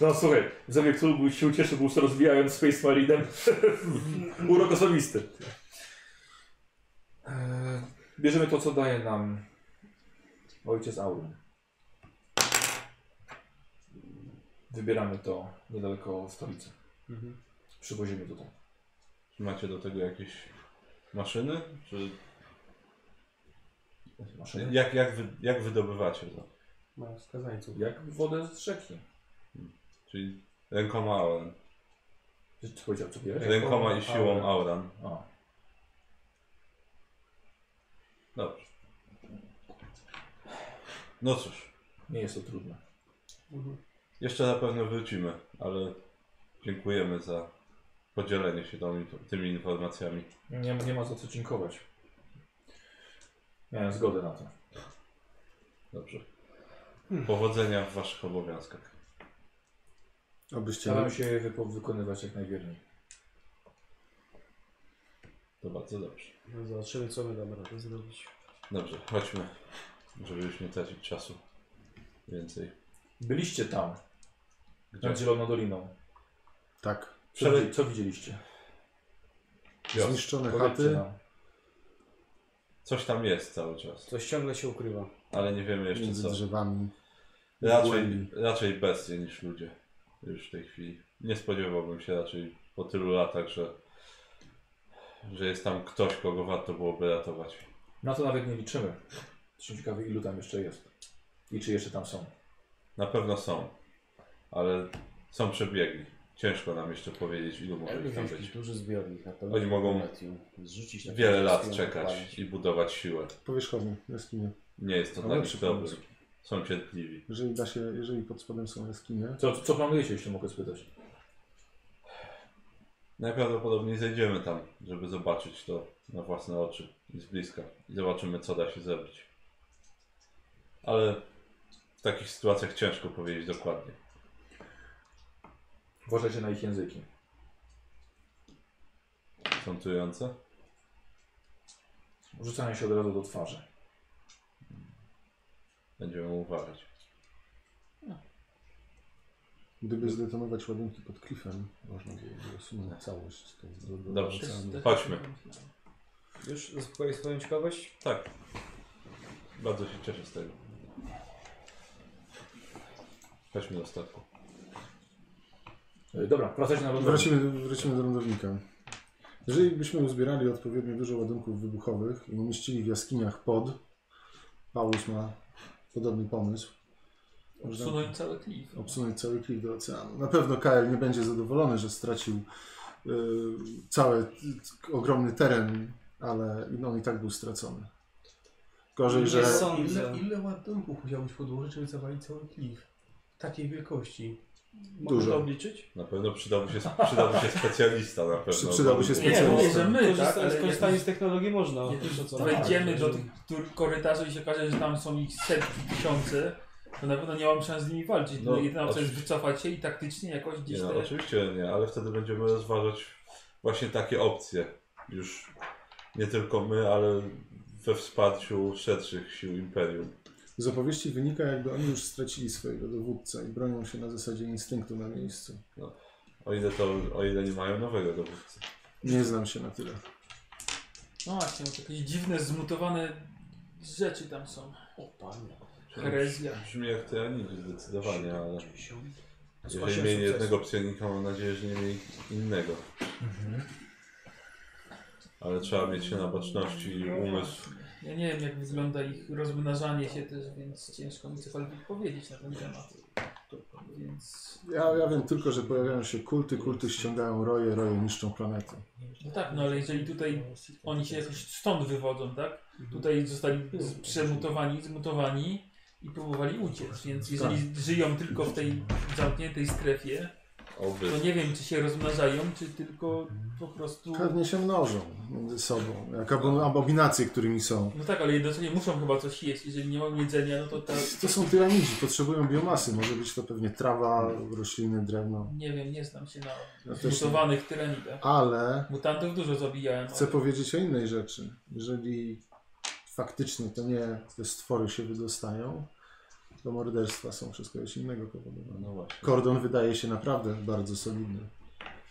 A: No słuchaj, zabieg klubu się ucieszył, był rozwijając Space Marinem. Urok osobisty. Eee, Bierzemy to, co daje nam ojciec Aurum. Wybieramy to niedaleko stolicy.
F: Mhm.
A: Przywozimy tutaj.
D: Czy macie do tego jakieś maszyny? Czy
A: Maszyny.
D: jak, jak, wy, jak wydobywacie to?
F: Mają skazańców.
A: Jak wodę z rzeki.
D: Czyli rękoma Auran.
A: Czy powiedział, co bierzesz?
D: Rękoma i siłą Auran.
A: A,
D: Dobrze. No cóż,
A: nie jest to trudne.
F: Mhm.
D: jeszcze na pewno wrócimy, ale dziękujemy za podzielenie się tą, inf- tymi informacjami.
A: Nie, nie ma za co dziękować. Miałem zgodę na to.
D: Dobrze.
B: Hmm.
D: Powodzenia w waszych obowiązkach.
B: Obyście
A: Staram się je wypo- wykonywać jak najwierniej.
D: To bardzo dobrze.
E: No zobaczymy, co my damy radę zrobić.
D: Dobrze, chodźmy, żeby już nie tracić czasu więcej.
A: Byliście tam,
D: Gdzie?
A: nad Zieloną Doliną.
B: Tak.
A: Co,
D: Przele-
A: wi- co widzieliście?
D: Wios.
B: Zniszczone
A: Powiedzcie
B: chaty.
A: nam.
D: Coś tam jest cały czas,
E: Coś ciągle się ukrywa.
D: ale nie wiemy jeszcze
B: Między
D: co.
B: drzewami.
D: Raczej,
B: głębi.
D: raczej bestie niż ludzie już w tej chwili. Nie spodziewałbym się raczej po tylu latach, że, że jest tam ktoś, kogo warto byłoby ratować.
A: Na to nawet nie liczymy. Jestem ciekawy, ilu tam jeszcze jest. I czy jeszcze tam są.
D: Na pewno są, ale są przebiegli. Ciężko nam jeszcze powiedzieć, ilu może
G: Jakby
D: ich tam
G: wziąć
D: być.
G: jakiś duży zbiornik na pewno.
D: Oni mogą
G: Metium, zrzucić na
D: Wiele
G: jakąś
D: lat
G: skrynię,
D: czekać
G: podpalić.
D: i budować siłę.
B: Powierzchownie, jaskinie.
D: Nie jest to
B: No
D: dla nich
B: lepszy
D: problem.
B: pomysł.
D: Są cierpliwi.
B: Jeżeli da się, jeżeli pod spodem są jaskinie,
A: Co, co planujecie, jeśli mogę spytać?
D: Najprawdopodobniej zejdziemy tam, żeby zobaczyć to na własne oczy i z bliska. I zobaczymy, co da się zrobić. Ale w takich sytuacjach ciężko powiedzieć dokładnie.
H: Uważajcie na ich języki.
D: Sątujące?
H: Rzucają się od razu do twarzy.
D: Będziemy uważać.
B: Gdyby zdetonować ładunki pod klifem, można byłoby usunąć całość. To byłoby
D: Dobrze.
C: Też-
B: oceanu.
C: też-
D: Chodźmy.
E: Już zaspokoiłeś swoją ciekawość?
D: Tak. Bardzo się cieszę z tego. Chodźmy do statku.
H: E, Dobra, wracajcie na lądowanie.
B: Wrócimy, wrócimy do lądownika. Jeżeli byśmy uzbierali odpowiednio dużo ładunków wybuchowych i umieścili w jaskiniach pod, Paulus ma podobny pomysł, można
C: Obsunąłem cały klif.
B: obsunąć cały klif do oceanu. Na pewno KL nie będzie zadowolony, że stracił y, cały y, ogromny teren, ale on i tak był stracony. Gorzej, że...
E: Nie sądzę.
F: Ile, ile ładunków musiałbyś podłożyć, żeby zawalić cały klif? Takiej wielkości.
E: Mogę
B: Dużo.
E: to obliczyć?
D: Na pewno przydałby się, przydałby się specjalista. Na pewno.
B: Przydałby się
C: Nie,
B: specjalista.
C: bo nie, że my,
E: Korzysta-
C: tak? ale
E: Skorzystanie
C: jak-
E: z technologii można.
C: jak
E: Wiesz, o co?
C: Wejdziemy
E: Tak,
C: do
E: że-
C: tych tur- korytarzy i się okaże, że tam są ich setki, tysiące, to na pewno nie mam szans z nimi walczyć.
D: No,
C: No, Jedyna co jest
D: oczywiście.
C: wycofać się i taktycznie jakoś
D: Nie,
C: gdzieś
D: no,
C: te...
D: oczywiście nie, ale wtedy będziemy rozważać właśnie takie opcje. Już nie tylko my, ale we wsparciu szerszych sił Imperium.
B: Z opowieści wynika, jakby oni już stracili swojego dowódcę i bronią się na zasadzie instynktu na miejscu.
D: O ile, to, o ile nie mają nowego dowódcy.
B: Nie znam się na tyle.
C: No właśnie, bo jakieś dziwne, zmutowane rzeczy tam są.
G: O panie.
C: Herezja.
D: Brzmi jak tyranidzi zdecydowanie, No ale
E: Z
D: jeżeli
E: osiem
D: mieli
E: sukcesów.
D: jednego psionika, mam nadzieję, że nie mieli innego.
C: Mhm.
D: Ale trzeba mieć się na baczności i umysł.
C: Ja nie wiem, jak wygląda ich rozmnażanie się też, więc ciężko mi cokolwiek powiedzieć na ten temat. Więc...
B: Ja, ja wiem tylko, że pojawiają się kulty, kulty ściągają roje, roje niszczą planety.
C: No tak, no ale jeżeli tutaj oni się jakoś stąd wywodzą, tak? Tutaj zostali z- przemutowani, zmutowani i próbowali uciec, więc jeżeli żyją tylko w tej zamkniętej strefie,
D: Oby.
C: to nie wiem, czy się rozmnażają, czy tylko po prostu...
B: Pewnie się mnożą między sobą, jak abo- abominacje, którymi są.
C: No tak, ale jednocześnie muszą chyba coś jeść, jeżeli nie mają jedzenia, no to tak...
B: To są tyranidzi, potrzebują biomasy. Może być to pewnie trawa, rośliny, drewno.
C: Nie wiem, nie znam się na
B: Ja też nie.
C: zmutowanych tyranidach.
B: Ale
C: Mutantów dużo zabijałem.
B: chcę
C: ale-
B: powiedzieć o innej rzeczy. Jeżeli faktycznie to nie te stwory się wydostają, to morderstwa są przez kogoś innego powodowane.
D: No właśnie.
B: Kordon wydaje się naprawdę bardzo solidny.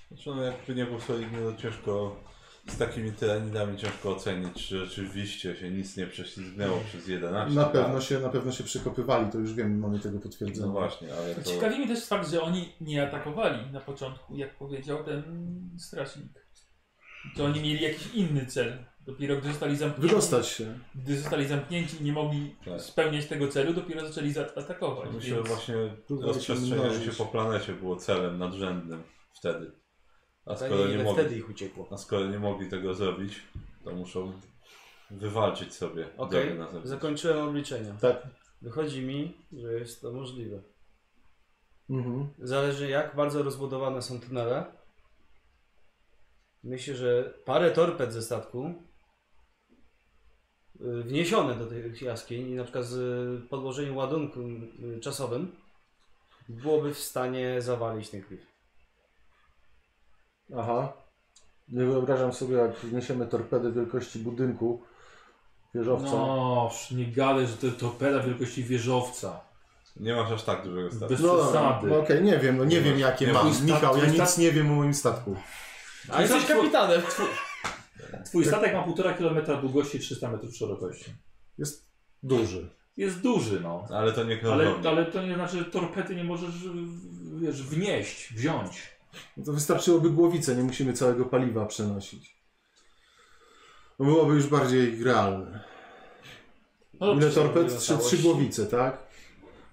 D: Znaczy, no jakby nie był solidny, to ciężko z takimi tyranidami ciężko ocenić, czy rzeczywiście się nic nie prześlizgnęło przez 11
B: Na
D: lat.
B: pewno się, na pewno się przekopywali, to już wiem, mamy tego
D: No
B: potwierdzenie.
D: właśnie, ale to...
C: Ciekawi mnie też fakt, że oni nie atakowali na początku, jak powiedział ten strażnik. To oni mieli jakiś inny cel. Dopiero gdy zostali zamknięci,
B: Wydostać się.
C: gdy zostali zamknięci i nie mogli
D: Tak.
C: spełniać tego celu, dopiero zaczęli za- atakować.
D: Myślę, że
C: więc...
D: właśnie
B: Próbowali się
D: rozprzestrzenianie się
B: mnożyć.
D: po planecie było celem nadrzędnym wtedy. A skoro
G: Pytanie,
D: nie
G: ile
D: mogli,
G: wtedy ich uciekło.
D: a skoro nie mogli tego zrobić, to muszą wywalczyć sobie
E: Okej,
D: drogę na zewnątrz.
E: zakończyłem obliczenia.
B: Tak.
E: Wychodzi mi, że jest to możliwe.
B: Mhm.
E: Zależy jak bardzo rozbudowane są tunele. Myślę, że parę torped ze statku y, wniesione do tych jaskiń i na przykład z y, podłożeniem ładunku y, czasowym byłoby w stanie zawalić ten klif.
B: Aha. Nie wyobrażam sobie, jak wniesiemy torpedy wielkości budynku wieżowca. No,
A: No, psz, nie gadaj, że to torpeda wielkości wieżowca.
D: Nie masz aż tak dużego statku.
A: Bez
B: no,
A: przesady.
B: okej, nie wiem, no nie wiem jakie
D: Nie
B: mam.
A: ma.
B: Michał, ja
A: Twój
B: nic
A: statek-
B: nie wiem o moim statku.
A: A jesteś
E: kapitanem!
A: Twój statek ma 1,5 km długości i 300 metrów szerokości.
B: Jest duży.
A: Jest duży, no.
D: Ale to nie
A: Ale,
D: krążownik.
A: ale to nie znaczy, że torpedy nie możesz w- wiesz, wnieść, wziąć.
B: No to wystarczyłoby głowicę, nie musimy całego paliwa przenosić. No byłoby już bardziej realne.
C: No dobrze,
B: Ile torped?
E: nie
B: Trzy,
E: zostało
B: trzy
E: się.
B: głowice, tak?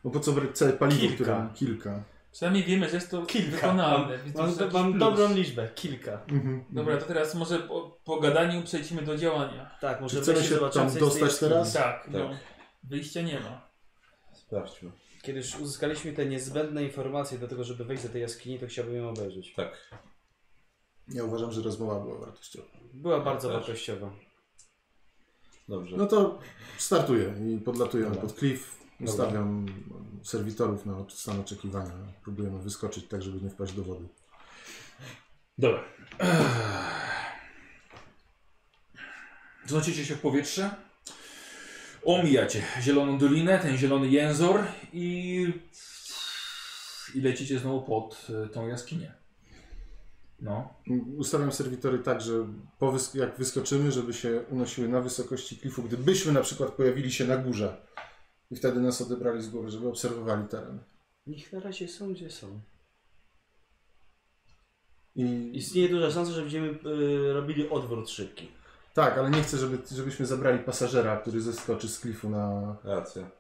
B: No po co brać całe paliwo,
E: Kilka.
B: które... Kilka.
C: przynajmniej wiemy, że jest to
E: Kilka.
C: wykonalne. więc
E: Mam,
C: to jest
E: mam
C: jakiś
E: dobrą
C: plus.
E: liczbę, kilka.
B: Mhm.
C: Dobra, to teraz może po, po gadaniu przejdźmy do działania.
E: Tak,
B: Czy
E: może
B: chcemy
E: wejść
B: się
E: i zobaczymy,
B: tam
E: co jest
B: dostać
E: w tej
B: teraz?
C: Tak, no. Wyjścia nie ma.
D: Sprawdźmy.
E: jaskini. Kiedy już uzyskaliśmy te niezbędne informacje do tego, żeby wejść do tej jaskini, to chciałbym ją obejrzeć.
D: Tak.
B: Ja uważam, że rozmowa była wartościowa.
E: Była bardzo
D: Też.
E: wartościowa.
D: Dobrze.
B: No to startuję i podlatuję
G: Dobra.
B: pod klif. Ustawiam serwitorów na stan oczekiwania. Próbujemy wyskoczyć tak, żeby nie wpaść do wody.
A: Dobra. Znosicie się w powietrze. Omijacie zieloną dolinę, ten zielony jęzor i... I lecicie znowu pod y, tą jaskinię. No.
B: Ustawiam serwitory tak, że po wys- jak wyskoczymy, żeby się unosiły na wysokości klifu, gdybyśmy na przykład pojawili się na górze i wtedy nas odebrali z góry, żeby obserwowali teren.
E: Niech na razie są, gdzie są.
B: I,
E: Istnieje duża szansa, że będziemy y, robili odwrót szybki.
B: tak, ale nie chcę, żeby, żebyśmy zabrali pasażera, który zeskoczy z klifu na...
D: Racja.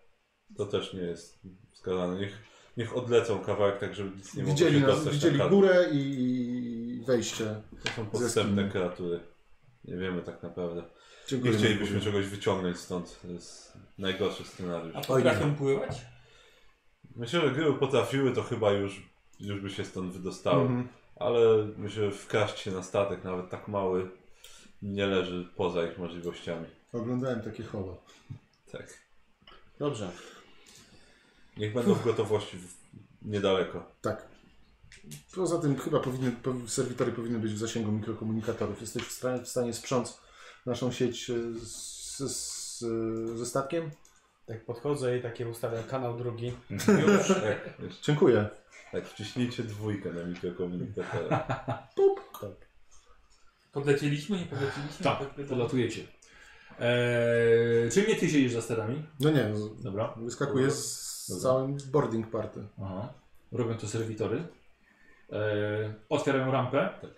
D: To też nie jest wskazane. Niech, niech odlecą kawałek tak, żeby nic nie mogło
B: widzieli
D: się
B: nas,
D: dostać
B: widzieli
D: na kadr.
B: górę i, i wejście.
D: To są
B: Zeskimy.
D: podstępne kreatury. Nie wiemy tak naprawdę. Nie
B: Dziękuję.
D: chcielibyśmy czegoś wyciągnąć stąd. To jest najgorszy scenariusz.
C: A potrafią pływać?
D: Myślę, że gdyby potrafiły, to chyba już, już by się stąd wydostały.
B: Mhm.
D: Ale myślę, że wkraść się na statek, nawet tak mały, nie leży poza ich możliwościami.
B: Oglądałem takie hoło.
D: Tak.
E: Dobrze.
D: Niech będą w gotowości w, niedaleko.
B: Tak. Poza tym chyba powinny, powi- serwitory powinny być w zasięgu mikrokomunikatorów. Jesteś w stanie, w stanie sprząc naszą sieć e, z, z, e, ze statkiem?
E: Tak podchodzę i takie ustawiam kanał drugi.
D: Już, tak, już.
B: Dziękuję.
D: Tak, wciśnijcie dwójkę na mikrokomunikatora.
B: Tak.
C: Podlecieliśmy, nie podlecieliśmy?
A: Tak, podlatujecie. Eee, czy nie ty siedzisz za sterami?
B: No nie, z-
A: Dobra.
B: wyskakuję z
A: Dobra.
B: całym boarding party.
A: Aha. Robią to serwitory. Eee, otwierają rampę. Tak,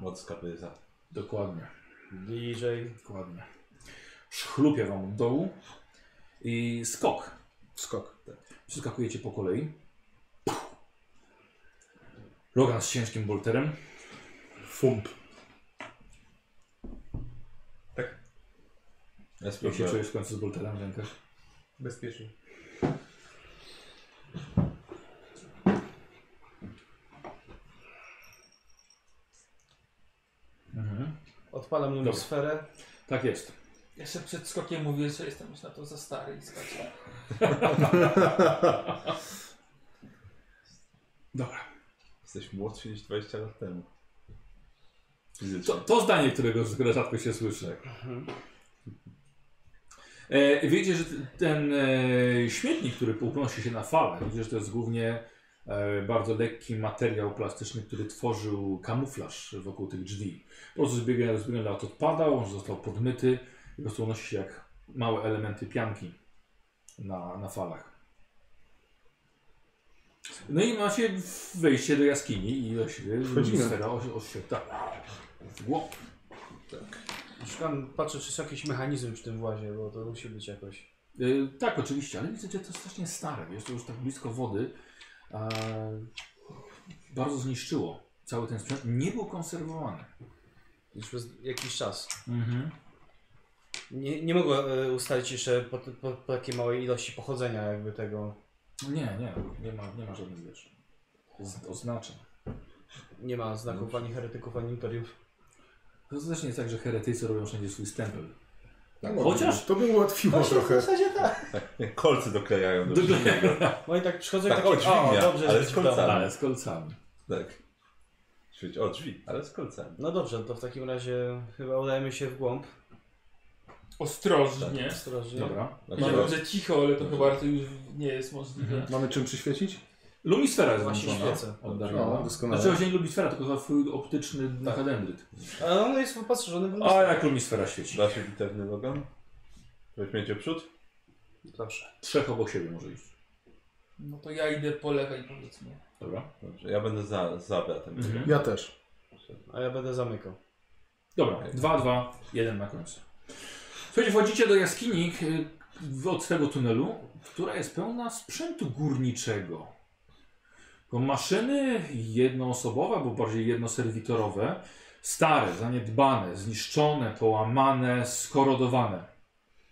D: Moc kapryza.
A: Dokładnie.
E: DJ.
A: Dokładnie. Szchlupia wam od dołu. I skok.
B: Skok.
A: Przeskakujecie po kolei. Logan z ciężkim bolterem.
B: Fump.
D: Ja
A: Jak się
D: spróbuję.
A: czujesz w końcu z bolterem w rękach?
F: Bezpiecznie.
E: Odpalam lumisferę.
A: Tak jest.
C: Jeszcze przed skokiem mówię, że jestem już na to za stary i skacz.
A: Dobra.
D: Jesteś młodszy niż 20 lat temu.
A: To,
D: Fizycznie.
A: to zdanie, którego, które rzadko się słyszy. E, wiecie, że t- ten e, śmietnik, który unosi się na falę, widzicie, że to jest głównie e, bardzo lekki materiał plastyczny, który tworzył kamuflaż wokół tych drzwi. Po prostu zbiegając zbiegając lat odpadał, on został podmyty i po prostu unosi się jak małe elementy pianki na, na falach. No i macie wejście do jaskini i do siebie.
B: Wchodzimy.
A: Sfera oś, oś, tak. W głowę.
E: Szukam, patrzę, czy jest jakiś mechanizm w tym włazie, bo to musi być jakoś.
A: Y, tak, oczywiście, ale widzę, że to strasznie stare, wiesz, to już tak blisko wody. E, bardzo zniszczyło cały ten sprzęt. Nie był konserwowany.
E: Już przez jakiś czas.
A: Mhm.
E: Nie, nie mogę e, ustalić jeszcze po, po, po takiej małej ilości pochodzenia jakby tego.
A: Nie, nie, nie ma, nie ma żadnych wiesz, z- oznaczeń.
E: Nie ma znaków ani heretyków, ani imperiów.
A: To też nie jest tak, że heretycy robią wszędzie swój stempel.
B: No,
A: Chociaż-
B: To by ułatwiło No trochę.
E: No, zasadzie tak.
D: Kolce doklejają do
A: Dokle-
D: drzwi.
E: No i tak przychodzę
D: Tak,
E: taki,
D: o, dźwignia,
E: dobrze,
D: ale
E: że
D: z
E: ci w domu.
D: kolcami.
A: Ale z kolcami.
D: Tak. Świeć o drzwi, ale z kolcami.
E: No dobrze, to w takim razie chyba udajemy się w głąb.
C: Ostrożnie.
A: Tak.
E: Ostrożnie.
A: Dobra.
C: Ja
D: Znaczy,
C: wiem, że cicho, ale to chyba raczej już nie jest możliwe.
A: Mhm.
B: Mamy czym przyświecić?
A: Lumisfera jest
E: Właśnie
A: włączona.
E: świecę.
B: No,
A: Oddalona.
B: doskonale.
A: Znaczy, właśnie nie lumisfera, tylko za twój optyczny nakadendryt.
E: Ale ono jest wyposażone w
A: A jak lumisfera świeci?
D: da się bitewny logan? Weźmiecie przód?
F: Zawsze.
A: Trzech obok siebie może iść.
C: No to ja idę po lewej powiedzmy.
A: Dobra.
D: Dobrze, ja będę za, za bratem.
A: Mhm.
B: Ja też.
E: A ja będę zamykał.
A: Dobra, 2, 2, 1 na końcu. Słuchajcie, wchodzicie do jaskini y, w- od tego tunelu, która jest pełna sprzętu górniczego. Bo Maszyny jednoosobowe, bo bardziej jednoserwitorowe, stare, zaniedbane, zniszczone, połamane, skorodowane,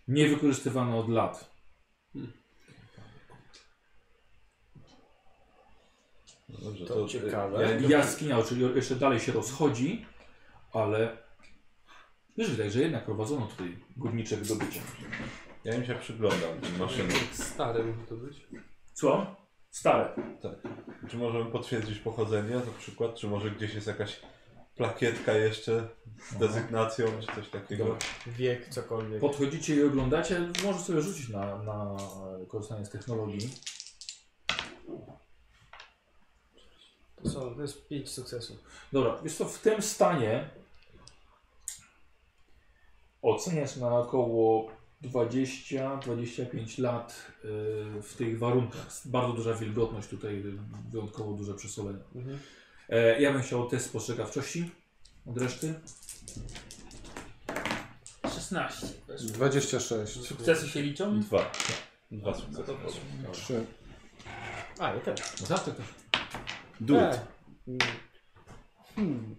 A: niewykorzystywane od lat.
D: Dobrze, y,
E: To ciekawe.
D: Ja, ja,
A: Jaskinia oczywiście jeszcze dalej się rozchodzi, ale już widać, że jednak prowadzono tutaj górniczych dobycia.
D: ja im się przyglądam, tym maszynom.
F: Stare Tak musi to być.
A: Co? Stare.
D: Czy możemy potwierdzić pochodzenie na przykład? Czy może gdzieś jest jakaś plakietka jeszcze z dezygnacją, czy coś takiego?
A: Dobra.
E: Wiek, cokolwiek.
A: Podchodzicie i oglądacie, może sobie rzucić na, na korzystanie z technologii.
E: To, są, to jest pięć sukcesów.
A: Dobra, wiesz co, w tym stanie oceniasz na około 20-25 lat y, w tych warunkach. Bardzo duża wilgotność tutaj, y, wyjątkowo duże przesolenie.
E: Mhm.
A: E, ja bym chciał test spostrzegawczości od reszty.
C: 16. Wiesz.
B: 26.
C: Sukcesy się
A: Mhm.
C: liczą?
D: Dwa. Dwa sukcesy.
B: Trzy.
E: A, ja też.
A: No tak, tak, tak.
E: Dut. Hmm.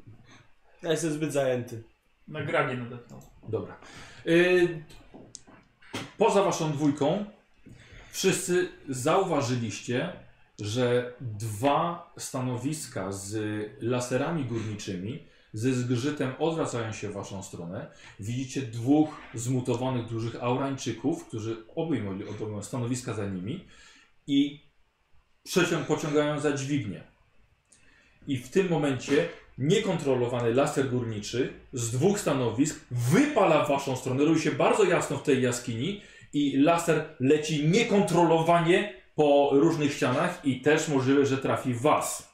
E: Ja jestem zbyt zajęty.
C: Na grabie nadepnął.
A: Dobra. Y, poza waszą dwójką wszyscy zauważyliście, że dwa stanowiska z laserami górniczymi ze zgrzytem odwracają się w waszą stronę. Widzicie dwóch zmutowanych dużych aurańczyków, którzy obejmuli obejmują stanowiska za nimi i przeciąg pociągają za dźwignię. I w tym momencie niekontrolowany laser górniczy z dwóch stanowisk wypala w waszą stronę, robi się bardzo jasno w tej jaskini i laser leci niekontrolowanie po różnych ścianach i też możliwe, że trafi was.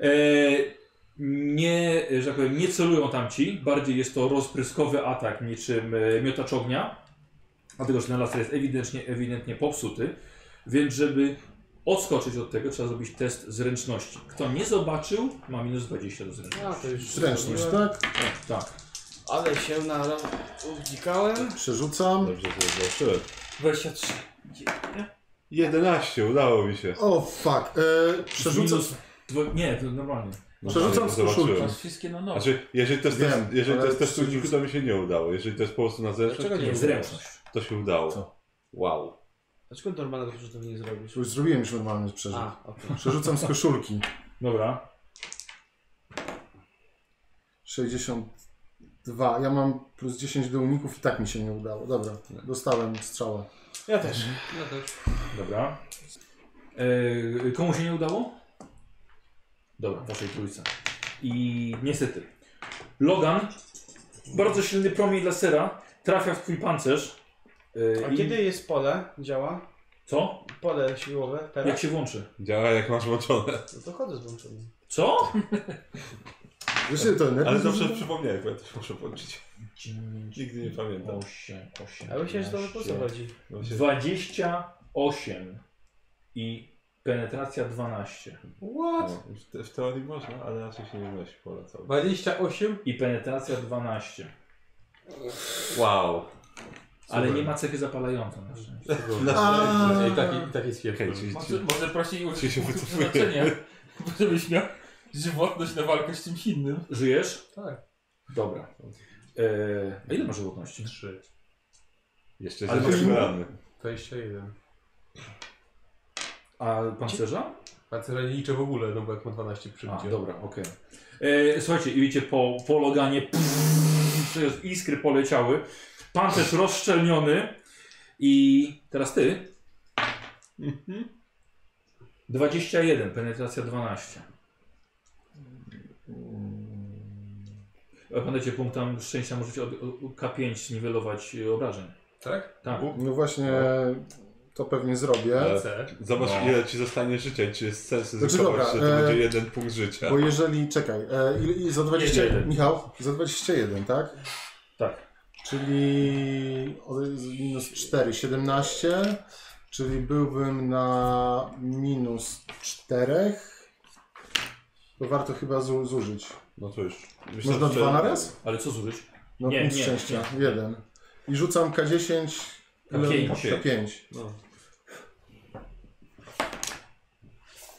A: E, nie, że tak powiem, nie celują tam ci, bardziej jest to rozpryskowy atak niczym e, miotacz ognia, dlatego że ten laser jest ewidentnie, ewidentnie popsuty, więc żeby odskoczyć od tego, trzeba zrobić test zręczności. Kto nie zobaczył, ma minus 20 do zręczności.
E: A, to już
B: Zręczność, tak?
A: Tak.
E: Ale się nara... Uwdzikałem.
B: Przerzucam.
D: Dobrze, to zobaczyłem.
C: 23.
D: 11, udało mi się.
B: O, fuck. E, przerzucam.
A: Minus dwo- nie, to normalnie.
D: No,
B: Przerzucam
D: to
B: z koszulki.
D: zobaczyłem.
C: Masz wszystkie na nowo.
D: Znaczy, jeżeli to jest,
B: Wiem,
D: test, jeżeli to
B: ale
D: jest test
B: przerzuc-
D: uniku, to mi się nie udało. Jeżeli to jest po prostu na zręczność,
E: Dlaczego
D: to się
E: nie?
A: Zręczność.
D: udało. To się udało.
B: Co?
D: Wow.
E: Dlaczego normalnego przyrzutu nie zrobisz?
B: Już zrobiłem już normalny przerzut.
E: A, okej.
B: Przerzucam z koszulki.
A: Dobra.
B: 62. Ja mam plus 10 do uników i tak mi się nie udało. Dobra, dostałem strzałę.
E: Ja też.
F: No też.
A: Dobra. E, komu się nie udało? Dobra, waszej trójce. I niestety. Logan, bardzo silny promień lasera, trafia w twój pancerz. E,
E: A
A: i-
E: kiedy jest pole? Działa?
A: Co?
E: Pole siłowe?
A: Jak
E: Teraz?
A: się włączy?
D: Działa jak masz włączone.
E: No to chodzę z włączonym.
A: Co?
B: Wiesz, ile to energii?
D: Ale zawsze
B: zużywa?
D: przypomniałem, bo ja też muszę włączyć.
A: 9,
D: Nigdy nie pamiętam.
A: 8, 8.
E: A myślę, że to po co chodzi?
D: No się-
A: 28 i penetracja 12.
D: no,
F: What?
D: w, te, w teorii można, ale raczej się nie nosi polecał.
F: 28?
A: I penetracja 12.
D: Wow.
A: Ale
D: Super.
A: nie ma cechy zapalającej na szczęście.
B: A.
F: Ej, taki, taki jest
D: Okej,
F: kiepski.
D: czyli,
C: Może,
D: czyli,
C: może prosić o
D: Czy się wycofuje?
C: przeznaczenie, bo żebyś miał żywotność na walkę z czymś innym.
A: Żyjesz?
F: Tak.
A: Dobra. Eee, a ile masz żywotności?
F: 3.
D: jeszcze
A: Ale
D: się
A: masz-
D: wybrany.
F: 21.
A: A pancerza?
F: A teraz nie liczę w ogóle, no bo jak ma 12
A: A,
F: przyjdzie.
A: dobra, okej. Eee, słuchajcie, i widzicie, po, po loganie pff, to jest iskry poleciały, pancerz rozszczelniony i teraz ty. 21, penetracja 12. A Pamiętajcie, punktem szczęścia możecie od, od K5 niwelować e, obrażeń.
F: Tak?
A: Tak.
B: No właśnie, to pewnie zrobię.
D: Ale-
F: C.
D: Zobacz
A: No.
D: ile ci zostanie życia i czy jest sens
B: Znaczy,
D: ryzykować,
B: dobra,
D: że to
B: e,
D: będzie jeden punkt życia.
B: Bo jeżeli, czekaj, e, ile- ile- za 20,
A: Jeden.
B: Michał, za 21, tak?
A: Tak.
B: Czyli od, z minus 4, 17, czyli byłbym na minus 4. To warto chyba zu, zużyć.
D: No to już.
B: Można dwa na raz?
A: Ale co zużyć?
B: No
A: Nie,
B: punkt
A: nie,
B: szczęścia, jeden. I rzucam K10, ile-
A: K5.
B: K5.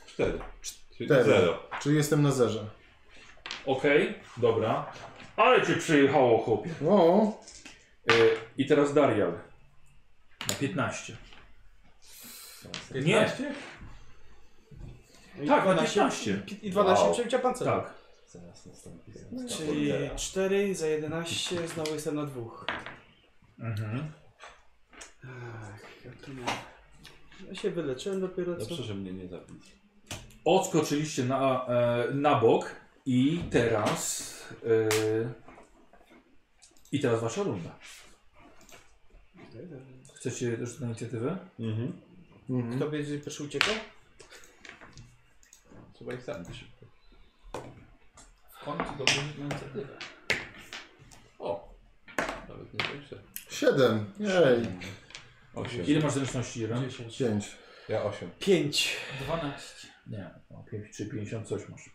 D: Cztery. Czyli
B: Cztery.
D: zero.
B: Czyli jestem na zerze.
A: Okej, dobra. Ale cię przyjechało, chłopie.
B: O,
A: E, I teraz Darial. Na 15. Nie.
E: I
A: Tak, na
E: 12
A: 15.
E: I 12
D: Wow.
E: przebicia pancerza.
A: Tak. No,
D: Zaraz nastąpi.
E: Czyli 4 za 11, znowu jestem na dwóch.
A: Mhm.
E: Ach, ja tu mam. Ja się wyleczyłem dopiero co.
D: Dobrze, że mnie nie zabili.
A: Odskoczyliście na, e, na bok i teraz. E, I teraz wasza runda. Chcecie też na inicjatywę?
D: Mhm.
B: Mhm.
E: Kto będzie pierwszy uciekał?
D: Trzeba ich zabić.
C: W końcu dobrze mieć inicjatywę.
D: O! Nawet nie wiem,
B: Siedem. Jej,
D: Osiem.
A: Ile masz zręczności? Jeden?
F: 10.
B: pięć.
D: Ja osiem.
E: 5.
C: 12.
A: Nie, no, pięć czy 50 coś masz.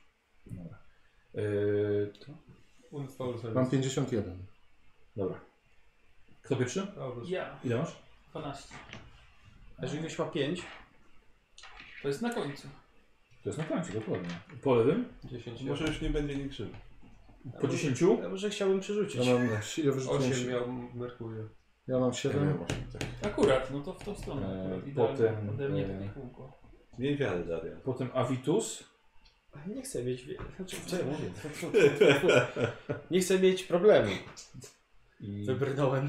A: Dobra. E,
B: Mam 51.
A: dobra. Kto pierwszy?
C: Ja.
A: Ile masz?
C: 12.
E: A jeżeli ktoś ma 5,
C: To jest na końcu.
A: To jest na końcu, dokładnie. Po lewym?
F: 10.
D: Może już nie będzie niczym. No,
A: Po 10?
D: e-
E: ja może chciałbym przerzucić.
B: Ja mam, ja wyrzuciłem
F: 8
B: się.
F: miał Merkury.
B: Ja mam
D: Ja
B: siedem.
D: wiem, osiem, tak.
C: Akurat, no to w tą stronę.
A: E,
C: akurat idealnie.
A: potem,
C: Ode mnie tak
A: e,
C: takie kółko.
D: Miej wiarę, Darian.
A: Potem Avitus.
E: Nie chcę mieć wie... znaczy, co ja mówię? Nie chcę mieć problemu.
A: I,
E: Wybrnąłem.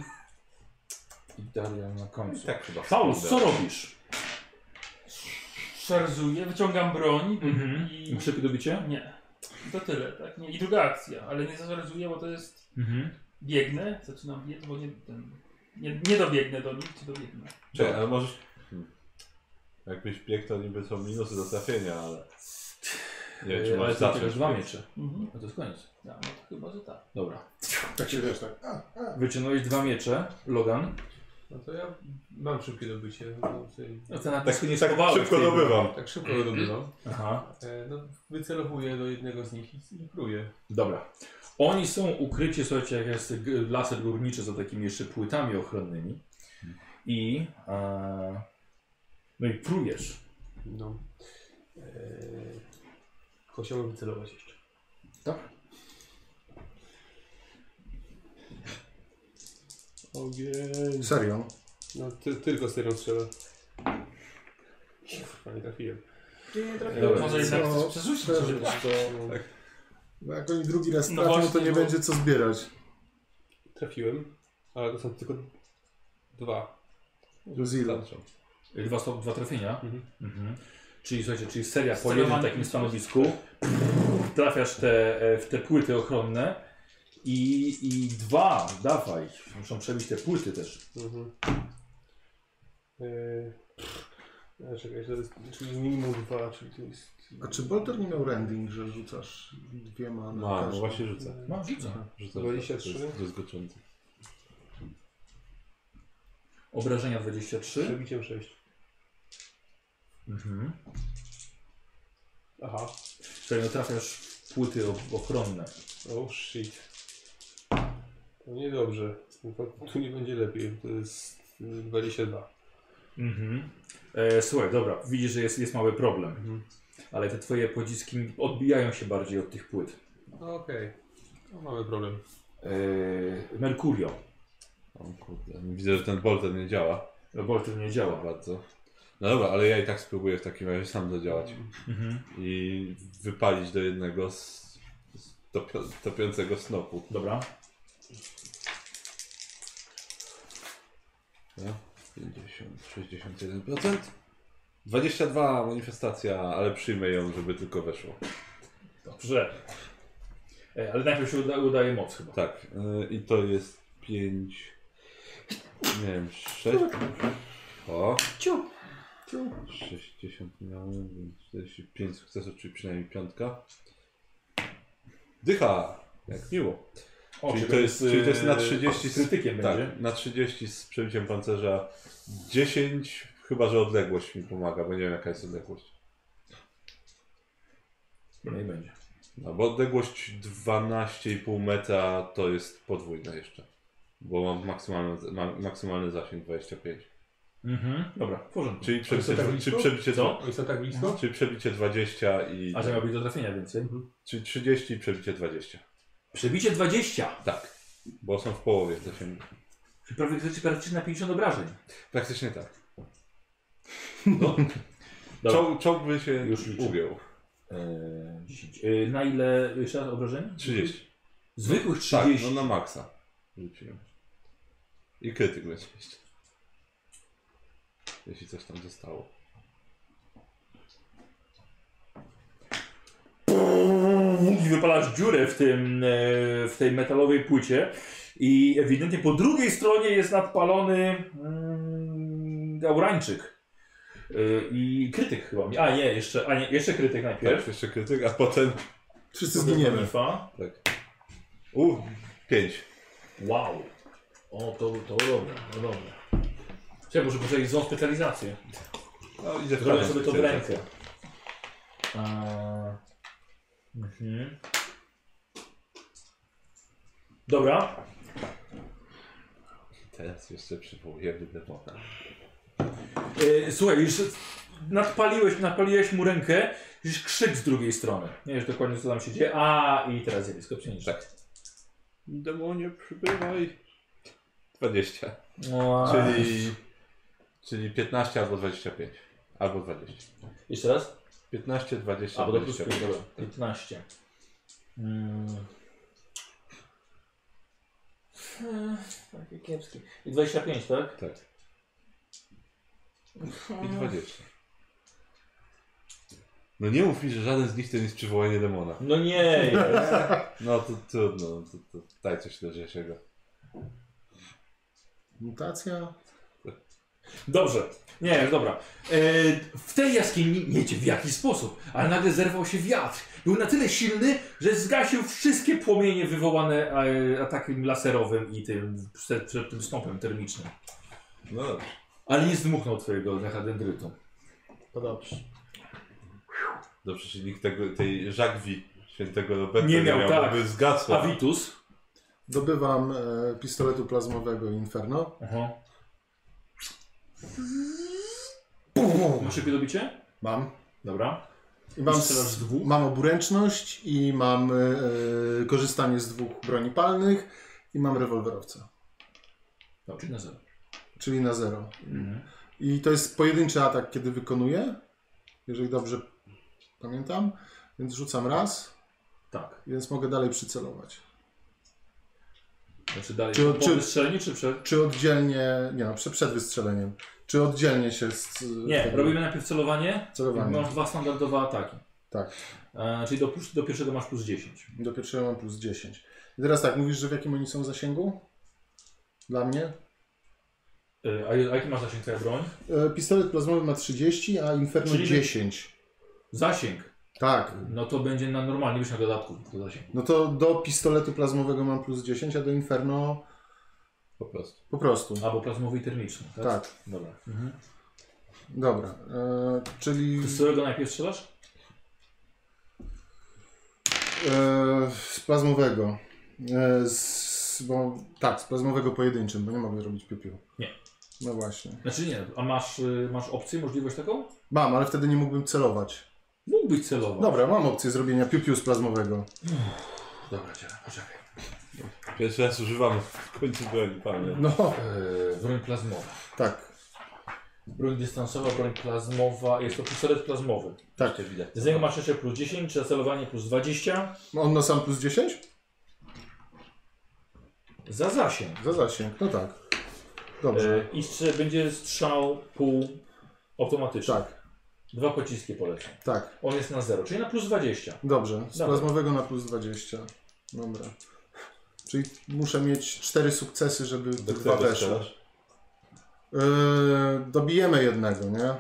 A: i Darian na końcu.
D: Tak chyba.
A: Faust, co robisz?
C: Szarżuję, wyciągam broń
A: Mhm.
C: i...
A: Szybkie dobicie?
C: Nie. I To tyle, tak? Nie. I druga akcja, ale nie zaszarżuję, bo to jest...
A: Mhm.
C: Biegnę, zaczynam biec, bo nie, ten, nie, nie dobiegnę do nich, czy dobiegnę.
D: Czekaj, ale możesz... Hmm. Jakbyś biegł, to niby są minusy do trafienia, ale... Nie wiem, czy
A: Yy, ale
D: masz
A: dlatego
D: zacząć.
A: dwa miecze.
C: Mhm.
A: No to jest koniec.
C: Ja, no to chyba, że tak.
A: Dobra.
B: Tak się wiesz, tak.
A: Wyciągnąłeś dwa miecze, Logan.
D: Tak.
F: No to ja mam szybkie dobycie. no, czyli-
A: No to na
D: Tak, tak szybko dobywam.
F: Tak szybko go dobywam.
A: Aha.
F: E, No, wycelowuję do jednego z nich i, i kruję.
A: Dobra. Oni są ukryci, słuchajcie, jak jest g- laser górniczy za takimi jeszcze płytami ochronnymi. I... E, no i prujesz.
F: No. E, tylko chciałbym wycelować jeszcze.
A: Tak?
F: Ogień.
B: Serio?
F: No, ty, tylko serią strzelę. Chyba nie trafiłem. E,
E: Nie
A: Dobra.
C: Może jednak
B: Co?
C: chcesz przerzucić, żeby...
B: No, to... No jak oni drugi raz
C: No
B: trafią, to
C: właśnie,
B: nie
C: no.
B: będzie co zbierać.
F: Trafiłem, ale to są tylko dwa.
B: Plus ile?
F: Tarczą.
A: Dwa, stop, dwa trafienia.
F: Mhm.
A: Mhm. Czyli słuchajcie, czyli seria po jednym
C: Sterowanie
A: takim
C: plus
A: stanowisku. Trafiasz te, e, w te płyty ochronne. I, I dwa, dawaj. Muszą przebić te płyty też.
F: Mhm. E, e, czekaj, to jest, czyli minimum dwa, czyli to jest...
B: A czy Bolter nie miał rending, że rzucasz dwiema na
D: No, no
B: każdą?
D: właśnie rzucę.
A: No, widzę.
D: Rzucę.
F: 23?
D: To jest rozgoczące.
A: Obrażenia 23.
F: Przebiciem 6.
A: Mhm.
F: Aha.
A: Czyli no trafiasz w płyty o- ochronne.
F: Oh shit. To niedobrze. To- Tu nie będzie lepiej. To jest y, 22.
A: Mhm. E, słuchaj, dobra, widzisz, że jest, jest mały problem.
F: Mhm.
A: Ale te twoje pociski odbijają się bardziej od tych płyt.
F: No, Okej. No, mamy problem.
A: E, Merkurio.
D: O kurde. Widzę, że ten bolter nie działa.
A: Bolter no nie
D: Działa
A: działa.
D: bardzo. No dobra, ale ja i tak spróbuję w takim razie sam zadziałać.
A: Mhm.
D: I wypalić do jednego z, z topio, topiącego snopu.
A: Dobra.
D: Ja? 50, 61%. 22 manifestacja, ale przyjmę ją, żeby tylko weszło.
A: Dobrze. E, ale najpierw się uda, udaje moc chyba.
D: Tak, y, i to jest 5. Nie wiem, 6. O.
E: Ciu.
D: 60 miałem, więc 45 sukcesów, czyli przynajmniej piątka. Dycha! Jak miło.
A: O,
D: czyli, to jest, czyli to jest na 30
A: y, z
D: z-
A: krytykiem
D: tak,
A: będzie.
D: na 30 z przebiciem pancerza 10, chyba że odległość mi pomaga, bo nie wiem jaka jest odległość.
A: No i będzie.
D: No bo odległość 12,5 metra to jest podwójna jeszcze. Bo mam maksymalny, mam maksymalny zasięg 25.
A: Mhm. Dobra, w porządku.
D: Czyli przebicie,
F: tak
D: czy
F: blisko?
D: przebicie,
A: Co?
F: Oni są tak blisko?
D: Czyli przebicie 20 i. tak.
A: A że miał być do trafienia więcej?
D: Czyli 30 i przebicie 20.
A: Przebicie 20!
D: Tak. Bo są w połowie zasięgu.
A: Czyli prawie- Praktycznie na 50 obrażeń.
D: Praktycznie tak.
A: No. Dobra.
D: Czoł, czołg by się
A: Już liczę.
D: ugiął.
A: Eee, 10. Eee, na ile jeszcze raz obrażenia?
D: 30.
A: Zwykłych
D: Tak,
A: 30.
D: no na maksa. Rzuciłem. I krytyk będzie jeszcze. Jeśli coś tam zostało.
A: Mówi, wypalasz dziurę w, tym, e, w tej metalowej płycie i ewidentnie po drugiej stronie jest nadpalony mm, Aurańczyk. E, I krytyk chyba. mi- A nie, jeszcze, a nie, jeszcze krytyk najpierw.
D: Pierw Tak, jeszcze krytyk, a potem...
B: Tak. Wszyscy zginiemy.
A: Mifa.
D: U, 5.
A: Wow. O, to, to dobre, to dobre. Czekaj, może poczekaj, złą specjalizację.
D: No idzie w
A: Zrobię
D: każdą
A: sobie to w
D: specjalizację.
A: rękę. Eee, mhm. Dobra.
D: Teraz jeszcze przywołujemy demona.
A: E, Słuchaj, już nadpaliłeś, nadpaliłeś mu rękę, już krzyk z drugiej strony. Nie wiesz dokładnie co tam się dzieje. A i teraz zjawisko pszeniczne.
D: Tak. Demonie, przybywaj. 20.
A: No, a-
D: Czyli, czyli 15 albo 25. Albo 20.
A: Jeszcze raz?
D: 15, 20,
A: A, bo do plus
D: 25.
A: pięć, dobra. 15. Mm. Hmm, Takie kiepskie. I 25, tak?
D: Tak. I 20. No nie mów mi, że żaden z nich to nie jest przywołanie demona.
A: No nie jest.
D: No to trudno, to, to daj coś lżejszego.
B: Mutacja?
A: Dobrze. Nie, dobra. E, w tej jaskini, nie wiecie w jaki sposób, ale nagle zerwał się wiatr. Był na tyle silny, że zgasił wszystkie płomienie wywołane e, atakiem laserowym i tym, przed, przed tym snopem termicznym.
D: No dobrze.
A: Ale nie zdmuchnął twojego rechadendrytu.
E: To dobrze.
D: Dobrze, czyli nikt tego, tej żagwi świętego Roberta
A: Nie miał, tak.
D: by zgasła.
A: Avitus.
B: Dobywam e, pistoletu plazmowego Inferno.
A: Aha. Masz szybkie dobicie?
B: Mam.
A: Dobra.
B: I mam,
A: I strzelasz z dwóch?
B: mam oburęczność i mam e, e, korzystanie z dwóch broni palnych i mam rewolwerowca,
A: Dobra, czyli na zero. Mhm.
B: czyli na zero. I to jest pojedynczy atak, kiedy wykonuję, jeżeli dobrze pamiętam, więc rzucam raz,
A: Tak.
B: więc mogę dalej przycelować.
A: Znaczy dalej.
B: Czy-
A: Czy, po
B: czy-
A: wystrzeleniu, czy przed?
B: Czy oddzielnie, nie no, prze- przed wystrzeleniem, czy oddzielnie się z...
A: Nie,
B: tego-
A: robimy najpierw celowanie.
B: Celowanie.
A: Masz dwa standardowe ataki.
B: Tak,
A: E, czyli do, plus- do pierwszego masz plus 10.
B: do pierwszego mam plus 10. I teraz tak, mówisz, że w jakim oni są zasięgu? Dla mnie?
A: E, a, a jaki masz zasięg twoja broń?
B: E, Pistolet plazmowy ma 30, a Inferno
A: Czyli-
B: 10.
A: Zasięg.
B: Tak.
A: No to będzie na normalnie, byś na dodatku do zasięgu.
B: No to do pistoletu plazmowego mam plus 10, a do Inferno
D: Po prostu.
B: po prostu.
A: Albo plazmowy i termiczny, tak?
B: Tak.
A: Dobra.
B: Dobra. E, czyli
A: Z którego najpierw strzelasz?
B: e, z plazmowego. E, z, bo, tak, z plazmowego pojedynczym, bo nie mogę robić piu-piu.
A: Nie.
B: No właśnie.
A: Znaczy nie, a masz, y, masz opcję, możliwość taką?
B: Mam, ale wtedy nie mógłbym celować.
A: Mógłbyś celować.
B: Dobra, mam opcję zrobienia piu-piu z plazmowego.
A: Dobra, czekaj, poczekaj.
D: Pierwszy raz używam w końcu broni, panie.
B: No,
A: Eee, broń plazmowa.
B: tak.
A: Broń dystansowa, broń plazmowa. Jest to pistolet plazmowy.
B: Tak.
A: Z niego masz jeszcze plus 10, czy celowanie plus 20.
B: On ma sam plus 10?
A: Za zasięg.
B: Za zasięg, no tak. Dobrze.
A: Eee, I strze- będzie strzał pół automatyczny.
B: Tak,
A: Dwa pociski polecą.
B: tak.
A: On jest na 0, czyli na plus 20.
B: Dobrze, z
A: Dobra.
B: plazmowego na plus 20. Dobra. Czyli muszę mieć 4 sukcesy, żeby
D: Do
B: dwa
D: którego
B: weszły.
D: strzelasz?
B: Yy, dobijemy jednego, nie?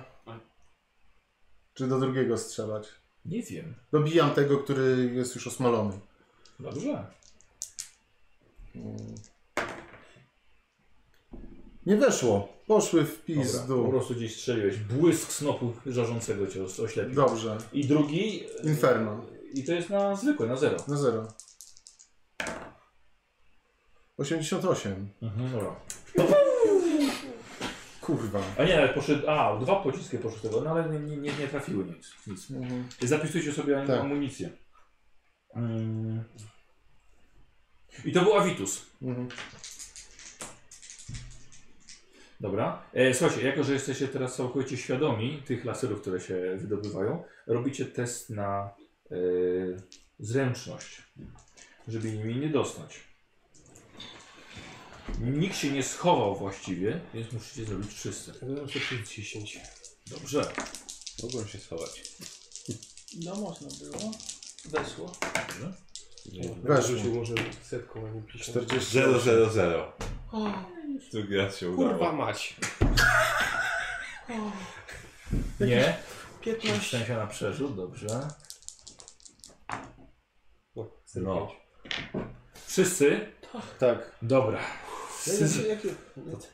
B: Czy do drugiego strzelać?
A: Nie wiem.
B: Dobijam tego, który jest już osmalony.
A: Dobrze.
B: Nie weszło. Poszły w
A: Dobra, po
B: pizdu.
A: prostu gdzieś strzeliłeś. Błysk snopu żarzącego cię os- oślepił.
B: Dobrze.
A: I drugi... e,
B: Inferno.
A: I to jest na zwykłe, na 0.
B: Na zero. 88.
A: Mhm, dobra.
B: Kurwa.
A: A nie, ale poszedł. A, dwa pociski poszły tego, no ale nie, nie, nie trafiły nic. nic.
B: Mhm.
A: Zapisujcie sobie
B: Tak.
A: amunicję. Mm. I to był Avitus.
B: Mhm.
A: Dobra. E, słuchajcie, jako że jesteście teraz całkowicie świadomi tych laserów, które się wydobywają, robicie test na e, zręczność, żeby nimi nie dostać. Nikt się nie schował właściwie, więc musicie zrobić wszyscy. Dobrze.
D: Mogłem się schować.
C: No można było. Weszło.
B: Weź rzucił
F: może setką, a nie
B: 40.
D: 0, 0, 0. Drugi raz się
F: Kurwa
D: udało.
F: mać.
A: Nie. 15. Szczęścia na przerzut, dobrze.
D: No.
A: Wszyscy?
B: Tak.
A: Dobra.
F: Ja nie wiem, jakie...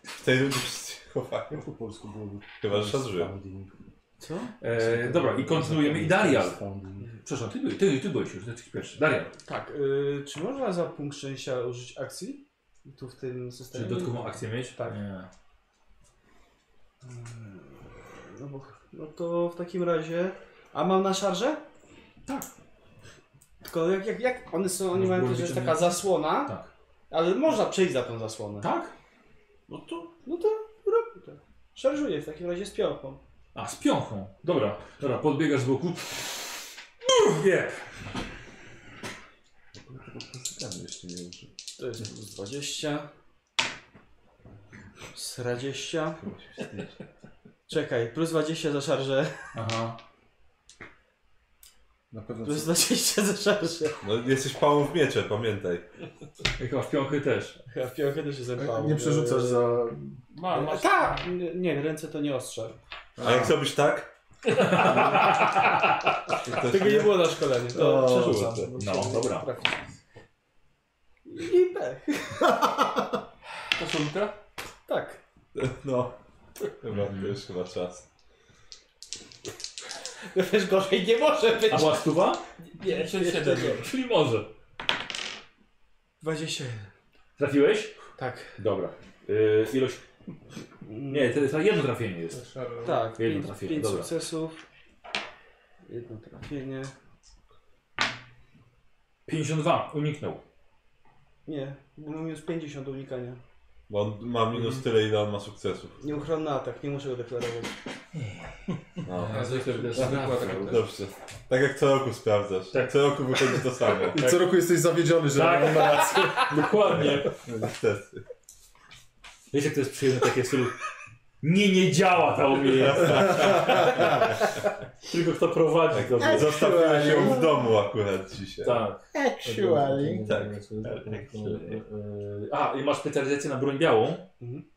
D: W tej rundzie wszyscy się chowają.
B: Jak po polsku byłoby?
D: Chyba, że szadrzyłem.
A: E, dobra, i kontynuujemy. I Darial. Przepraszam, ty, by- ty, ty byłeś już, ty jesteś pierwszy. Darial,
E: Tak, y, czy można za punkt szczęścia użyć akcji? Tu w tym
A: czy
E: systemie?
A: dodatkową akcję mieć?
E: Tak.
A: Nie.
E: No, bo, no to w takim razie... A mam na szarże?
A: Tak.
E: Tylko jak, jak, jak one są, oni
A: Masz
E: mają
A: broń
E: też, że jest taka
A: wyciągniętą?
E: zasłona,
A: Tak.
E: ale można przejść za tą zasłonę.
A: Tak?
E: No to robię to. Szarżuję w takim razie z piątką.
A: A, z piąchą. Dobra, dobra, podbiegasz z boku. Nie.
E: To jest plus 20. Plus 20. Czekaj, plus 20 za szarżę.
A: Aha.
B: Na pewno
E: Plus 20 za szarżę.
D: No jesteś pałą w miecze, pamiętaj.
A: Jak masz piąchy też.
E: Chyba w piątkę też się
B: co...
E: zerwało.
B: Nie przerzucasz za...
C: Ma, masz.
E: Tak! Nie, Nie, ręce to nie ostrze.
D: A jak zrobisz tak? To
E: Tego nie było na szkoleniu, to
B: O,
E: przerzucam.
A: No, dobra.
E: Trafić. I pech.
C: Koszulka?
E: Tak.
D: No. Chyba, wiesz, chyba czas.
E: No Wiesz, gorzej nie może być.
A: A masz tuba?
C: Nie,
E: jeszcze
C: 57.
E: nie.
A: Czyli może.
E: 21.
A: Trafiłeś?
E: Tak.
A: Dobra. Yy, ilość... Nie, to, to jedno trafienie jest.
E: Tak,
A: Jedno
E: pięć,
A: trafienie,
E: pięć
A: dobra.
E: sukcesów. Jedno trafienie.
A: 52, uniknął.
E: Nie, bo mam już 50 do unikania.
D: Bo on ma minus tyle, ile on ma sukcesów.
E: Nieuchronna atak, nie muszę go deklarować.
D: No.
A: A zwykle
D: Dobrze. Tak jak co roku sprawdzasz.
A: Tak.
D: Co roku wychodzi to samo.
B: I co roku jesteś zawiedziony, że
A: Tak.
B: nie ma racji.
A: Dokładnie.
D: Niestety.
A: Wiecie, jak to jest przyjemne takie w stylu... Nie, nie działa ta umiejętność. Tylko kto prowadzi to wie.
D: Zostawiłem ją w domu akurat dzisiaj.
A: Tak.
B: Actually.
D: Tak.
A: E, A, i masz specjalizację na broń białą.
E: Mhm.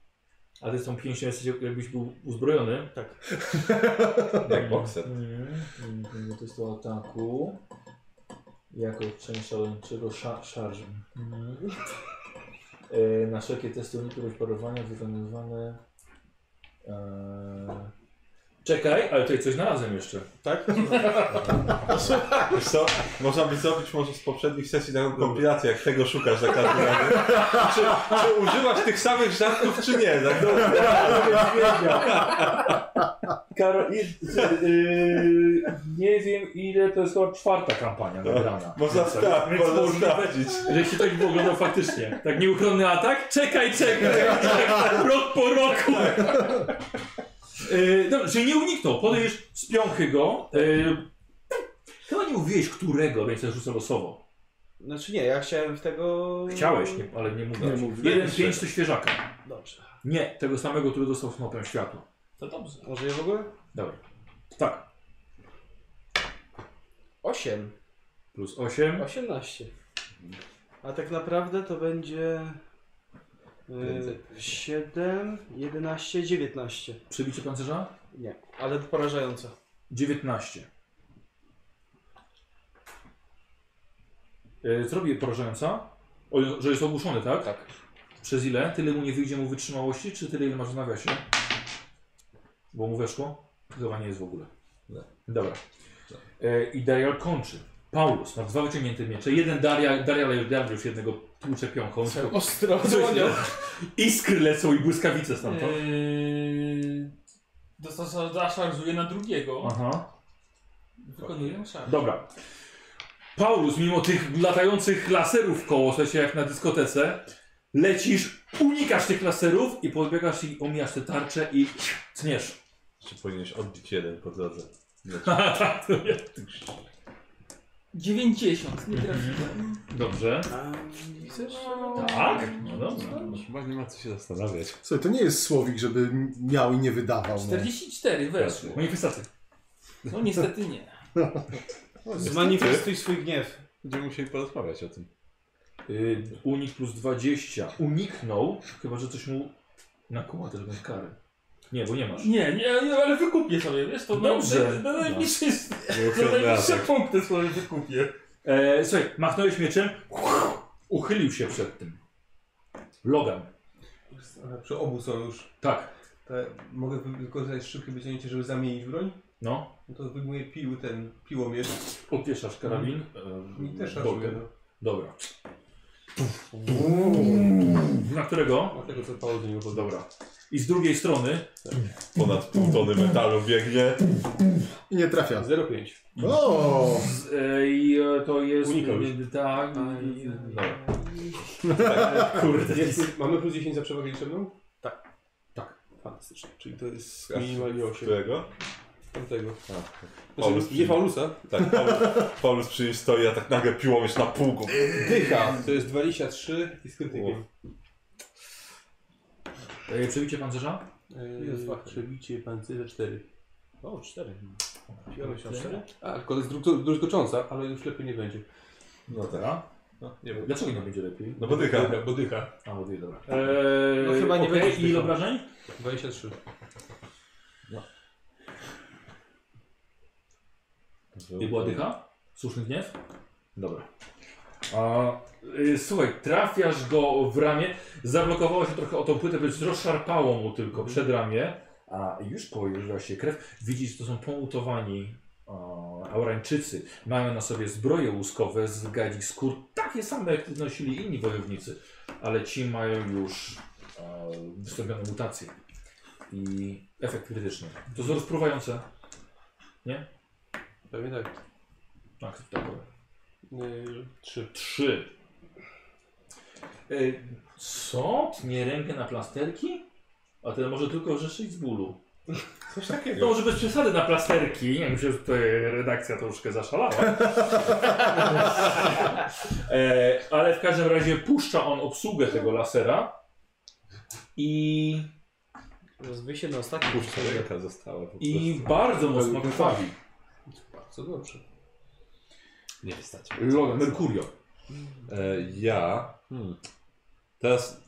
A: A ty z tą pięścią jesteś, jakbyś był uzbrojony.
D: Jak bokser.
H: To jest to ataku. Jako część szaleńczego sza- szarży. E, na wszelkie testy uników rozparowania wykonywane. E,
A: Czekaj, ale tutaj coś znalazłem jeszcze.
E: Tak?
D: Wiesz co? Można by zrobić może z poprzednich sesji taką kompilację, jak tego szukasz za każdym razem. Czy, czy używasz tych samych żartów, czy nie? Tak dobrze.
A: Karol, yy, nie wiem ile to jest chyba czwarta kampania nagrana.
D: No, Można,
A: Więc-
D: spra-
A: więc
D: można
A: możliwe,
D: sprawdzić.
A: Że się tak oglądał faktycznie. Tak nieuchronny atak? Czekaj, czekaj. czekaj. Rok po roku. Yy, dobrze, że nie uniknął. Podejdziesz, spiąchy go. Yy, chyba nie mówiłeś którego, więc ja rzucę losowo.
E: Znaczy nie, ja chciałem w tego...
A: Chciałeś, nie, ale nie mówiłeś.
B: Nie mówiłem.
A: Jeden pięć to świeżaka.
E: Dobrze.
A: Nie, tego samego, który dostał snopem światła.
C: To dobrze.
E: Może je w ogóle?
A: Dobra. Tak.
E: 8.
A: Plus 8.
E: 18. A tak naprawdę to będzie... e,
D: Więcej.
E: 7, 11, 19.
A: Przebicie pancerza?
E: Nie, ale porażająco.
A: 19. Yy, Zrobię porażająca. O, że jest ogłuszony, tak? Tak. Przez ile? Tyle mu nie wyjdzie mu wytrzymałości, czy tyle ile masz w nawiasie? Bo mu weszło? Chyba nie jest w ogóle. Dobra. Yy, I Darial kończy. Paulus ma dwa wyciągnięte miecze. Jeden Darial, Darial, Darial już jednego tłucze piąchą.
E: Ostro,
A: Coś- Iskry lecą i błyskawice stamtąd.
C: Yy, dostos- Zaszarżuję na drugiego.
A: Aha.
C: Wykonuję szarż.
A: Dobra. Paulus, mimo tych latających laserów koło, słuchajcie, jak na dyskotece, Lecisz, unikasz tych laserów i podbiegasz i omijasz te tarcze i cniesz.
D: Czy powinieneś odbić jeden po drodze?
A: Tak, to nie.
C: 90, nie trafiłem.
A: Dobrze.
E: Chcesz?
A: Tak? No dobra.
D: Chyba nie ma co się zastanawiać.
B: Słuchaj, to nie jest słowik, żeby miał i nie wydawał. No.
C: 44 weszło.
A: Manifestacje.
C: No niestety nie.
E: Zmanifestuj swój gniew.
D: Będziemy musieli porozmawiać o tym.
A: Y, unik plus 20. Uniknął, chyba że coś mu nakłada też będzie karę. Nie, bo nie masz.
C: Nie, nie, ale wykupię sobie, wiesz, to
A: Dobrze.
C: Na, na, na najbliższe,
D: No
C: na najbliższe
D: Nieuchronny
C: punkty sobie wykupię.
A: E, słuchaj, machnąłeś mieczem, uchylił się przed tym. Logan.
F: Ale Przy obu są już.
A: Tak,
F: Te, mogę wy- wykorzystać szybkie wycięcie, żeby zamienić broń?
A: no.
F: No to wyjmuję pił, ten piłomierz
A: Odwieszasz karabin.
F: i
A: E,
F: też
A: boltem.
F: ratuję. No.
A: Dobra. Na którego?
F: Dlatego co Paweł do niego podoba.
A: Dobra. I z drugiej strony
D: Ponad pół tony metalu biegnie.
B: I nie trafia.
F: 0,5.
B: O!
A: z, e, i, e, to jest...
F: Uniknąłeś.
A: e, Tak. i- Dobra.
F: Kurde. Jest, mamy plus 10 za przewagę liczebną?
A: Tak. Tak.
F: Fantastycznie. Czyli to jest minimalnie 8.
D: Którego?
F: Tamtego.
D: A, tak. Paulus
F: Znaczy, nie
D: przyjdzie.
F: Paulusa.
D: Tak, Paulus, Paulus przy nim stoi, a tak nagle piłomierz na pługu.
F: Dycha. To jest 23 i z krytykiem.
A: E, przebicie pancerza?
F: Jest fakt. Eee, Przebicie pancerza 4.
E: O, cztery.
F: A, tylko to jest druzgo- druzgocząca, ale już lepiej nie będzie.
D: No tak.
A: Dobra.
D: No, nie wiem.
A: Dlaczego nie będzie lepiej?
D: No bo dycha.
F: Bo dycha.
A: A, bo dwie, dobra. Eee,
E: No chyba nie
A: okej,
E: będziesz
A: I ile
E: dychał.
A: obrażeń?
F: 23.
A: Nie była dycha? Słuszny gniew? Dobra. A, y, słuchaj, trafiasz go w ramię, zablokowało się trochę o tą płytę, więc rozszarpało mu tylko przed ramię, a już pojawiła się krew. Widzisz, to są pomutowani a, aurańczycy. Mają na sobie zbroje łuskowe z gadzi skór, takie same jak nosili inni wojownicy, ale ci mają już a, wystąpione mutacje i efekt krytyczny. To są rozpruwające.
F: Pewnie tak.
A: Tak, tak.
F: 3.
A: Trzy. Y, Co? Tnie rękę na plasterki? A ten może tylko wrzeszyć z bólu.
D: Coś takiego.
A: No może bez przesady na plasterki. Ja myślę, że tutaj redakcja troszkę zaszalała. e, ale w każdym razie puszcza on obsługę tego lasera. I,
E: Rozbij się na ostatni
D: Puszcza ręka została po
A: i
D: prostu.
A: bardzo mocno krwawi.
F: Bardzo dobrze.
D: Nie wstać.
A: Logan, Merkurio.
D: E, ja. Hmm. Teraz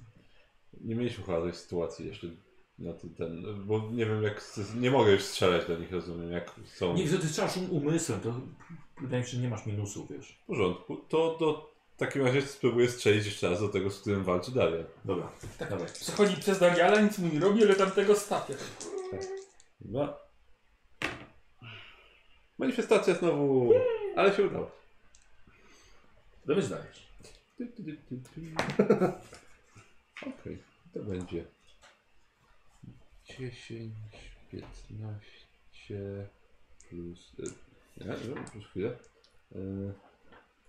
D: nie mieliśmy chyba tej sytuacji jeszcze na ten, ten. Bo nie wiem jak. s- Nie mogę już strzelać do nich, rozumiem, jak są.
A: Nie, że ty strzelasz umysłem, to wydaje mi się, że nie masz minusów, wiesz.
D: W porządku. To do. W takim razie spróbuję strzelić jeszcze raz do tego, z którym walczy dalej.
A: Dobra,
D: Tak.
A: dawaj.
C: Przechodzi przez Dariala, nic mu nie robi, ale tamtego stapia.
D: No. Manifestacja znowu. Ale się udało.
A: Dobrze zdajesz.
D: Ty, ty, ty, ty, ty. Okej, to będzie 10, 15 plus. e, Nie, dobra, plus chwilę. E,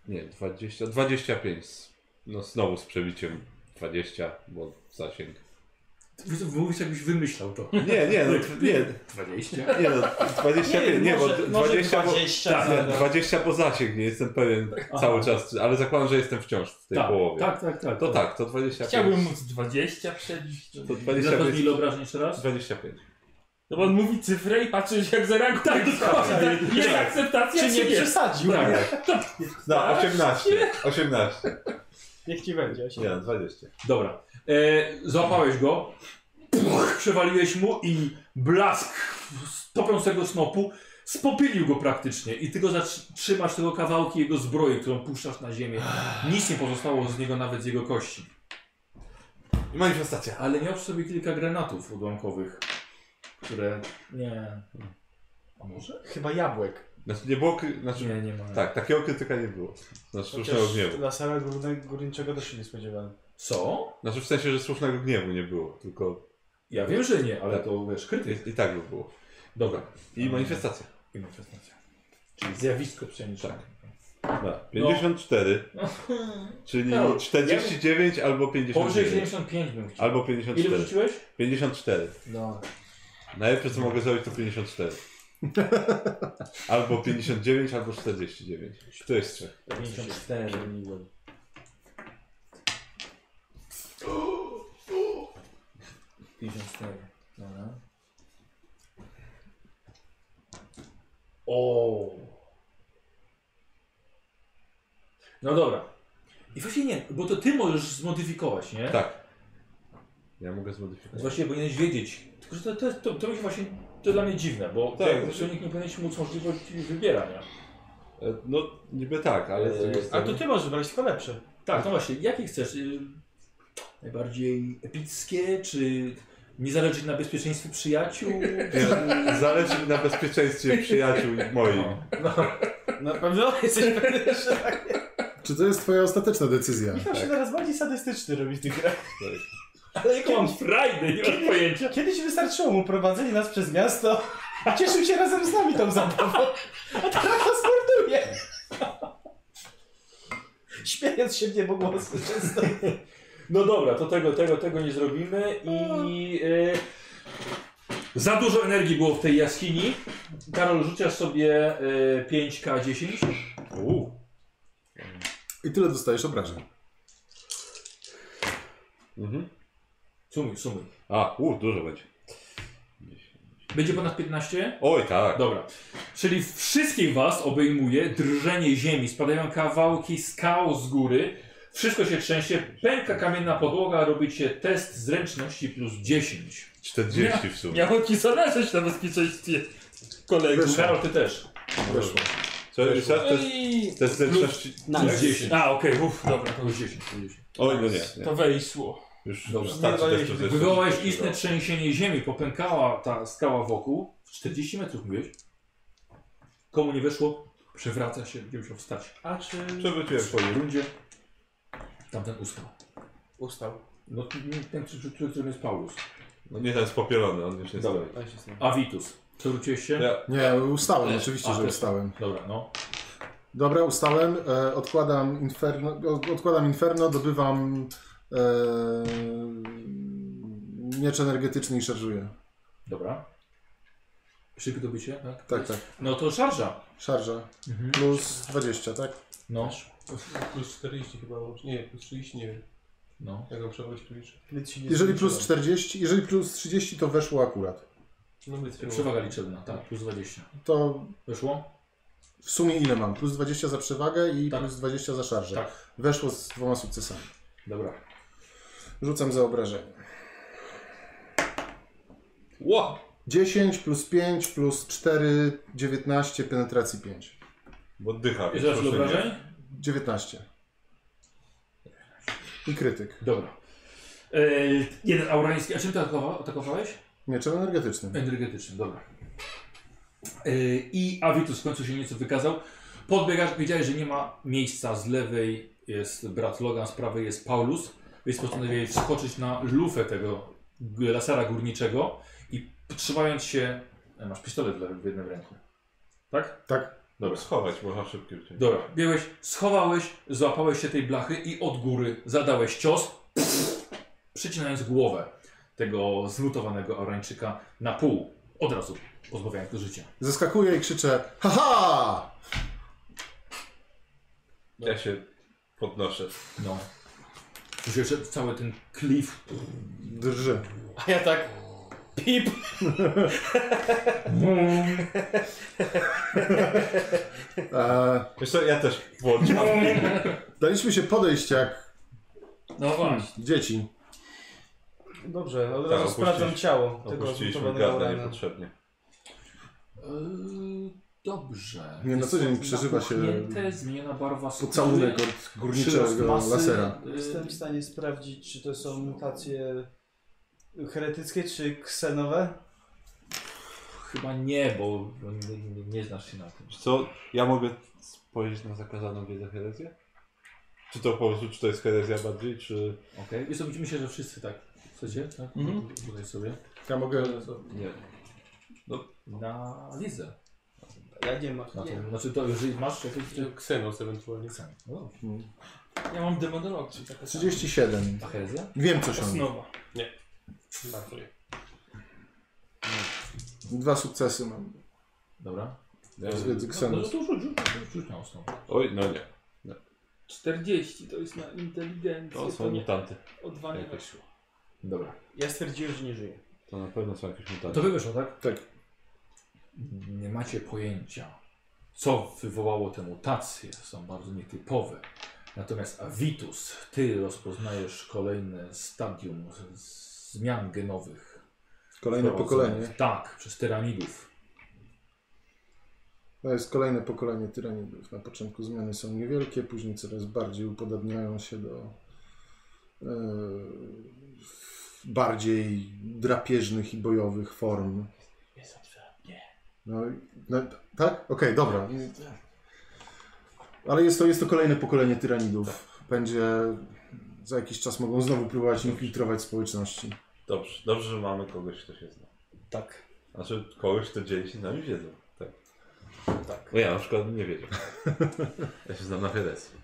D: Nie, 20, 25. z- No znowu z przebiciem 20, bo zasięg.
A: Wy- Mówisz jakbyś wymyślał to.
D: Nie, nie, no, nie,
A: 20?
D: nie, no, 25, nie, bo 20, bo,
E: 20
A: Tak,
D: nie, 20 bo zasięg, nie jestem pewien cały czas, ale zakładam, że jestem wciąż w tej
A: tak,
D: połowie.
A: tak, tak, tak.
D: To tak, to 25.
C: Chciałbym móc 20 przebić. To...
D: To
A: Zapewni
D: 25.
A: ile obrażeń jeszcze raz?
D: 25.
C: No bo on mówi cyfrę i patrzysz jak zareaguje. Tak, dokładnie. Jest akceptacja,
E: Czy nie przesadził?
A: Tak.
D: No, 18. 18.
E: Niech ci będzie.
D: Nie, no, 20.
A: Dobra. E, złapałeś go, puch, przewaliłeś mu i blask topiącego snopu spopielił go praktycznie i ty go zatr- trzymasz tego kawałki jego zbroi, którą puszczasz na ziemię. Nic nie pozostało z niego, nawet z jego kości.
D: I manifestacja.
A: Ale miał przy sobie kilka granatów odłamkowych, które... Nie... A może?
E: Chyba jabłek.
D: Znaczy nie było, kry- znaczy,
A: Nie, nie ma.
D: tak, takiego krytyka nie było. Znaczy słusznego
E: Chociaż
D: gniewu.
E: lasera górne- górniczego też się nie spodziewałem.
A: Co?
D: Znaczy w sensie, że słusznego gniewu nie było, tylko
A: Ja wiem, że nie, ale to wiesz, krytyk.
D: i, i tak by było.
A: Dobra. Mm.
D: I manifestacja.
A: I manifestacja. Czyli zjawisko psionicze. Tak.
D: Da, 54, No, czyli
H: No.
D: 49 albo
H: Powyżej
D: 59.
H: 75 bym chciał.
D: Albo
H: Ile
D: 54.
H: wyrzuciłeś?
D: 54.
H: No.
D: Najlepsze co mogę zrobić to 54. Albo 59, albo 49. To jest trzech.
H: 54 miłem. Dobra.
A: O. No dobra. I właśnie nie, bo to ty możesz zmodyfikować, nie?
D: Tak. Ja mogę zmodyfikować.
A: Właściwie powinieneś wiedzieć. Tylko, że to, to, jest- to, to mi się właśnie, to dla mnie dziwne, bo
D: Tak.
A: tak, to nikt nie powinien ci móc możliwości wybierania.
D: E, No niby tak, ale z drugiej
E: A to
D: strony...
E: ty możesz brać tylko lepsze.
A: Tak, no właśnie, jakie chcesz? Y, Najbardziej epickie, czy nie zależy na bezpieczeństwie przyjaciół?
D: Nie, Zależy mi na bezpieczeństwie przyjaciół i moim.
A: No.
E: Na pewno jesteś pewny, że tak.
B: Czy to jest twoja ostateczna decyzja?
E: Michał się teraz bardziej sadystyczny robi w tych grach.
D: Tak.
E: Ale jaką mam
A: Frajdy, nie mam pojęcia.
E: Kiedyś wystarczyło mu prowadzenie nas przez miasto, a cieszył się razem z nami tą zabawą, a teraz nas morduje. Śmiejąc się w niebogłosy często.
A: No dobra, to tego, tego, tego nie zrobimy i... y, za dużo energii było w tej jaskini. Karol, rzucasz sobie y, 5K10.
B: I tyle dostajesz obrażeń.
D: Mhm.
A: Sumuj, sumuj.
D: A, u, dużo będzie.
A: Będzie ponad 15?
D: Oj tak.
A: Dobra. Czyli wszystkich was obejmuje drżenie ziemi, spadają kawałki skał z góry, wszystko się trzęsie, pęka kamienna podłoga, robicie test zręczności plus 10.
D: 40 w sumie.
C: Miało ci zależeć na bezpieczeństwie kolegów.
A: Karol, ty też.
D: Weszło. Co jeszcze raz? To jest,
C: Ej,
D: to jest zręczności...
A: Plus 10.
C: A, okej, uff, dobra.
A: Plus 10. plus 10.
D: Oj, no nie, nie.
C: To wejsło.
D: Już
A: Dobra. no
D: starczy
E: Nie
D: też tu
E: dodaliśmy.
D: zręczności. no.
A: Wywołałeś istne trzęsienie ziemi, popękała ta skała wokół. 40 metrów mówisz. Komu nie weszło, przewraca się, gdzie musiał wstać.
E: A czy...
D: Przewróciłem po nim.
A: rundzie tamten ustał.
E: Ustał.
A: No ten, ten, który- który który jest Paulus.
D: No nie, ten jest popielony, on już nie
A: Dobra.
D: stoi.
A: Avitus. Przewróciłeś się?
D: Ja-
B: Nie, ustałem,
A: Nie.
B: oczywiście,
A: A,
B: że
A: też.
B: ustałem.
A: Dobra, no.
B: Dobra, ustałem, e, odkładam Inferno, od- odkładam Inferno, dobywam e, miecz energetyczny i szarżuję.
A: Dobra. Szybkie dobycie, tak? Mhm.
B: Tak, tak.
A: No to szarża.
B: Szarża. Plus 20, tak?
A: No.
F: Plus 40 chyba, łącznie. nie, plus 30, nie wiem.
A: No.
F: Jak go przebyłeś tu liczę.
B: Jeżeli plus 40, jeżeli plus 30, to weszło akurat.
F: No my trzy.
A: Przewaga liczebna, tak, plus 20.
B: To
A: Weszło?
B: w sumie ile mam? Plus 20 za przewagę i
A: Tak.
B: plus 20 za szarżę.
A: Tak.
B: Weszło z dwoma sukcesami.
A: Dobra.
B: Rzucam za obrażenie.
D: Ło!
B: 10 plus 5 plus 4, 19, penetracji 5.
D: Bo dycha.
A: Jest zaraz
D: proszę, nie.
A: wyobrażeń?
B: 19. I krytyk.
A: Dobra. Eee, jeden aurański. A czym ty atakowa- atakowałeś?
B: Mieczem energetycznym.
A: Energetycznym, dobra. Eee, I Avitus w końcu się nieco wykazał. Podbiegasz, wiedziałeś, że nie ma miejsca. Z lewej jest brat Logan, z prawej jest Paulus, więc postanowiłeś skoczyć na lufę tego g- lasera górniczego i trzymając się... e, Masz pistolet w- w jednym ręku. Tak?
B: Tak.
A: Dobra.
D: Schować można szybkie. wciąć.
A: Dobra, biegłeś, schowałeś, złapałeś się tej blachy i od góry zadałeś cios, przycinając głowę tego zmutowanego Orańczyka na pół. Od razu pozbawiając go życia.
B: Zeskakuję i krzyczę Haha!
D: Ja się podnoszę.
A: No. Już jeszcze cały ten klif.
B: Drży.
E: A ja tak... Pip!
B: E,
D: Wiesz co, ja też włączam.
B: daliśmy się podejść jak
C: No właśnie.
B: dzieci.
E: Dobrze, od
D: Tak,
E: razu
D: opuściliśmy-
E: sprawdzam ciało tego
D: Opuściliśmy
E: zmutowanego
D: gazda
E: rana.
D: niepotrzebnie.
A: Yy, dobrze.
B: Nie, na co dzień przeżywa się
A: Napuchnięte, Zmieniona barwa skóry.
B: Pocałunek od
A: przyrost
B: górniczego
A: masy,
B: lasera.
A: yy,
E: E, Jestem w stanie sprawdzić, czy to są mutacje heretyckie, czy ksenowe.
A: Chyba nie, bo nie, nie, nie znasz się na tym.
D: Wiesz co, ja mogę spojrzeć na zakazaną wiedzę herezję? Czy to po prostu, czy to jest herezja bardziej, czy...
A: Okej. Okay. Myślę, że wszyscy tak. Chcecie? Tak?
C: Mhm.
A: Tutaj sobie.
B: Ja mogę...
D: Nie.
A: Na lidze.
E: Ja nie mam.
A: Na
E: Nie.
A: to, znaczy to, jeżeli masz jakieś...
F: Ksenos ewentualnie.
A: No,
C: Ja mam demonolog, czyli taka sama
B: 37.
A: a herezja?
B: Wiem coś o nim.
C: Osnowa.
F: Bardzo.
B: Dwa sukcesy mam.
A: Dobra.
B: Zwiedzy
A: No,
B: Xenos.
A: no to rzuć, rzuć, rzuć, rzuć na osnowę.
D: Oj, no nie.
C: 40 to jest na inteligencję.
D: To są
C: nie,
D: mutanty.
C: o dwa nie
D: Jakoś.
C: weszło.
A: Dobra.
E: Ja stwierdziłem, że nie żyję.
D: To na pewno są jakieś
A: To
D: mutanty.
A: wy wyszło, tak?
B: Tak.
A: Nie macie pojęcia, co wywołało te mutacje. Są bardzo nietypowe. Natomiast Avitus, ty rozpoznajesz kolejne stadium z- zmian genowych.
B: Kolejne pokolenie.
A: Tak, przez tyranidów.
B: To jest kolejne pokolenie tyranidów. Na początku zmiany są niewielkie, później coraz bardziej upodabniają się do e, bardziej drapieżnych i bojowych form. No, i- no tak? Okej, dobra. Ale jest to, jest to kolejne pokolenie tyranidów. Będzie za jakiś czas mogą znowu próbować infiltrować społeczności.
D: Dobrze, dobrze, że mamy kogoś, kto się zna.
E: Tak.
D: Znaczy kogoś, kto dzieli się z nami wiedzą. Tak. tak. No ja na przykład nie wiedział. Ja się znam na Heresji.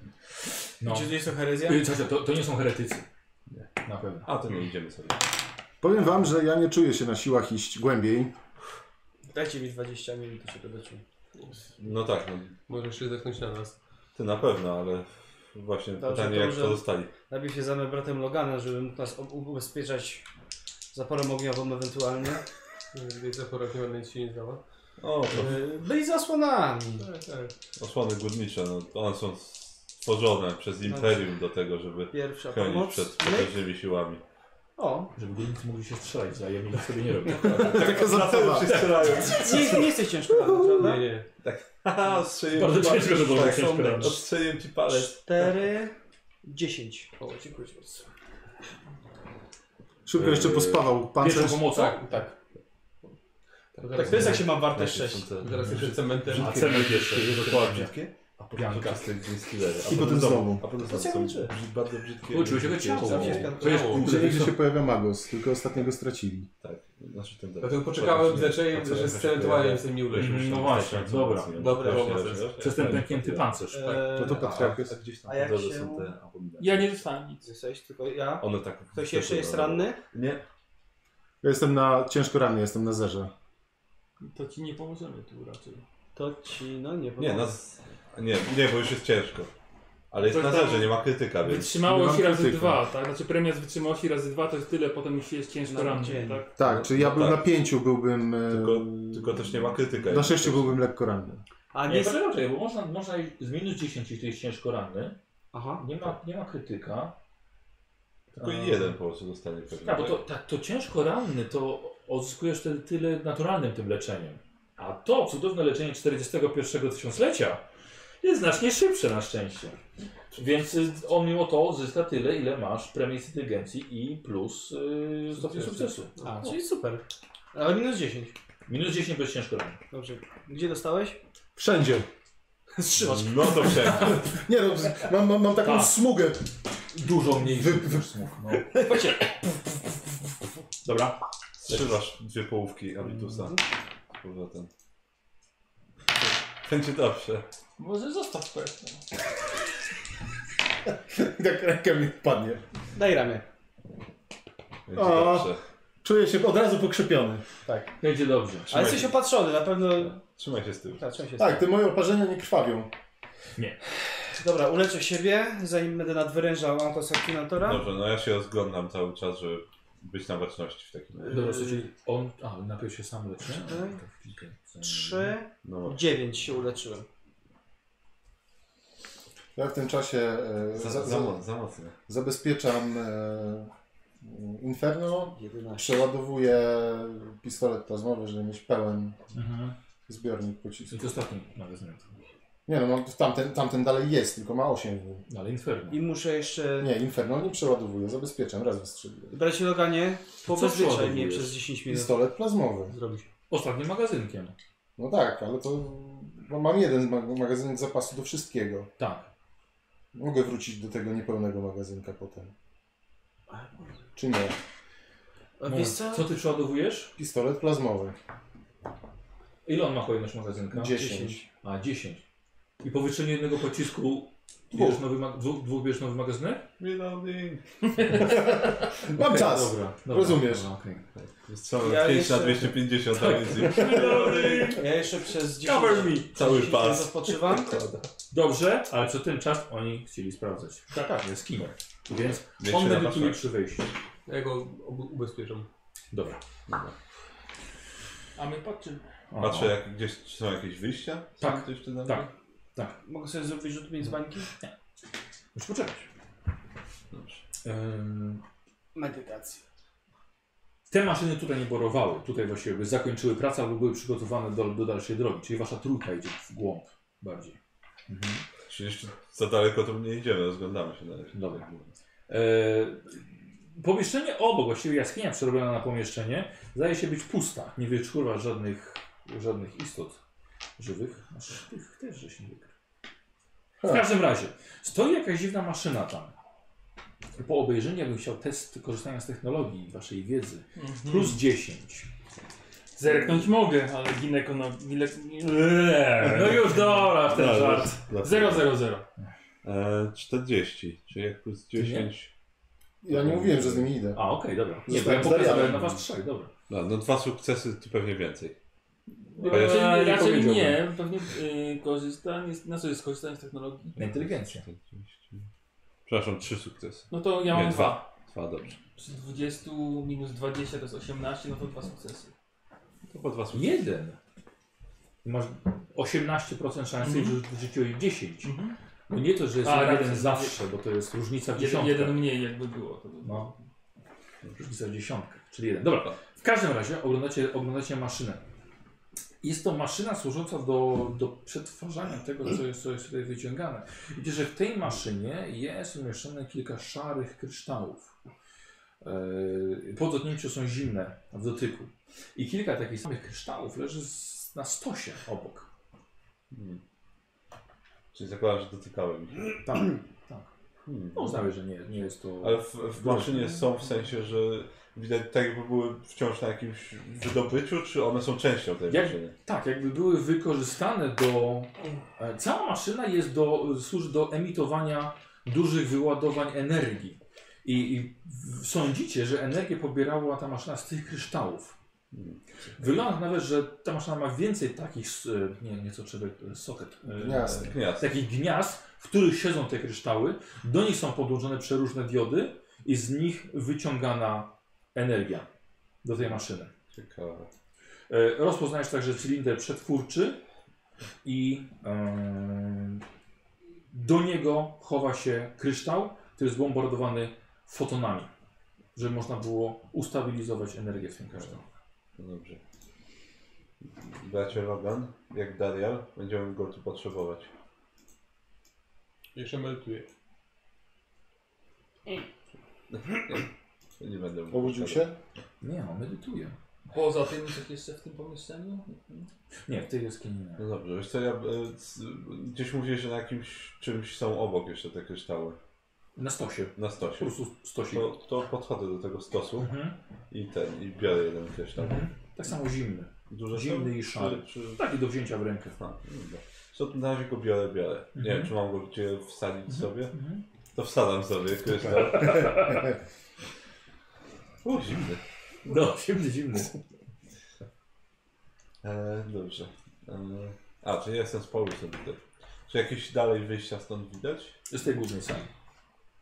A: No.
E: Czy to jest to herezja?
A: Y, czekaj, To, to nie są heretycy. Na pewno.
D: A to nie idziemy sobie.
B: Powiem wam, że ja nie czuję się na siłach iść głębiej.
E: Dajcie mi 20 minut, to się doleczymy.
D: No tak, no,
F: Możesz się zechnąć na nas.
D: ty na pewno, ale właśnie
E: Dobrze,
D: pytanie,
E: to
D: jak
E: może-
D: to dostali.
E: Najpierw się zajmę bratem Logana, żeby mógł nas ob- ubezpieczać zaporą ogniową ewentualnie.
F: Wiedza porobniona ci się nie zdała.
D: O,
E: Yy, No i zasłonami.
F: Tak, tak.
D: osłony górnicze, no, one są stworzone przez Imperium do tego, żeby
E: Pierwsza
D: chronić
E: pomoc.
D: przed
E: myk.
D: potężnymi siłami.
E: O,
A: Żeby górnicy mogli się strzelać wzajemnie, nic sobie nie robią.
B: Taka zabawa.
E: nie, nie jesteś ciężko, prawda?
F: Nie, nie.
D: Haha, ostrzeliłem
A: Bardzo
D: ci palec.
A: ciężko, żeby było
D: Tak,
A: ciężko robić.
D: Ostrzeliłem ci palec.
E: 4, 10.
F: O, dziękuję ci bardzo.
B: Szybko jeszcze pospawał
A: Pierwszą
B: pancerz.
A: pomocą. Tak,
F: To
E: Tak,
F: Mhm. zaraz-
E: to jest jak się ma warte
D: Jakie są
E: 6.
D: te-
F: Zaraz jeszcze cementem.
A: A cenę jeszcze, dokładnie.
D: A
A: Pianka.
D: potem z tych skillery.
B: I potem znowu.
D: A potem
E: To
D: znowu. Są
E: ciągle.
D: brzyd- bardzo brzydkie. Znaczy,
A: Uczył się go ciało. Znaczy,
D: Zawsze-
A: Wiesz, kurde,
B: Gdzie
A: wiesz,
B: nigdzie się pojawia Magos, tylko ostatniego stracili.
D: Tak, znaczy ten
F: Dlatego poczekałem, zacząłem, że z cementowaniem z tym nie uległ.
A: No właśnie, dobra.
F: Dobra,
A: Przez ten pęknięty pancerz.
D: tak.
E: E,
B: No to Patriarchus.
D: gdzieś
E: A
D: tam
E: jak
D: drodze
E: się-
D: są te abominacje.
C: Ja nie dostałem nic.
E: Jesteś tylko ja.
D: One tak.
E: Ktoś jeszcze jest ranny?
D: Nie.
B: Ja jestem na ciężko ranny, jestem na zerze.
C: To ci nie pomożemy tu raczej.
E: To ci, no nie
D: Nie,
E: powiem.
D: nas... nie, nie, bo już jest ciężko. Ale jest
C: To
D: na
C: tam-
D: zerze, nie ma krytyka, więc.
C: Wytrzymałość
B: Byłam
C: razy
B: krytyką.
C: dwa, tak? Znaczy premia z wytrzymałości razy dwa to jest tyle, potem już jest ciężko
E: Na
C: ranny,
E: dzień.
C: tak?
B: Tak, czyli ja
D: No
B: bym
D: tak.
B: na pięciu byłbym. e,
D: Tylko, tylko też nie ma krytyka.
B: Na sześciu byłbym lekko ranny.
E: A
A: Nie,
E: nie.
A: to raczej, bo można, można iść z minus 10, jeśli jest ciężko ranny.
E: Aha.
A: Nie ma, nie ma krytyka.
D: Tylko
A: A,
D: jeden po prostu dostanie pewnie.
A: Tak, bo to, tak, to ciężko ranny to odzyskujesz wtedy tyle naturalnym tym leczeniem. A to cudowne leczenie 41 tysiąclecia jest znacznie szybsze na szczęście. Więc y, on mimo to zyska tyle, ile masz premii z inteligencji i plus yy, stopnie sukcesu.
E: A, czyli super. Ale minus 10.
A: Minus 10 bez ciężko ranny.
E: Dobrze. Gdzie dostałeś?
B: Wszędzie.
E: Strzymasz.
D: No to wszędzie.
B: Nie no, mam, mam, mam taką
A: Tak.
B: smugę.
A: Dużo mniej
B: Wy-
A: niż
B: wy-
A: smug, no. Dobra.
D: Trzymasz dwie połówki Abitusa. Z powrotem. Będzie dobrze.
C: Może zostaw pewnie.
B: I tak ręka mi wpadnie.
E: Daj ramię.
D: Będzie
B: A.
D: dobrze.
B: Czuję się od razu pokrzepiony.
A: No, Będzie dobrze.
E: Ale
D: Trzymaj
E: jesteś
D: się.
E: opatrzony, na pewno.
D: Trzymaj się z tyłu.
E: Tak, trzeba się
B: Tak, te moje oparzenia nie krwawią.
E: Dobra, uleczę siebie, zanim będę nadwyrężał antosakcinatora.
D: Dobrze, no ja się rozglądam cały czas, żeby być na baczności w takim razie.
A: Dobra, czyli on. A, najpierw się sam leczy.
E: Cztery.
A: Tak, chwilkę.
E: 3,
D: No,
E: 9 się uleczyłem.
B: Ja w tym czasie e,
D: za,
B: za,
D: za, mo- za mocno.
B: zabezpieczam e, Inferno.
E: 11.
B: Przeładowuję pistolet plazmowy, żeby mieć pełen
A: Mhm.
B: zbiornik
A: I
B: pocisków.
A: to ostatni magazynat.
B: Nie no, mam- tamten, tamten dalej jest, tylko ma 8 w nim.
A: Ale Inferno.
E: I muszę jeszcze.
B: Nie, Inferno nie przeładowuję, zabezpieczam, raz wystrzeliłem.
E: Bracie Loganie, pobezpieczaj mnie
A: przeładowujesz?
E: przez 10 minut.
B: Pistolet plazmowy.
F: Zrobi się.
A: Ostatnim magazynkiem.
B: No tak, ale to bo mam jeden ma- magazynek zapasu do wszystkiego.
A: Tak.
B: Mogę wrócić do tego niepełnego magazynka potem. Czy nie?
E: A Wiesz co?
A: ty przeładowujesz?
B: Pistolet plazmowy.
A: Ile on ma pojemność magazynka?
B: 10.
A: A, 10. I po wystrzeleniu jednego pocisku
B: Dwóch.
A: bierzesz nowy, ma- dwóch, dwóch bierzesz nowy magazynek?
D: Reloading.
B: Mam czas.
A: Dobra,
B: Rozumiesz.
A: Dobra, okej.
D: Strzał
E: Ja
D: ja 5 na
E: jeszcze-
D: 250, a więc i-
E: Ja jeszcze przez 10
A: Cover me!
D: cały
E: minut
D: pas.
E: odpoczywam.
A: Dobrze, ale przez ten czas oni chcieli sprawdzać.
C: Tak.
A: Jest kimem. Więc
D: Wiecie,
A: on
D: na
A: medytuje
D: waszach.
A: przy wejściu.
F: Ja go ob- ubezpieczam.
A: Dobra.
C: A my patrzymy.
A: O,
D: Patrzę, jak, gdzieś czy są jakieś wyjścia? Są
A: No. Tak.
D: Coś przede mną?
A: Tak.
E: Mogę sobie zrobić rzut mieć z bańki?
A: Musisz poczekać.
D: Dobrze.
A: Ym,
E: Medytacja.
A: Te maszyny tutaj nie borowały. Tutaj właściwie by zakończyły pracę albo były przygotowane do, do dalszej drogi. Czyli wasza trójka idzie w głąb bardziej.
D: Czy jeszcze za daleko to nie idziemy, rozglądamy się na razie.
A: Dobra. E, pomieszczenie obok, właściwie jaskinia przerobiona na pomieszczenie, zdaje się być pusta. Nie wyczuwa żadnych, żadnych istot żywych. Masz tych też, żeś nie wykrył. W każdym razie, stoi jakaś dziwna maszyna tam. Po obejrzeniu ja bym chciał test korzystania z technologii i waszej wiedzy.
C: Mhm.
A: Plus 10.
C: Zerknąć mogę, ale gineko na... gile-
A: No już dobra, w ten
D: Dobra,
A: żart.
D: dobra.
C: Zero, zero, zero.
D: E, 40, czyli jak plus
A: nie?
D: 10.
B: Ja nie mówiłem, że z nimi idę.
A: A, okej, dobra. Nie, bo ja
B: Zostałem
A: pokazałem
B: zdarianem.
A: na was trzech, dobra.
D: No, no dwa sukcesy, tu pewnie więcej.
A: ja
C: Eee,
A: nie
C: raczej
A: powiedziałbym.
C: nie, pewnie y, korzystanie, z- na co jest korzystanie z technologii?
A: Na inteligencję.
D: 40. Przepraszam, trzy sukcesy.
C: No to ja
D: Nie,
C: mam
D: dwa.
C: dwa.
D: Dwa, dobrze.
C: Przy 20 minus 20 to jest 18, no to dwa sukcesy.
D: To po dwa sukcesy.
A: Jeden. Masz 18% szansy,
C: Mhm.
A: że w życiu jej 10. No nie to, że jest
C: A,
A: jeden
C: racja.
A: zawsze, bo to jest różnica w
C: Jeden,
A: dziesiątkę.
C: jeden mniej jakby było. To by...
A: No. Różnica w dziesiątkę, czyli jeden. Dobra, w każdym razie oglądacie, oglądacie maszynę. Jest to maszyna służąca do, do przetwarzania tego, co jest, co jest tutaj wyciągane. Widzicie, że w tej maszynie jest umieszczone kilka szarych kryształów. Yy, Po dotknięciu są zimne w dotyku. I kilka takich samych kryształów leży z, na stosie obok.
D: Hmm. Czyli zakładam, że dotykałem ich.
A: Tak, tak.
D: Hmm.
A: No uznamy, że nie, nie jest to...
D: Ale w, w maszynie są w sensie, że widać tak jakby były wciąż na jakimś wydobyciu, czy one są częścią tej
A: Jak-
D: maszyny?
A: Tak, jakby były wykorzystane do. e, Cała maszyna jest do, służy do emitowania dużych wyładowań energii. I, i w- sądzicie, że energię pobierała ta maszyna z tych kryształów. Wygląda nawet, że ta maszyna ma więcej takich, s- e, nie, nieco czego, e, soket, e,
B: Gniazd.
D: Gniazd.
A: takich gniazd, w których siedzą te kryształy. Do nich są podłączone przeróżne diody i z nich wyciągana energia do tej maszyny.
D: Ciekawe.
A: E, Rozpoznajesz także cylinder przetwórczy i em, do niego chowa się kryształ, który jest bombardowany fotonami, żeby można było ustabilizować energię w tym kryształu.
D: No dobrze. Bracie Logan, jak Darial, będziemy go tu potrzebować.
F: Jeszcze medytuję.
D: Nie będę mówił
B: Obudził
D: tego.
B: się?
A: Nie, on medytuje.
C: Poza tym coś jeszcze w tym pomieszczeniu?
A: Nie, w tej jaskini nie.
D: No dobrze, wiesz co, ja e, c- gdzieś mówiłeś, że na jakimś czymś są obok jeszcze te kryształy.
A: Na stosie.
D: Na
A: Po
D: stosie.
A: prostu stosik.
D: To, to podchodzę do tego stosu
A: Mhm.
D: i ten, i biorę jeden kryształ.
A: Mhm. Tak samo zimny.
D: Duże są?
A: Zimny i szary.
D: Czy, czy...
A: Taki do wzięcia w rękę.
D: A, dobra. Co tu na razie go biorę, biorę. Nie wiem, czy mam go gdzie wsadzić sobie.
A: Mhm.
D: To wsadzam sobie kryształ. U, zimny.
A: No, zimny, zimny.
D: E, dobrze. E, a, czy ja jestem z powrotem tutaj. Czy jakieś dalej wyjścia stąd widać?
A: Z tej głównej sali.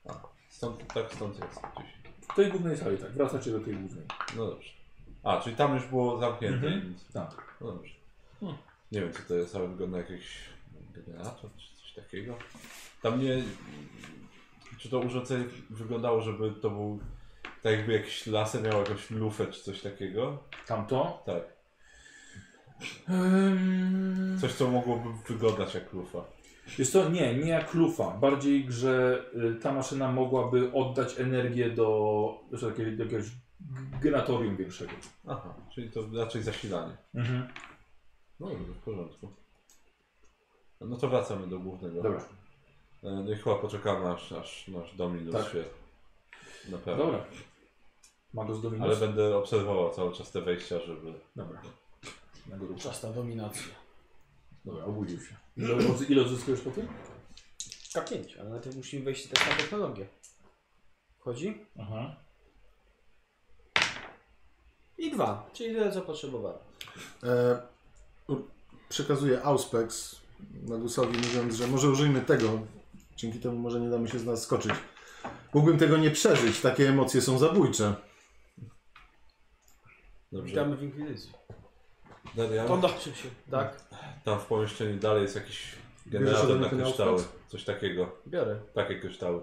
D: A, stąd, tak, stąd jest gdzieś.
A: W tej głównej sali, tak. Wracacie do tej głównej.
D: No dobrze. A, czyli tam już było zamknięte
A: Mhm.
D: i nic.
A: Tak.
D: No dobrze. Nie wiem, co to jest, ale wygląda jak jakiś generator czy coś takiego. Tam nie... Czy to urządzenie wyglądało, żeby to był... Tak jakby jakiś laser miał jakąś lufę czy coś takiego?
A: Tamto.
D: Tak.
A: Um...
D: Coś, co mogłoby wyglądać jak lufa.
A: Jest to nie, nie jak lufa. Bardziej, że y, ta maszyna mogłaby oddać energię do, do, takiego, do jakiegoś genatorium większego.
D: Aha, czyli to raczej zasilanie.
A: Mhm.
D: No dobrze, w porządku. No to wracamy do głównego.
A: Dobra.
D: E, No i chyba poczekamy aż, aż nasz Dominus
A: Tak.
D: się... Na pewno.
A: Dobra. Tak. Ma go zdominować?
D: Ale będę obserwował cały czas te wejścia, żeby...
A: Dobra. na górę.
E: Czasta dominacja.
A: Dobra, obudził się. Ile, odzy- ile odzyskujesz po tym?
E: K5, ale najpierw musimy wejść też na technologię. Wchodzi?
A: Aha.
E: I dwa, czyli tyle co potrzebowałem.
B: E, u- przekazuję Auspex Nagusowi, mówiąc, że może użyjmy tego. Dzięki temu może nie damy się z nas skoczyć. Mógłbym tego nie przeżyć. Takie emocje są zabójcze.
E: Witamy w Inkwizycji.
D: Darian,
E: Podączy się. Tak,
D: tam w pomieszczeniu dalej jest jakiś
B: ode
D: generator
B: mnie
D: na
B: ten
D: kryształy.
B: outfit?
D: Coś takiego.
E: biorę.
D: Takie kryształy.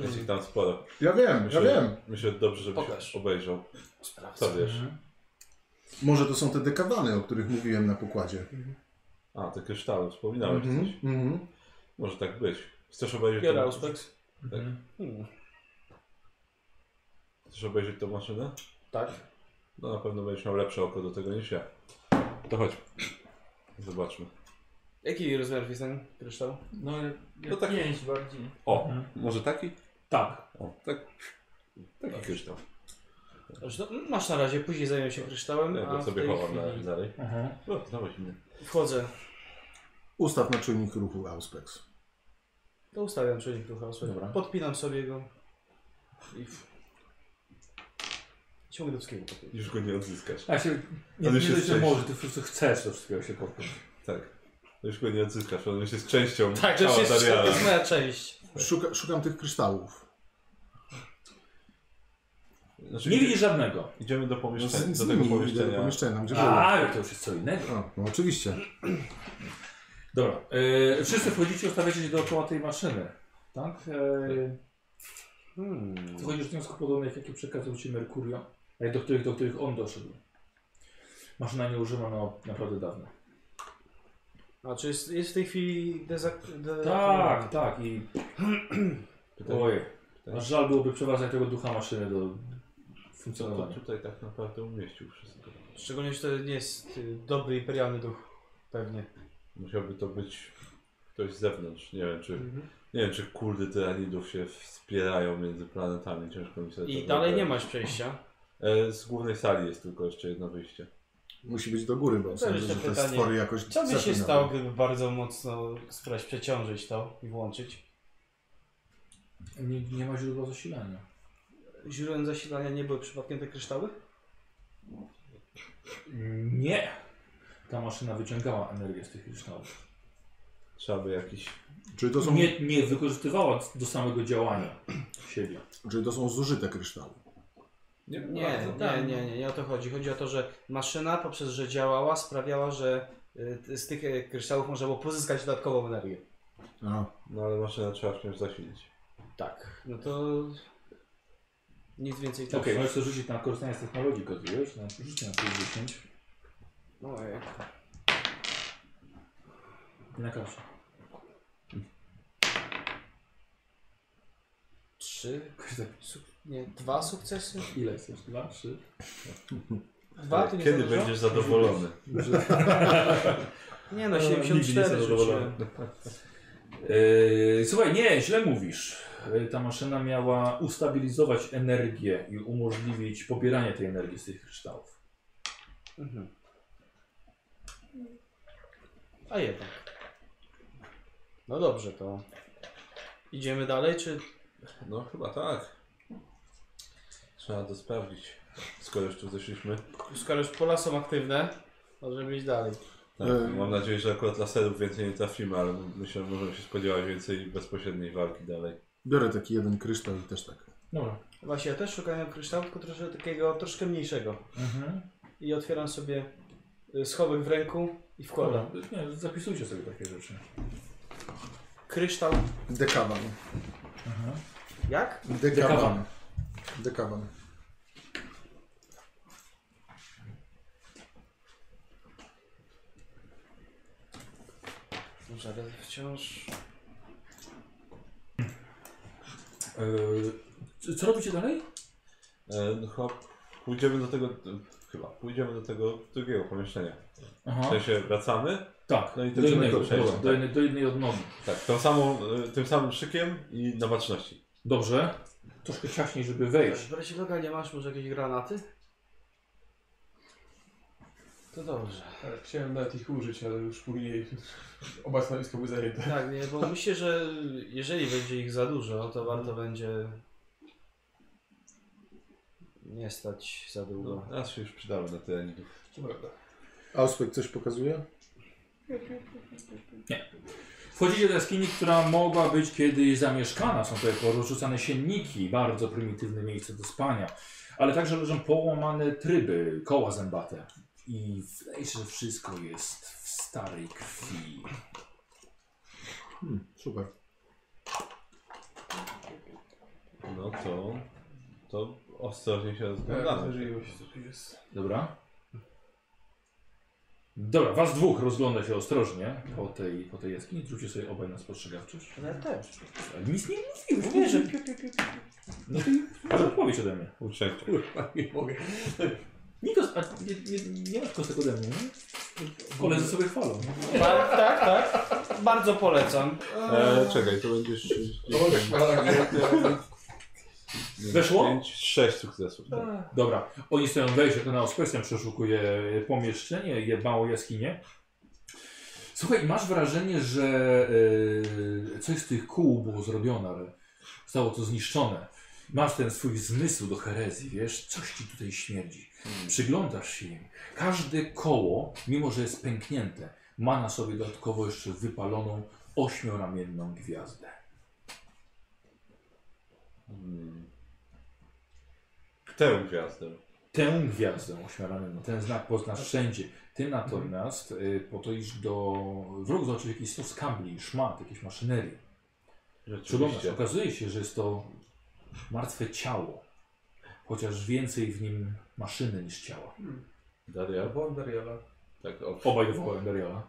D: Jest ich tam sporo.
B: Mhm. Ja wiem, ja wiem.
D: Myślę, że dobrze, żebyś
E: Pokaż.
D: obejrzał. Co wiesz?
A: Mhm.
B: Może to są te dekawany, o których mówiłem na pokładzie.
D: A, te kryształy, wspominałeś coś.
B: mhm.
D: Może tak być. Chcesz obejrzeć,
E: Biorę
D: tą,
E: Auspex. Hmm.
D: chcesz obejrzeć tą maszynę?
E: Tak.
D: No na pewno będziesz miał lepsze oko do tego niż ja. To chodź. Zobaczmy.
E: Jaki rozmiar jest ten kryształ?
C: No, jak
D: No tak.
C: pięć bardziej.
D: O, może taki?
A: Tak.
D: O, tak. Taki kryształ.
E: Znaczy, no, Masz na razie, później zajmę się kryształem,
D: Ja
E: a
D: go
E: w
D: sobie
E: tej
D: chowam
E: chwili
D: na, dalej.
A: Aha.
D: No, dawaj mnie.
E: wchodzę.
B: Ustaw na czujnik ruchu Auspex.
E: To ustawiam czujnik ruchu Auspex.
H: Dobra.
E: Podpinam sobie go. I... w- Ciągnę do wszystkiego.
D: Już go nie odzyskasz.
A: A się, nie,
D: On
A: nie dość,
D: już jest
A: że
D: część.
A: może, ty po prostu chcesz do wszystkiego się podpiąć.
D: Tak. Już go nie odzyskasz, on już jest częścią
E: Tak, to
D: ciała
E: już jest, to
D: Dariana.
E: jest moja część.
B: Szuka, szukam tych kryształów.
D: Znaczy,
A: Nie
D: idzie-
A: widzisz żadnego.
D: Idziemy do,
B: No,
D: pomieszczenia,
B: z, z
D: do tego
B: nimi idę do
D: pomieszczenia.
B: pomieszczenia, gdzie było.
A: A, ale to już jest co innego.
B: O, no oczywiście.
A: Dobra. E, wszyscy wchodzicie, ustawiacie się dookoła tej maszyny. Tak? E,
E: Hmm.
A: Wychodzisz z wniosku podobnych, jakie przekazał Ci Merkurio, e, do których, do których on doszedł. Maszyna nie używana od naprawdę dawno.
E: A czy Znaczy, jest, jest w tej chwili dezak... De...
A: Tak, tak i
D: Pytanie,
A: Ojej.
D: Tak.
A: Aż żal byłoby przeważać tego ducha maszyny do
D: co to
A: funkcjonowania.
D: tutaj tak naprawdę umieścił wszystko.
E: Szczególnie, że to nie jest y, dobry imperialny duch. Pewnie.
D: Musiałby to być ktoś z zewnątrz. Nie wiem, czy, nie wiem, czy kurdy tyranidów się wspierają między planetami. Ciężko mi sobie
E: I
D: to
E: dalej nie
D: wyobrazić.
E: masz przejścia.
D: E, Z głównej sali jest tylko jeszcze jedno wyjście.
B: Musi być do góry, bo sądzę,
E: jeszcze
B: że te
E: pytanie.
B: stwory jakoś
E: Co by się
B: zapinały.
E: stało, gdyby bardzo mocno spróbować przeciążyć to i włączyć?
A: Nie, nie ma źródła zasilania.
E: Źródłem zasilania nie były przypadkiem te kryształy?
A: Nie. Ta maszyna wyciągała energię z tych kryształów.
D: Trzeba by jakiś...
B: Czyli to są,
A: Nie, nie wykorzystywała do samego działania siebie.
B: czyli to są zużyte kryształy.
D: Nie,
E: Nie, nie, nie, nie, nie o to chodzi. Chodzi o to, że maszyna poprzez, że działała, sprawiała, że y, z tych e, kryształów można było pozyskać dodatkową energię.
B: A,
D: No ale maszynę trzeba wciąż zasilić.
E: Tak. No to nic więcej
A: Okej, możesz to rzucić na korzystanie z technologii, kodujesz? Na rzucie na plus 10.
E: Ojej.
A: I Na kawę.
E: Trzy, suk- nie, dwa sukcesy?
A: tak, Ile chcesz? Dwa, trzy?
E: Dwa, to nie
D: E, Kiedy
E: za dużo?
D: będziesz zadowolony?
E: Nie no,
A: Nigdy No, nie
E: 74
A: jestem zadowolony.
E: rzuciłem.
A: Yy, słuchaj, nie, źle mówisz. Yy, ta maszyna miała ustabilizować energię i umożliwić pobieranie tej energii z tych kryształów.
E: Mhm. A jednak. No dobrze, to idziemy dalej, czy
D: No chyba tak. Trzeba to sprawdzić. Skoro już tu zeszliśmy.
E: skoro już pola są aktywne, możemy iść dalej.
D: Tak,
B: Ehm.
D: Mam nadzieję, że akurat laserów więcej nie trafimy, ale myślę, że możemy się spodziewać więcej bezpośredniej walki dalej.
B: Biorę taki jeden kryształ i też tak.
A: Dobra.
E: Właśnie, ja też szukałem kryształu, tylko troszkę takiego, troszkę mniejszego. Mhm. I otwieram sobie y, schowek w ręku i wkładam.
A: Nie, zapisujcie sobie takie rzeczy.
E: Kryształ,
B: Dekawan.
E: jak?
B: Dekawan. Dekawan.
E: Dobrze, ale wciąż...
A: Yy, co robicie dalej?
D: E, no chyba pójdziemy do tego. Chyba pójdziemy do tego drugiego pomieszczenia. W
A: Aha.
D: sensie wracamy.
A: Tak,
D: No i
A: do,
D: to
A: innego,
D: trzeba
A: dobra,
D: przejść.
A: do, jednej, do jednej odnogi.
D: Tak, tą samą, e, tym samym szykiem i na baczności.
A: Dobrze. Troszkę ciaśniej, żeby wejść.
E: W razie loga nie masz może jakieś granaty? To dobrze.
F: Ale Tak, Chciałem nawet ich użyć, ale już później oba stanowiska były zajęte.
E: Tak, nie, bo myślę, że jeżeli będzie ich za dużo, to warto będzie nie stać za długo.
D: No, raz się już przydały na treningu.
F: To prawda.
B: Auspekt coś pokazuje?
A: Wchodzicie do jaskini, która mogła być kiedyś zamieszkana. Są tutaj porozrzucane sienniki, bardzo prymitywne miejsce do spania. Ale także leżą połamane tryby, koła zębate. I wydaje się, że wszystko jest w starej krwi.
B: Hmm, super.
D: No to... To ostrożnie się
F: Tak,
D: rozglądamy.
F: Jeżeli coś tu jest.
A: Dobra? Dobra, was dwóch rozgląda się ostrożnie po tej, po tej jaskini. Rzućcie sobie obaj na spostrzegawczość.
E: Ale też.
A: Ale Nic nie mówił, No nie, że... No to ale odpowiedź ode mnie.
D: Uczęcie.
F: Nie mogę.
A: Nikos, a nie, nie, nie masz kostek ode mnie, nie? Koledzy sobie chwalą. nie?
E: Ba- tak, tak. Bardzo polecam.
D: E, czekaj, to będziesz...
F: tak,
A: Weszło?
D: 5, 6 sukcesów. Tak.
A: Dobra, oni stoją w wejściu, ten auspecem przeszukuje pomieszczenie, je małą jaskinię. Słuchaj, masz wrażenie, że e, coś z tych kół było zrobione, ale zostało to zniszczone. Masz ten swój zmysł do herezji, wiesz, coś ci tutaj śmierdzi. Przyglądasz się im. Każde koło, mimo że jest pęknięte, ma na sobie dodatkowo jeszcze wypaloną ośmioramienną gwiazdę.
D: Hmm. Tę gwiazdę.
A: tę gwiazdę ośmioramienną, ten znak poznasz wszędzie. Ty natomiast y, po to iż do wróg zobaczysz jakiś stos kabli, szmat, jakieś maszynerii. Przyglądasz,
D: Rzeczywiście.
A: okazuje się, że jest to martwe ciało, chociaż więcej w nim maszyny niż ciała.
D: Daria?
F: Albo Andariela.
D: Tak, o,
A: Obaj wywołałem Dariola.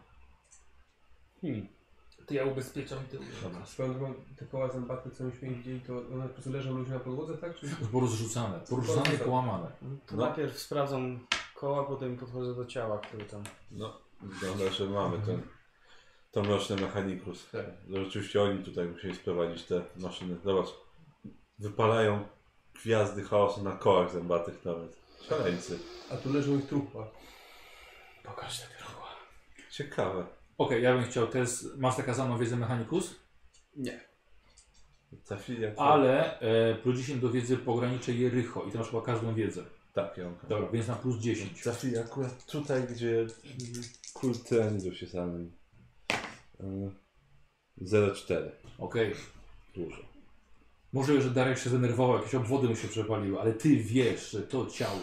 C: To ja ubezpieczam tył.
A: Dobra.
F: Swoją drogą, te koła zębate, co myśmy widzieli, to one po prostu leżą luźno na podłodze, tak? Czy...
A: Porozrzucane, porozrzucane i połamane.
E: To
D: No.
E: najpierw sprawdzam koła, potem podchodzę do ciała, który tam.
D: No, wygląda, że mamy ten, to mroczne mechanikus.
F: Tak.
D: No, Rzeczywiście oni tutaj musieli sprowadzić te maszyny. Zobacz, wypalają gwiazdy chaosu na kołach zębatych nawet.
F: Tak.
D: Szaleńcy.
F: A tu leżą ich trupa.
E: Pokaż te koła.
D: Ciekawe.
A: Okej, ja bym chciał test, masz zakazaną wiedzę mechanikus,
D: Trafilia to...
A: ale e, plus 10 do wiedzy pogranicze Jericho i to masz chyba każdą wiedzę.
D: Tak, ja mam.
A: Dobra, więc na plus 10.
D: Trafili akurat tutaj, gdzie kult trendu się samym. Y, 0,4.
A: Okej.
D: Dużo.
A: Możliwe, że Darek się zdenerwował, jakieś obwody mu się przepaliły, ale ty wiesz, że to ciało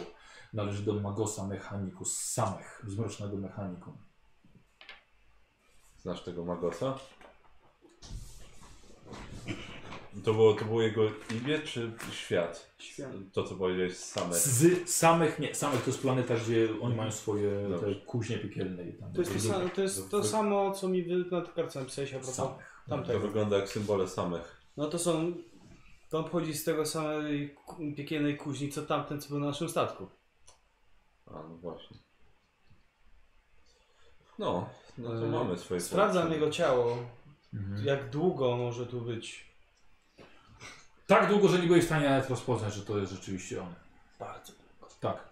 A: należy do Magosa Mechanicus samych, z Mrocznego Mechanikum.
D: Znasz tego Magosa? To było, to było jego imię czy świat?
E: Świat.
D: To co powiedziałeś same.
A: Z samych, nie, samych to jest planeta, gdzie oni mają swoje te
D: Dobrze.
A: kuźnie piekielne i tam.
E: To jest to, samo, to, jest to samo, co mi wy na kartce napisałeś a propos
A: Samych.
D: To
E: tamtego.
D: wygląda jak symbole samych.
E: No to są... To pochodzi z tego samej ku- piekielnej kuźni, co tamten, co był na naszym statku.
D: A no właśnie. No, no to
E: Eee,
D: mamy swoje
E: Sprawdzam
D: połączenie.
E: jego ciało,
A: Mhm.
E: jak długo może tu być.
A: Tak długo, że nie byłeś w stanie nawet rozpoznać, że to jest rzeczywiście on.
E: Bardzo długo.
A: Tak.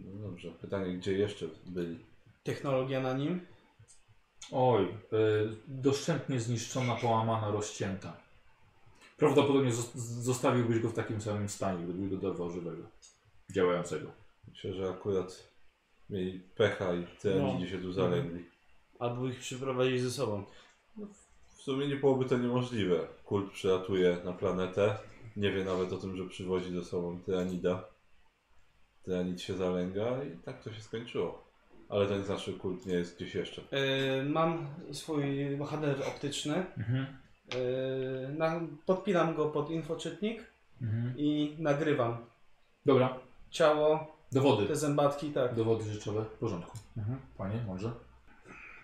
D: No dobrze, pytanie gdzie jeszcze byli?
E: Technologia na nim.
A: Oj, y, doszczętnie zniszczona, połamana, rozcięta. Prawdopodobnie zos- zostawiłbyś go w takim samym stanie, gdyby go dorwał żywego, działającego.
D: Myślę, że akurat mieli pecha i ten
E: No.
D: gdzie się tu zalegli.
E: Albo ich przyprowadzić ze sobą.
D: W sumie nie byłoby to niemożliwe. Kult przylatuje na planetę. Nie wie nawet o tym, że przywozi ze sobą Tyranida. Tyranid się zalęga i tak to się skończyło. Ale ten znaczy kult nie jest gdzieś jeszcze.
E: Yy, mam swój bohater optyczny. Yy, na, podpinam go pod infoczytnik i nagrywam.
A: Dobra,
E: Ciało,
A: dowody.
E: te zębatki, tak.
A: Dowody rzeczowe, w porządku. Mhm, Panie, może.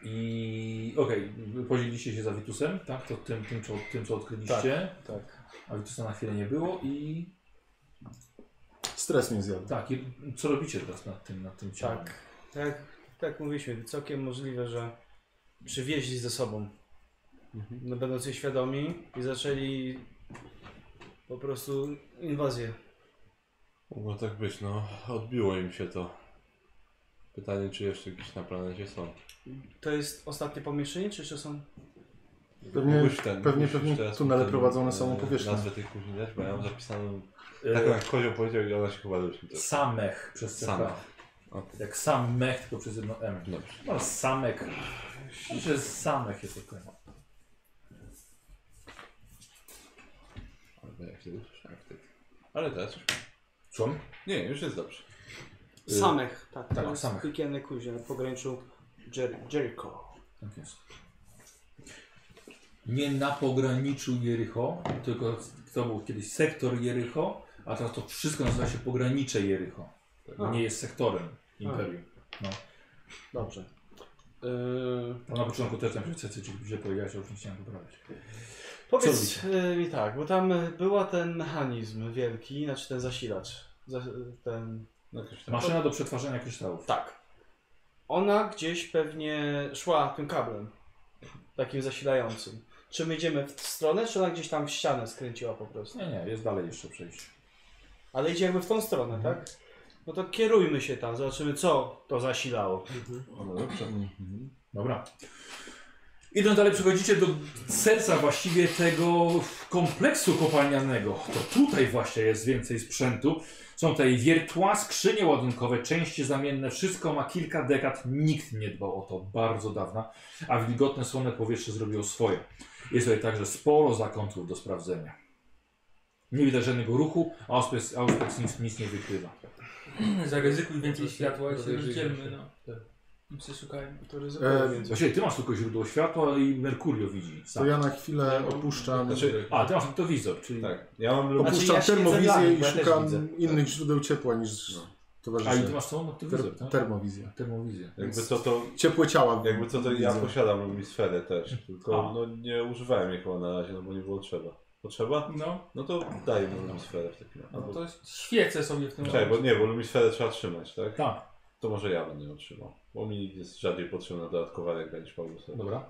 A: I okej, podzieliliście się za Witusem, tak? To tym, tym, co, tym co odkryliście.
E: tak.
A: A Witusa na chwilę nie było i
B: Stres mnie zjadł.
A: tak, i co robicie teraz nad tym, nad tym ciałem?
E: Tak. Tak jak tak mówiliśmy, całkiem możliwe, że przywieźli ze sobą. No, będąc jej świadomi i zaczęli po prostu inwazję.
D: Mogło tak być, no. Odbiło im się to. Pytanie, czy jeszcze jakieś na planecie są.
E: To jest ostatnie pomieszczenie, czy jeszcze są?
B: Pewnie-
D: Mógłbyś ten,
B: pewnie-
D: mógłbyś
B: pewnie
D: teraz
B: tunele
D: ten,
B: prowadzą na
D: e,
B: samą powierzchnię.
D: Nazwę tej kuchni dać, bo ja mam zapisaną
A: E,
D: taką jak Kozioł powiedział i ona się chyba różni też.
A: Samech przez
D: Sama.
A: CH.
D: Okej.
A: Jak sam mech, tylko przez jedno M.
D: Dobrze.
A: No, samek. Myślę, że samek jest okej.
D: Albo jak wtedy słyszałem wtedy. Ale teraz już...
A: Co?
D: Nie, już jest dobrze. Y,
E: Samech, tak.
A: tak,
E: to jest
A: Samech.
E: Piekielne kuźnia w pograniczu Jer- Jericho.
A: Tak jest. Nie na pograniczu Jericho, tylko to był kiedyś sektor Jericho, a teraz to wszystko nazywa się pogranicze Jericho.
E: A.
A: Nie jest sektorem imperium.
E: Dobrze. Yy,
F: Eee,
A: Bo na początku też tam się cecy źle powiedziałeś, już nie chciałem poprawić.
E: powiedz yy, mi tak, bo tam y, była ten mechanizm wielki, znaczy ten zasilacz. Za, y, ten...
D: No, jakoś tam.
A: Maszyna do przetwarzania kryształów.
E: Tak. Ona gdzieś pewnie szła tym kablem. Takim zasilającym. Czy my idziemy w tę stronę, czy ona gdzieś tam w ścianę skręciła po prostu?
A: Nie, nie, jest dalej jeszcze przejść.
E: Ale idzie jakby w tą stronę, tak? No to kierujmy się tam, zobaczymy co to zasilało.
D: No dobrze.
A: Dobra. Idąc dalej, przechodzicie do serca właściwie tego kompleksu kopalnianego. To tutaj właśnie jest więcej sprzętu. Są tutaj wiertła, skrzynie ładunkowe, części zamienne. Wszystko ma kilka dekad. Nikt nie dbał o to bardzo dawna, a wilgotne słone powietrze zrobiło swoje. Jest tutaj także sporo zakątków do sprawdzenia. Nie widać żadnego ruchu, a Auspex Auspex nic, nic nie wykrywa.
C: Zaryzykuj więcej światła i się
F: Rozejrzyjmy
C: rozdzielmy,
F: się.
C: no. I przeszukajmy.
E: To
B: E,
E: ryzykujemy.
A: Właściwie ty masz tylko źródło światła i Merkurio widzi.
B: To
A: Sam.
B: ja na chwilę
E: Tak.
B: opuszczam,
D: Znaczy,
A: A, ty masz optowizor, czyli
D: tak. Ja mam lub...
E: Znaczy, ja
B: opuszczam
E: siedzę dla
B: termowizję
E: nich,
B: i
E: bo ja też
B: szukam
E: widzę. No.
B: innych źródeł ciepła niż
A: A i ty
B: towarzysze.
A: masz całą aktywizor,
B: Ter
A: tak?
B: termowizję.
A: Termowizję.
D: Jakby to, to
B: Ciepłe ciała
D: Jakby co, to ja
B: widzę.
D: posiadam lumisferę też, tylko
A: A.
D: no, nie używałem jej chyba na razie, no bo nie było trzeba. Potrzeba?
C: No,
D: No to daję mu lumisferę w takim razie.
C: no
D: Albo...
C: to świecę sobie w tym
D: Czekaj, bo nie, bo lumisferę trzeba trzymać, tak?
A: Tak,
D: To może ja będę ją trzymał, bo mi jest rzadziej potrzebna dodatkowa ręka niż Paulusa.
A: dobra.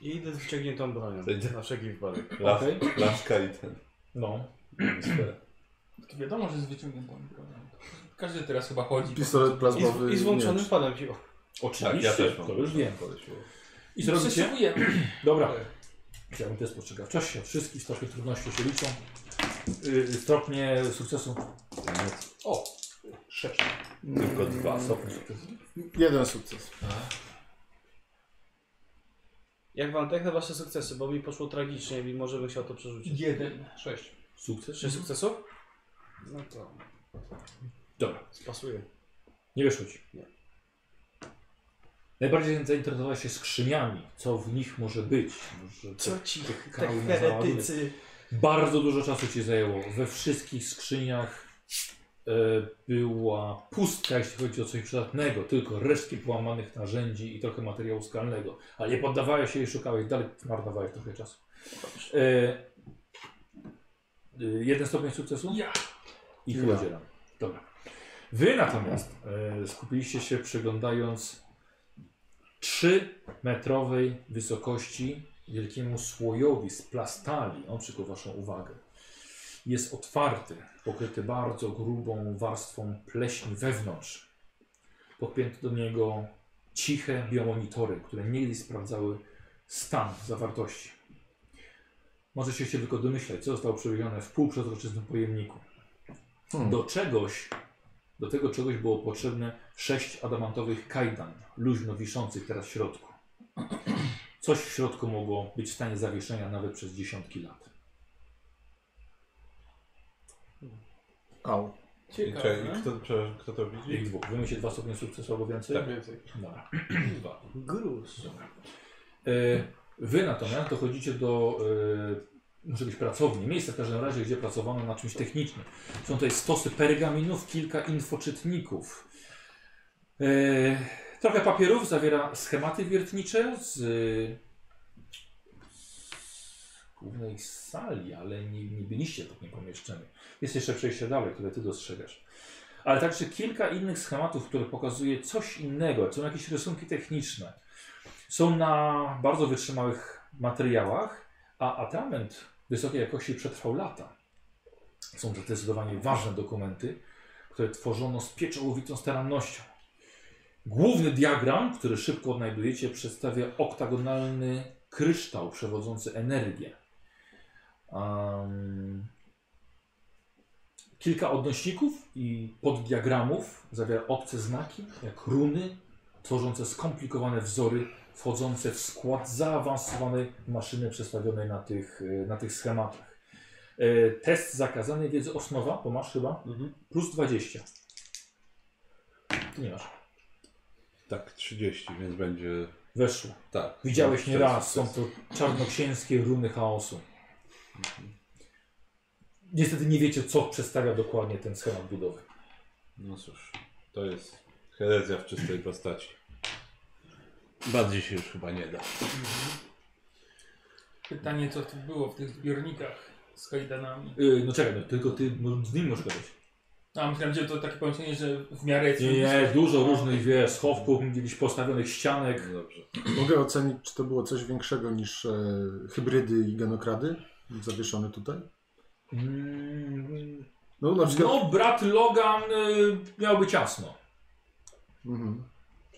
E: I idę z wyciągniętą bronią.
D: Idę.
E: Na wszelki wypadek.
D: Las,
A: Okej.
D: Laska i ten.
A: No.
D: Lumisferę.
C: To wiadomo, że z wyciągniętą bronią. Każdy teraz chyba chodzi.
B: Pistolet
E: I z,
B: plazmowy.
E: i z włączonym
B: miecz.
E: panem piwo.
D: Tak,
A: Oczywiście,
D: ja też mam.
A: to już wiem.
D: Kolesiu.
A: I co robicie?
C: Przeszukujemy.
A: Dobra. Chciałbym też postrzegawczość się wszystkich, stopnie trudności się liczą. Yy, stopnie sukcesu. O!
D: Tylko dwa.
A: Stopnie sukcesu.
B: Jeden sukces.
E: Jak wam tak na wasze sukcesy, bo mi poszło tragicznie i może bym chciał to przerzucić.
C: Jeden.
F: Sześć.
A: Sukces?
E: Trzy sukcesu? No to
A: Dobra.
E: spasuje.
A: Nie wyszło ci.
E: Nie.
A: Najbardziej zainteresowałeś się skrzyniami. Co w nich może być? Może
E: Co ci, te
A: Karol na
E: heretycy.
A: Bardzo dużo czasu ci zajęło. We wszystkich skrzyniach e, była pustka, jeśli chodzi o coś przydatnego, tylko resztki połamanych narzędzi i trochę materiału skalnego. Ale nie poddawałeś się i szukałeś dalej, marnowałeś trochę czasu. E, e, jeden stopień sukcesu?
C: Ja.
A: I chyba
B: Ja.
A: dzielam. Dobra. Wy natomiast e, skupiliście się przeglądając 3-metrowej wysokości wielkiemu słojowi z plastali. On przykuł waszą uwagę. Jest otwarty, pokryty bardzo grubą warstwą pleśni wewnątrz. Podpięto do niego ciche biomonitory, które niegdyś sprawdzały stan zawartości. Możecie się tylko domyślać, co zostało przewidziane w półprzezroczystym pojemniku.
B: Hmm.
A: Do czegoś, do tego czegoś było potrzebne sześć adamantowych kajdan, luźno wiszących teraz w środku. Coś w środku mogło być w stanie zawieszenia nawet przez dziesiątki lat.
B: Au.
D: I czekaj, i
C: Ciekawe.
D: kto, przepraszam, kto to widzi?
A: Ich dwóch. Wy macie dwa stopnie sukcesu albo więcej?
F: Tak więcej.
A: Dobra.
E: Gruz.
A: E, Wy natomiast dochodzicie do e, może być pracowni, miejsca w każdym razie, gdzie pracowano na czymś technicznym. Są tutaj stosy pergaminów, kilka infoczytników. E, trochę papierów zawiera schematy wiertnicze z, e, z głównej sali, ale nie, nie byliście w takim pomieszczeniu. Jest jeszcze przejście dalej, które ty dostrzegasz. Ale także kilka innych schematów, które pokazuje coś innego. Są jakieś rysunki techniczne są na bardzo wytrzymałych materiałach, a atrament wysokiej jakości przetrwał lata. Są to zdecydowanie ważne dokumenty, które tworzono z pieczołowitą starannością. Główny diagram, który szybko odnajdujecie, przedstawia oktagonalny kryształ przewodzący energię. Em, kilka odnośników i poddiagramów zawiera obce znaki, jak runy, tworzące skomplikowane wzory wchodzące w skład zaawansowanej maszyny przedstawionej na tych, y, na tych schematach. E, Test zakazany wiedzy osnowa, to masz chyba, plus 20. Ty nie masz.
D: Tak, 30, więc będzie.
A: Weszło.
D: Tak.
A: Widziałeś
D: Tak,
A: nie
D: to jest-
A: raz,
D: to
A: są
D: jest-
A: No, to czarnoksięskie runy chaosu. Niestety nie wiecie, co przedstawia dokładnie ten schemat budowy.
D: No cóż, to jest herezja w czystej postaci. Bardziej się już chyba nie da.
C: Pytanie, co tu było w tych zbiornikach z kajdanami. No,
A: Yy, no czekaj, no, tylko ty no, z nim możesz gadać.
C: A myślałem, że to takie połączenie, że w miarę jest...
A: Nie, nie, dużo różnych, wiesz, schowków, gdzieś postawionych ścianek.
D: No dobrze.
B: Mogę ocenić, czy to było coś większego niż e, hybrydy i genokrady zawieszone tutaj?
A: Mm,
B: No na przykład...
A: No, brat Logan y, miałby ciasno.
B: Mhm.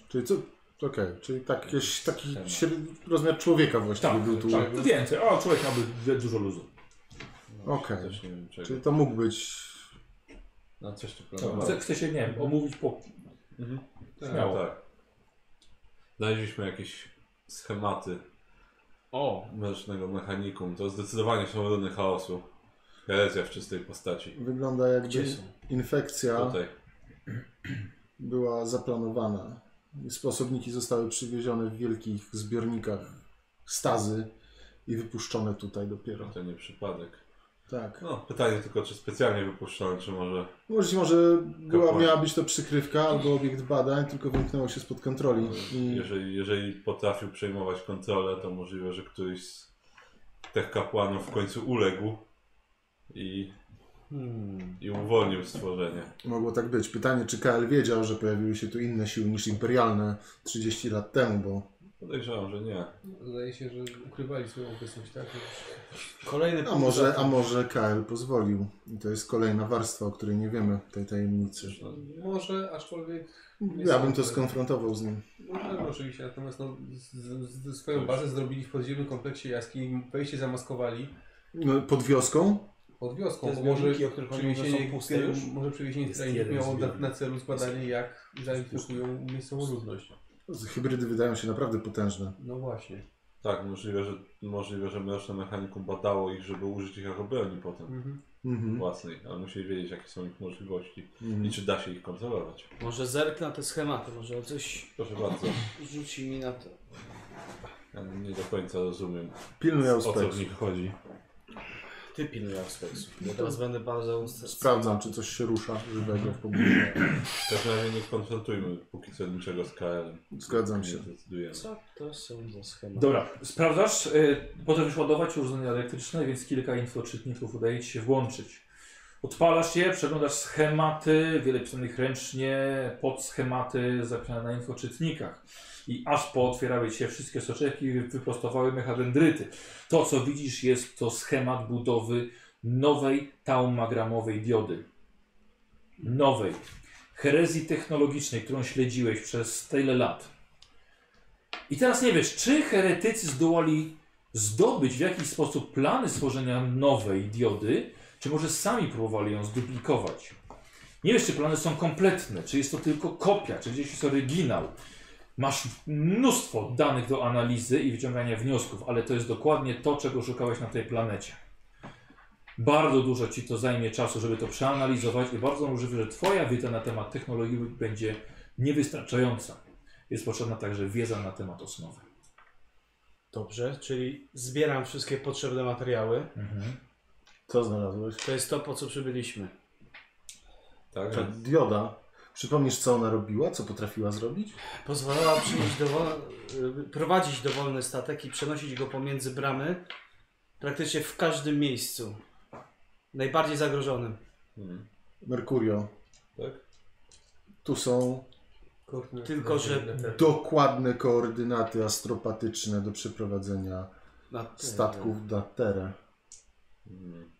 B: Czyli co... Okej, czyli tak, jakiś taki
D: Temat.
B: średni rozmiar człowieka właściwie
A: Tak,
B: był tu.
A: tak, no więcej. O, człowiek miałby wie- dużo luzu.
B: Okej.
D: Też nie wiem czego.
B: Czyli to mógł być...
D: No coś tu
A: Chce,
B: Tak.
D: planowałem.
A: chce się, nie wiem, omówić po... śmiało.
D: Tak. Znaleźliśmy jakieś schematy
E: O!
D: mężnego mechanikum. To zdecydowanie są runy chaosu. Herezja w czystej postaci.
B: Wygląda jakby
E: Gdzie są?
B: infekcja
D: Tutaj.
B: była zaplanowana. Sposobniki zostały przywiezione w wielkich zbiornikach stazy i wypuszczone tutaj dopiero.
D: To nie przypadek.
B: Tak.
D: No, pytanie tylko, czy specjalnie wypuszczone, czy może...
B: Może, może była,
D: Kapłani.
B: miała być to przykrywka albo obiekt badań, tylko wymknęło się spod kontroli. I
D: Jeżeli, jeżeli potrafił przejmować kontrolę, to możliwe, że któryś z tych kapłanów w końcu uległ i,
E: Hmm.
D: i uwolnił stworzenie.
B: mogło tak być. Pytanie, czy KL wiedział, że pojawiły się tu inne siły niż imperialne 30 lat temu, bo
D: Podejrzewam, że nie.
F: Zdaje się, że ukrywali swoją obecność, tak?
E: Kolejny
B: a może, a może KL pozwolił. I to jest kolejna warstwa, o której nie wiemy, tej tajemnicy.
D: No,
F: Może, aczkolwiek
B: Ja bym to skonfrontował z nim.
F: Możemy oczywiście, natomiast no, z, z, z swoją bazę zrobili w podziemnym kompleksie jaskini, wejście zamaskowali
B: No, Pod wioską?
F: pod
E: Te
F: wioską, bo może
E: zbiorniki, o których oni mówią,
F: przywiezienie
E: są puste już?
F: może przywiezienie
A: Jest
F: tutaj
A: jeden
F: miało na,
A: zbiornik.
F: na celu zbadanie jak zainfekują miejscową ludność.
B: Hybrydy wydają się naprawdę potężne.
F: No właśnie.
D: Tak, możliwe, że, możliwe, że mroczne mechanikum badało ich, żeby użyć ich jako broni potem
F: Mhm.
B: Mhm.
D: własnej, ale musieli wiedzieć, jakie są ich możliwości i
B: Mhm.
D: czy da się ich kontrolować.
E: Może zerknę na te schematy, może coś
D: Proszę bardzo,
E: rzuci mi na to.
D: ja nie do końca rozumiem,
B: Pilnuję
D: o co
B: spec.
D: w nich chodzi.
E: Ty pilnuj aspektów, bo teraz będę bardzo...
B: Sprawdzam, czy coś się rusza żywego w pobliżu.
D: W każdym razie nie konfrontujmy póki co niczego z KL.
B: Zgadzam
D: Nie
B: się.
D: zdecydujemy.
E: Co to są za schematy?
A: Dobra, sprawdzasz, y, potrafisz ładować urządzenia elektryczne, więc kilka infoczytników udaje Ci się włączyć. Odpalasz je, przeglądasz schematy, wiele pisanych ręcznie, podschematy zapisane na infoczytnikach. I aż pootwierały Ci się wszystkie soczewki i wyprostowały mechadendryty. To, co widzisz, jest to schemat budowy nowej taumagramowej diody. Nowej. Herezji technologicznej, którą śledziłeś przez tyle lat. I teraz nie wiesz, czy heretycy zdołali zdobyć w jakiś sposób plany stworzenia nowej diody, czy może sami próbowali ją zduplikować. Nie wiesz, czy plany są kompletne, czy jest to tylko kopia, czy gdzieś jest oryginał. Masz mnóstwo danych do analizy i wyciągania wniosków, ale to jest dokładnie to, czego szukałeś na tej planecie. Bardzo dużo ci to zajmie czasu, żeby to przeanalizować i bardzo możliwe, że twoja wiedza na temat technologii będzie niewystarczająca. Jest potrzebna także wiedza na temat osnowy.
E: Dobrze, czyli zbieram wszystkie potrzebne materiały.
B: Co znalazłeś?
E: To jest to, po co przybyliśmy.
D: Tak,
B: Ta dioda. Przypomnisz, co ona robiła? Co potrafiła zrobić?
E: Pozwalała przynieść dowol... y, prowadzić dowolny statek i przenosić go pomiędzy bramy praktycznie w każdym miejscu. Najbardziej zagrożonym.
D: Hmm.
B: Merkurio.
D: Tak?
B: Tu są
F: Koordynaty
E: Tylko, że-
F: na ten-
B: dokładne koordynaty astropatyczne do przeprowadzenia
E: Na tyle.
B: statków na Terę.
D: Hmm.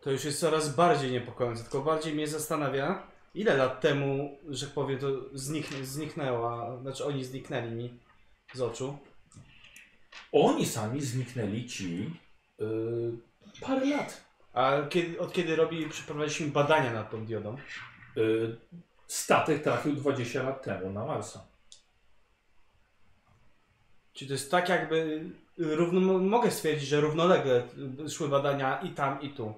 E: To już jest coraz bardziej niepokojące, tylko bardziej mnie zastanawia, Ile lat temu, że powiem, to znik, zniknęła, znaczy oni zniknęli mi z oczu.
A: Oni sami zniknęli ci y, parę lat.
E: A kiedy, od kiedy robi, przeprowadziliśmy badania nad tą diodą,
A: Y, statek trafił 20 lat temu na Marsa.
E: czy to jest tak jakby, y, równo, mogę stwierdzić, że równolegle y, szły badania i tam i tu.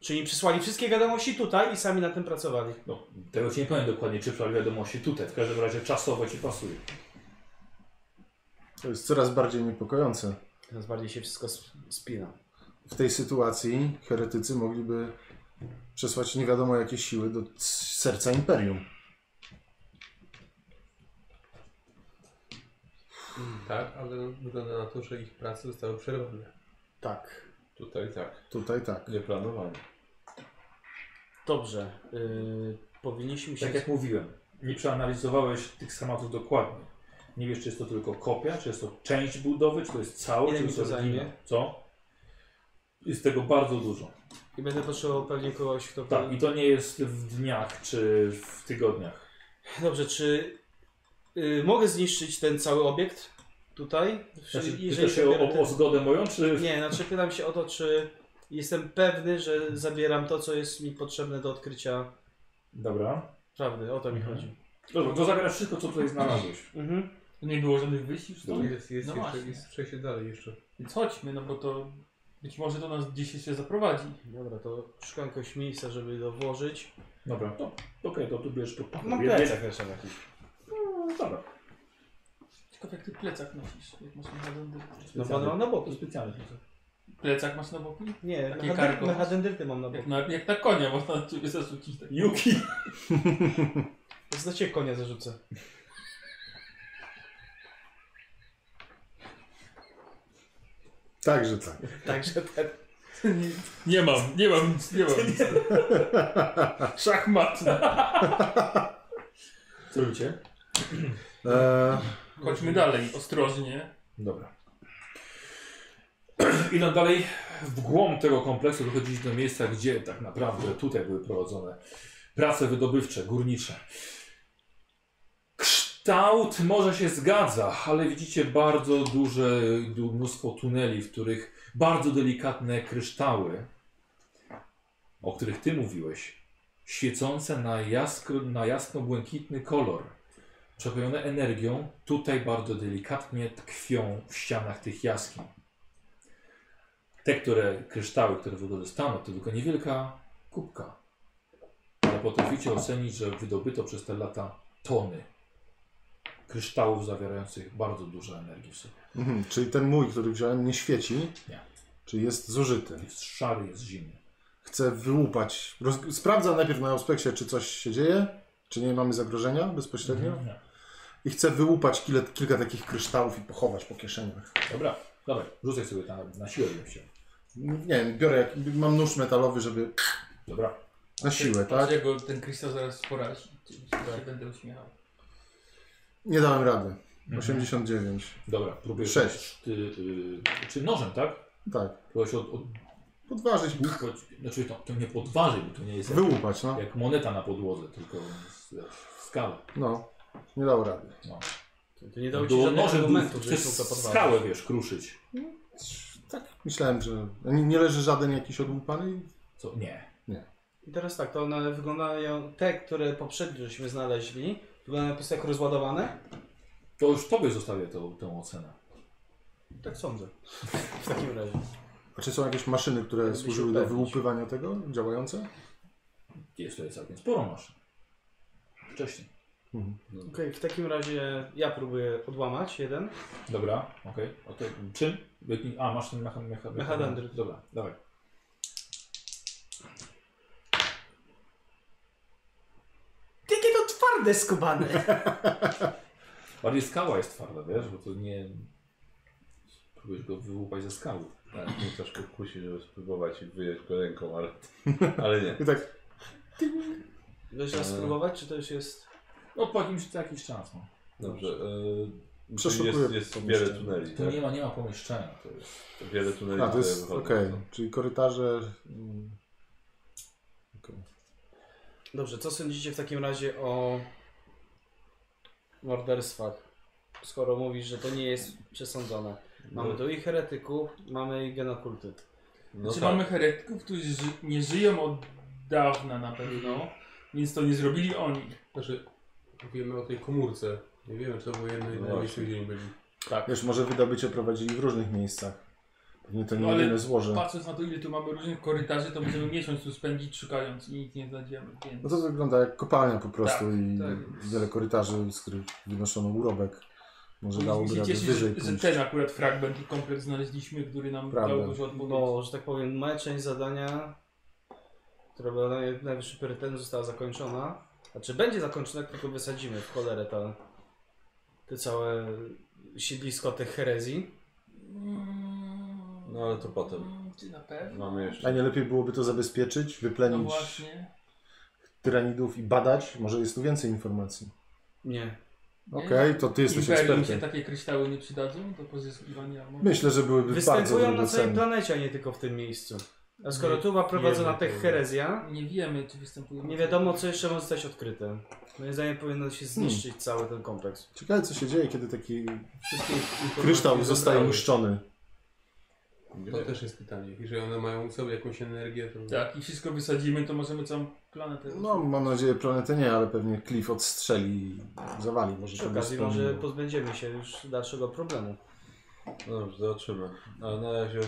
E: Czyli przysłali wszystkie wiadomości tutaj i sami na tym pracowali.
A: No, tego ci nie powiem dokładnie, czy prawie wiadomości tutaj. W każdym razie czasowo ci pasuje.
B: To jest coraz bardziej niepokojące.
E: Teraz bardziej się wszystko sp- spina.
B: W tej sytuacji heretycy mogliby przesłać nie wiadomo jakie siły do c- serca imperium.
F: Tak, ale wygląda na to, że ich prace zostały przerwane.
E: Tak.
D: Tutaj tak.
B: Tutaj tak.
D: Nieplanowanie.
E: Dobrze. Y, powinniśmy się...
A: Tak jak mówiłem, nie przeanalizowałeś tych schematów dokładnie. Nie wiesz, czy jest to tylko kopia, czy jest to część budowy, czy to jest całość,
E: Ile
A: czy
E: mi
A: jest
E: to zajmie?
A: oryginał. Co? Jest tego bardzo dużo.
E: I będę potrzebował pewnie kogoś, kto...
A: Tak, i to nie jest w dniach czy w tygodniach.
E: Dobrze, czy y, mogę zniszczyć ten cały obiekt tutaj?
A: Znaczy,
E: Jeżeli-
A: pytasz się
E: zabiorę
A: o, o zgodę moją, czy...
E: ten... Nie, znaczy pytam się o to, czy jestem pewny, że zabieram to, co jest mi potrzebne do odkrycia
A: Dobra.
E: prawdy. O to mi
A: Mhm.
E: chodzi.
A: Dobra, to zabierasz wszystko, co tutaj znalazłeś.
E: Mhm.
C: To nie było żadnych wyjść już
F: No
C: stąd?
F: jest, jest
C: No
F: jeszcze,
C: właśnie.
F: jest przejście dalej jeszcze.
C: Więc chodźmy, no bo to być może to nas gdzieś jeszcze zaprowadzi.
E: Dobra, to szukam jakiegoś miejsca, żeby to włożyć.
A: Dobra, to okej, to tu bierzesz to papier.
E: Mam plecak jeszcze jakiś.
A: No, dobra.
C: Ciekawe jak ty plecak nosisz, jak masz na hadendry.
E: No bo mam na
A: To
E: boku.
A: specjalny.
C: Plecak masz na boku?
E: Nie,
C: Takie
E: mechadendryty
C: kargo.
E: mechadendryty mam na
C: Jak
E: boku.
C: na, jak na konia można na ciebie zarzucić tak.
A: Yuki!
E: Znacie znaczy, konia zarzucę.
B: Także tak.
E: Także ten...
C: Nie, nie mam, nie mam nic, nie mam nic. Szachmatne.
A: Co robicie?
B: Eee,
C: Chodźmy dalej, ostrożnie.
A: Dobra. Idąc dalej w głąb tego kompleksu, dochodzić do miejsca, gdzie tak naprawdę tutaj były prowadzone prace wydobywcze, górnicze. Kształt może się zgadza, ale widzicie bardzo duże du- mnóstwo tuneli, w których bardzo delikatne kryształy, o których ty mówiłeś, świecące na, jaskro, na jasno-błękitny kolor, przepełnione energią, tutaj bardzo delikatnie tkwią w ścianach tych jaskiń. Te, które kryształy, które wykorzystano, to tylko niewielka kubka. Ale potraficie ocenić, że wydobyto przez te lata tony kryształów zawierających bardzo dużo energii w sobie.
B: mhm, czyli ten mój, który wziąłem, nie świeci.
A: Nie.
B: Czy jest zużyty?
A: Jest szary, jest zimny.
B: Chcę wyłupać. Roz... Sprawdzam najpierw na aspekcie, czy coś się dzieje, czy nie mamy zagrożenia bezpośrednio.
A: Mhm.
B: I chcę wyłupać kile, kilka takich kryształów i pochować po kieszeniach.
A: Dobra, dawaj, rzucaj sobie na, na siłę, bym się.
B: Nie wiem, biorę, jak... mam nóż metalowy, żeby
A: Dobra.
B: na siłę,
C: Patrz,
B: tak?
C: jak go ten Krystal zaraz porazi. Czy się będę uśmiechał.
B: Nie dałem rady.
C: Mhm.
B: 89.
A: Mhm. Dobra, próbuję.
B: Sześć.
A: Ty, y, czy nożem, tak?
B: Tak.
A: Próbujesz od, od,
B: Podważyć,
A: Choć- Znaczy to, to nie podważy, bo to nie jest jak,
B: wyłupać, no.
A: jak moneta na podłodze, tylko z, w skałę.
B: No, nie dał rady.
E: To nie dało ci
A: Było
E: żadnych
A: nożem
E: argumentów, że
A: chcesz
E: są to podważyć.
A: skałę, wiesz, kruszyć.
B: Tak Myślałem, że nie, nie leży żaden jakiś odłupany.
A: Co? Nie.
E: I teraz tak, to one wyglądają, te, które poprzednio żeśmy znaleźli, wyglądają po prostu jak rozładowane.
A: To już tobie zostawię tą, tę ocenę.
E: Tak sądzę. W takim razie.
B: A czy Znaczy, są jakieś maszyny, które
E: Jakby się
B: służyły do
E: upewnić.
B: wyłupywania tego, działające?
A: Jest to jest całkiem sporo maszyn. Wcześniej.
E: Okej, w takim razie ja próbuję odłamać jeden.
A: Dobra, okej. A to Czym? Wytnij- A, masz ten mecha, mecha,
E: Mechadendryt.
A: Dobra, dawaj.
E: Jakie to twarde skubane!
A: Bardziej skała jest twarda, wiesz, bo to nie... Próbujesz go wyłupać ze skały.
D: Tak, mnie troszkę kusi, żeby spróbować i wyjąć go ręką, ale, ale nie.
B: I tak,
E: Weź raz spróbować, czy to już jest...
A: No po jakimś jakiś czas, no.
D: Dobrze. e,
B: Przeszukuję
D: jest, jest wiele
B: pomieszczenie.
D: tuneli,
A: To
D: tak?
A: nie ma, nie ma pomieszczenia, to jest...
D: Wiele tuneli,
B: a to
D: które
B: jest
D: wychodzą.
B: okej, czyli korytarze... mm, okej.
E: Dobrze, co sądzicie w takim razie o morderstwach? Skoro mówisz, że to nie jest przesądzone. Mamy tu i heretyków, mamy i genokulty.
D: No
C: Czy
D: tak.
C: mamy heretyków, którzy ży nie żyją od dawna na pewno, więc to nie zrobili oni.
F: Znaczy, wiemy o tej komórce. Nie wiemy, czy to było jedno
D: No
F: jedyne
D: właśnie.
F: miejsce, gdzie nie byli.
B: Wiesz, może wydobycie prowadzili w różnych miejscach. Pewnie to nie
C: No, ale
B: jedyne złoże.
C: Patrząc na to, ile tu mamy różnych korytarzy, to będziemy miesiąc tu spędzić szukając i nic nie znajdziemy. Więc...
B: No to wygląda jak kopalnia po prostu i
F: tak.
B: wiele korytarzy, z których wynoszono urobek. Może dałoby
C: Powinniśmy się
B: radę
C: cieszyć,
B: wyżej
C: że, że
B: pójść.
C: ten akurat fragment i komplet znaleźliśmy, który nam
B: Prawda. No.
C: dał dużo odpowiedzi.
E: Bo, że tak powiem, moja część zadania, która była naj- najwyższy priorytetem, została zakończona. Znaczy będzie zakończona, jak tylko wysadzimy w cholerę to, te całe siedlisko tych herezji.
C: Mm,
D: No ale to potem.
C: mm, Czy na pewno?
D: Mamy
B: A
D: jeszcze.
B: nie lepiej byłoby to zabezpieczyć,
C: No
B: wyplenić
C: właśnie.
B: tyranidów i badać? Może jest tu więcej informacji.
E: Nie.
C: Nie?
B: Okej, to ty jesteś
C: Imperium się tak
B: ekspertem.
C: takie kryształy nie przydadzą do pozyskiwania mocy.
B: Myślę, że byłyby bardzo
E: Występują na
B: dobre
E: całej
B: ceny.
E: planecie, a nie tylko w tym miejscu. A skoro
F: Nie
E: tu była prowadzona
F: wiemy tego.
E: tych herezja,
C: Nie wiemy, czy występują.
E: nie wiadomo co jeszcze może zostać odkryte. Moim zdaniem powinno się zniszczyć cały ten kompleks.
B: Ciekawe co się dzieje, kiedy taki
F: Wszystkie informacje
B: kryształ zostaje
F: zebrały.
B: uszczony.
F: To też jest pytanie. Jeżeli one mają u sobie jakąś energię, to...
C: Tak, i wszystko wysadzimy, to możemy całą planetę.
B: No, mam nadzieję planetę nie, ale pewnie Cliff odstrzeli i zawali. Może
E: Przy
B: to
E: okazji
B: będzie
E: może
B: spełniło.
E: pozbędziemy się już dalszego problemu.
D: No dobrze, zobaczymy. Ale na razie.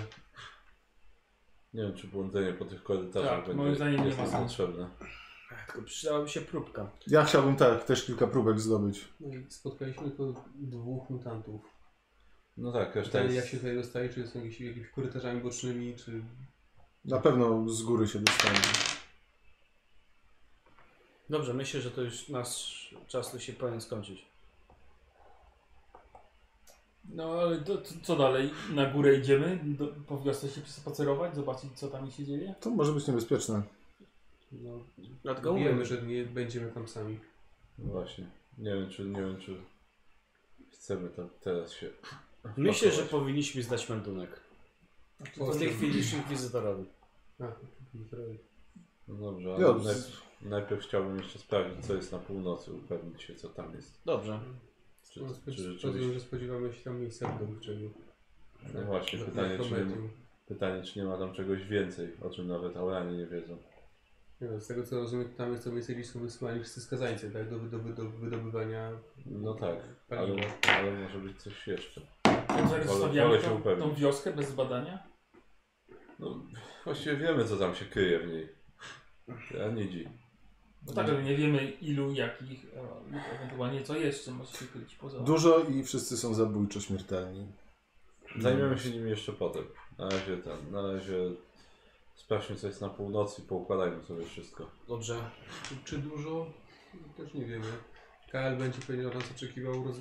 D: Nie wiem, czy błądzenie po tych korytarzach
C: Tak,
D: będzie
C: moim zdaniem nie
D: jest
C: ma
D: nam
C: sensu.
D: potrzebne.
E: Tylko przydałaby się próbka.
B: Ja chciałbym tak, też kilka próbek zdobyć.
F: No i spotkaliśmy tylko dwóch mutantów.
D: No tak, reszta
F: Pytanie, jak się
D: jest.
F: tutaj dostaje, czy są jakimiś, jakimiś korytarzami bocznymi, czy...
B: Na pewno z góry się dostanie.
E: Dobrze, myślę, że to już nasz czas tu się powinien skończyć.
C: No ale to, to, co dalej? Na górę idziemy? Do, po wiosce się przespacerować, zobaczyć co tam się dzieje?
B: To może być niebezpieczne.
F: No,
E: Dlatego
F: wiemy,
E: mówię,
F: że nie będziemy tam sami.
D: No właśnie. Nie wiem, czy nie wiem, czy chcemy tam teraz się.
E: myślę, że
D: pakować.
E: powinniśmy zdać meldunek.
F: O,
E: W tej chwili inkwizytorowi.
F: A, zdrowie.
D: No dobrze,
B: Ja,
D: ale najp- najpierw chciałbym jeszcze sprawdzić, co jest na północy, upewnić się, co tam jest.
E: Dobrze.
D: Czy,
F: No,
D: czy
F: spodziewam- Rozumiem,
D: rzeczywiście.
F: że spodziewamy się tam miejsca wydobywczego.
D: No właśnie,
F: Na- na
D: pytanie, czy nie ma-
F: Prometium.
D: Pytanie, czy nie ma tam czegoś więcej, o czym nawet Auranie nie wiedzą.
F: Nie wiem, z tego co rozumiem, tam jest to miejsce, gdzie są wysyłani wszyscy skazańcy, tak? Do, do, do, do wydobywania
D: No tak, ale,
F: paliwa.
D: ale może być coś jeszcze.
C: Tak, Że
D: Wolę-
C: zostawiamy
D: wolę się
C: tą,
D: upewnić.
C: tą wioskę bez zbadania?
D: No, właściwie wiemy, co tam się kryje w niej. A nidzi.
C: No tak, ale nie wiemy ilu, jakich, e, lub ewentualnie co jeszcze może się kryć poza...
B: Dużo i wszyscy są zabójczo śmiertelni.
D: Zajmiemy się nimi jeszcze potem. Na razie ten, na razie sprawdźmy, co jest na północy i poukładajmy sobie wszystko.
E: Dobrze.
F: Czy, czy dużo? No, Też nie wiemy. KL będzie pewnie od nas oczekiwał roz...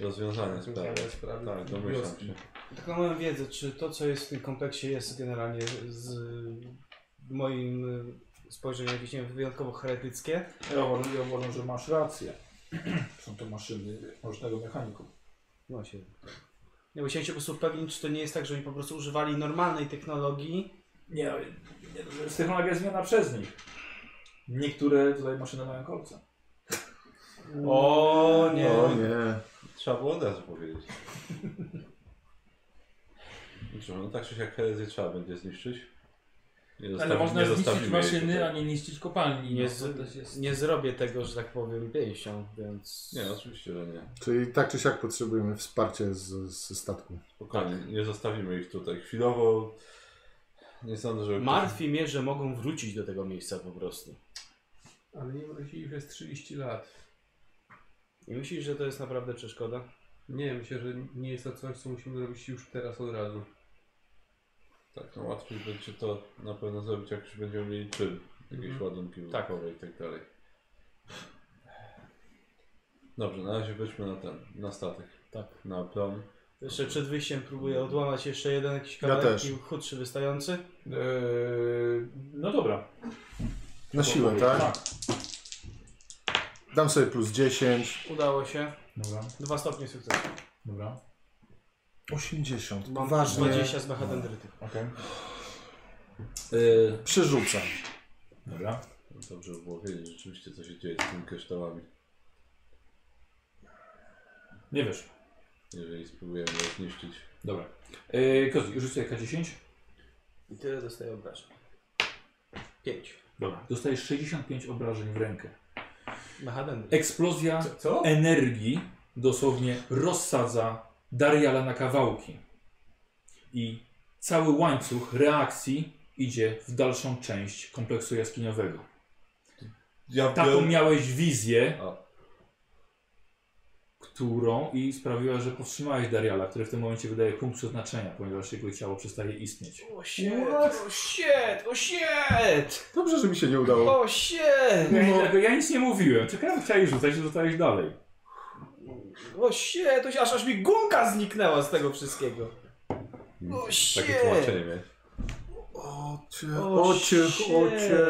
D: Rozwiązanie
F: Rozwiązania
D: sprawy.
F: sprawy.
D: Tak, domyślam
F: Wioski.
D: się.
E: Tak na moją wiedzę, czy to, co jest w tym kompleksie, jest generalnie z moim y, spojrzeniem jakieś nie wiem, wyjątkowo heretyckie?
H: Ja uważam, ja uważam, że masz rację. Są to maszyny różnego mechaniku.
E: No się. Nie, bo chciałem się po prostu upewnić, czy to nie jest tak, że oni po prostu używali normalnej technologii.
H: Nie, no, nie, z technologia jest zmiana przez nich. Niektóre tutaj maszyny mają kolce.
E: O nie.
B: O nie.
D: Trzeba było od razu powiedzieć. Dobrze, no tak czy siak herezję trzeba będzie zniszczyć. Nie
C: Ale
D: zostawi-
C: można
D: nie
C: zniszczyć
D: zostawimy jej
C: maszyny,
D: tutaj.
C: a nie niszczyć kopalni.
E: Nie
C: No,
E: z-
C: to też jest... no,
E: Nie zrobię tego, że tak powiem, pięścią, więc.
D: Nie, oczywiście, że nie.
B: Czyli tak czy siak potrzebujemy wsparcie z, ze statku.
D: Spokojnie,
C: Tak.
D: nie zostawimy ich tutaj. Chwilowo nie sądzę, żeby...
E: Martwi mnie, że mogą wrócić do tego miejsca po prostu.
F: Ale nie wrócili przez 30 lat.
E: I myślisz, że to jest naprawdę przeszkoda?
F: Nie, myślę, że nie jest to coś, co musimy robić już teraz od razu.
D: Tak, no łatwiej będzie to na pewno zrobić, jak już będziemy mieli czym. Jakieś
F: Mhm.
D: ładunki wybuchowe i tak dalej. Dobrze, na razie wejdźmy na ten, na statek.
E: Tak.
D: Na prom.
E: Jeszcze przed wyjściem próbuję odłamać jeszcze jeden jakiś
B: Ja
E: kawałek
B: też.
E: i chudszy wystający.
H: Eee,
A: Yy,
H: no dobra.
B: Na siłę, tak? Dam sobie plus 10.
E: Udało się.
A: Dobra,
E: Dwa stopnie sukcesu.
A: dobra.
B: 80.
E: Mam
B: Ważnie.
E: 20 z
B: No.
E: mechadendryty.
A: Okej.
B: Yy, Przerzucam.
A: Dobra.
D: Dobrze by było wiedzieć rzeczywiście, co się dzieje z tymi kryształami.
A: Nie wiesz.
D: Jeżeli spróbujemy je zniszczyć.
A: Dobra. Yy, Kozik, rzucę K10.
E: I tyle dostaję obrażeń. Pięć.
A: Dobra. Dostajesz 65 obrażeń w rękę.
E: Na Haden.
A: Eksplozja
F: Co?
A: energii dosłownie rozsadza Dariala na kawałki. I cały łańcuch reakcji idzie w dalszą część kompleksu jaskiniowego.
D: Ja
A: Taką
D: biorę-
A: miałeś wizję,
D: A.
A: którą i sprawiła, że powstrzymałeś Dariala, który w tym momencie wydaje punkt przeznaczenia, ponieważ jego ciało przestaje istnieć.
E: O shit, o shit, o shit!
B: Dobrze, że mi się nie udało.
E: O
B: No,
E: shit!
A: Ja, ja, ja nic nie mówiłem, czekałem, chciałeś rzucać, że rzucałeś dalej.
E: O shit, to się, aż, aż mi gumka zniknęła z tego wszystkiego. O
D: Mm, Takie
E: shit!
D: tłumaczenie mieć.
B: Ocie,
E: O,
B: ocie,
E: shit.
B: ocie.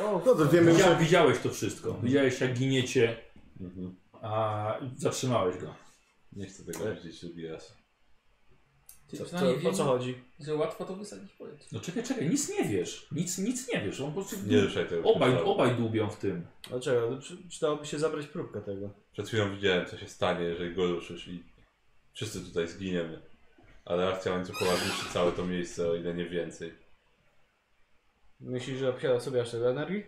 E: O,
B: No to wiemy,
A: Ja,
B: że...
A: widziałeś to wszystko, widziałeś jak giniecie,
D: Mhm.
A: a zatrzymałeś go.
D: Nie chcę tego widzieć drugi raz.
E: co, co,
C: przynajmniej
E: o
C: wiem,
E: co chodzi?
C: że łatwo to wysadzić powietrze.
A: No czekaj, czekaj, nic nie wiesz, nic, nic nie wiesz, on po prostu...
D: Nie ruszaj tego.
A: Mm. Obaj,
D: kryształu.
A: obaj dubią w tym.
E: Dlaczego? No, przy- Przydałoby się zabrać próbkę tego.
D: Przed chwilą widziałem, co się stanie, jeżeli go ruszysz i wszyscy tutaj zginiemy. Ale akcja łańcuchowa zniszczy całe to miejsce, o ile nie więcej.
E: Myślisz, że obsiada sobie aż tyle energii?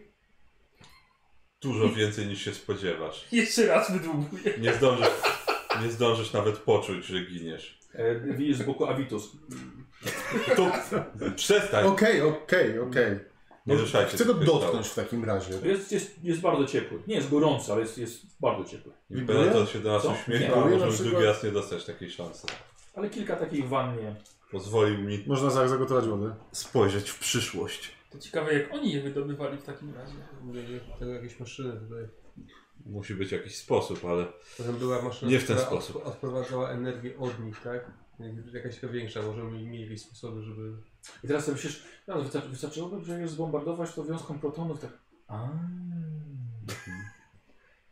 D: Dużo więcej niż się spodziewasz.
C: Jeszcze raz wydłubuję.
D: Nie zdążysz, nie zdążysz nawet poczuć, że giniesz.
A: E, widzisz z boku Avitus.
D: To... Przestań!
B: Okej, okej, okej.
D: Nie
B: No,
D: ruszajcie
B: Chcę go
D: tych kryształów.
B: dotknąć w takim razie.
A: Jest, jest, jest bardzo ciepły, nie jest gorący, ale jest, jest bardzo ciepły.
D: Imperator się do nas
A: Co?
D: uśmiecha,
A: Nie.
D: a
B: Próbuję
D: może
B: na
D: już
B: przykład-
D: drugi raz nie dostać takiej szansy.
A: Ale kilka takich wannie.
D: Pozwolił mi
B: Można za- zagotować wodę.
D: spojrzeć w przyszłość.
C: To ciekawe jak oni je wydobywali w takim razie.
F: Tego jakieś maszyny tutaj.
D: Musi być jakiś sposób, ale
F: Potem była maszyna,
D: Nie w ten
F: która
D: sposób.
F: odp- odprowadzała energię od nich, tak? Jak- Jakaś taka większa, może oni mieli jakieś sposoby, żeby...
A: I teraz sobie myślisz, no, wystarczy, wystarczyłoby przecież zbombardować to wiązką protonów. Tak. A.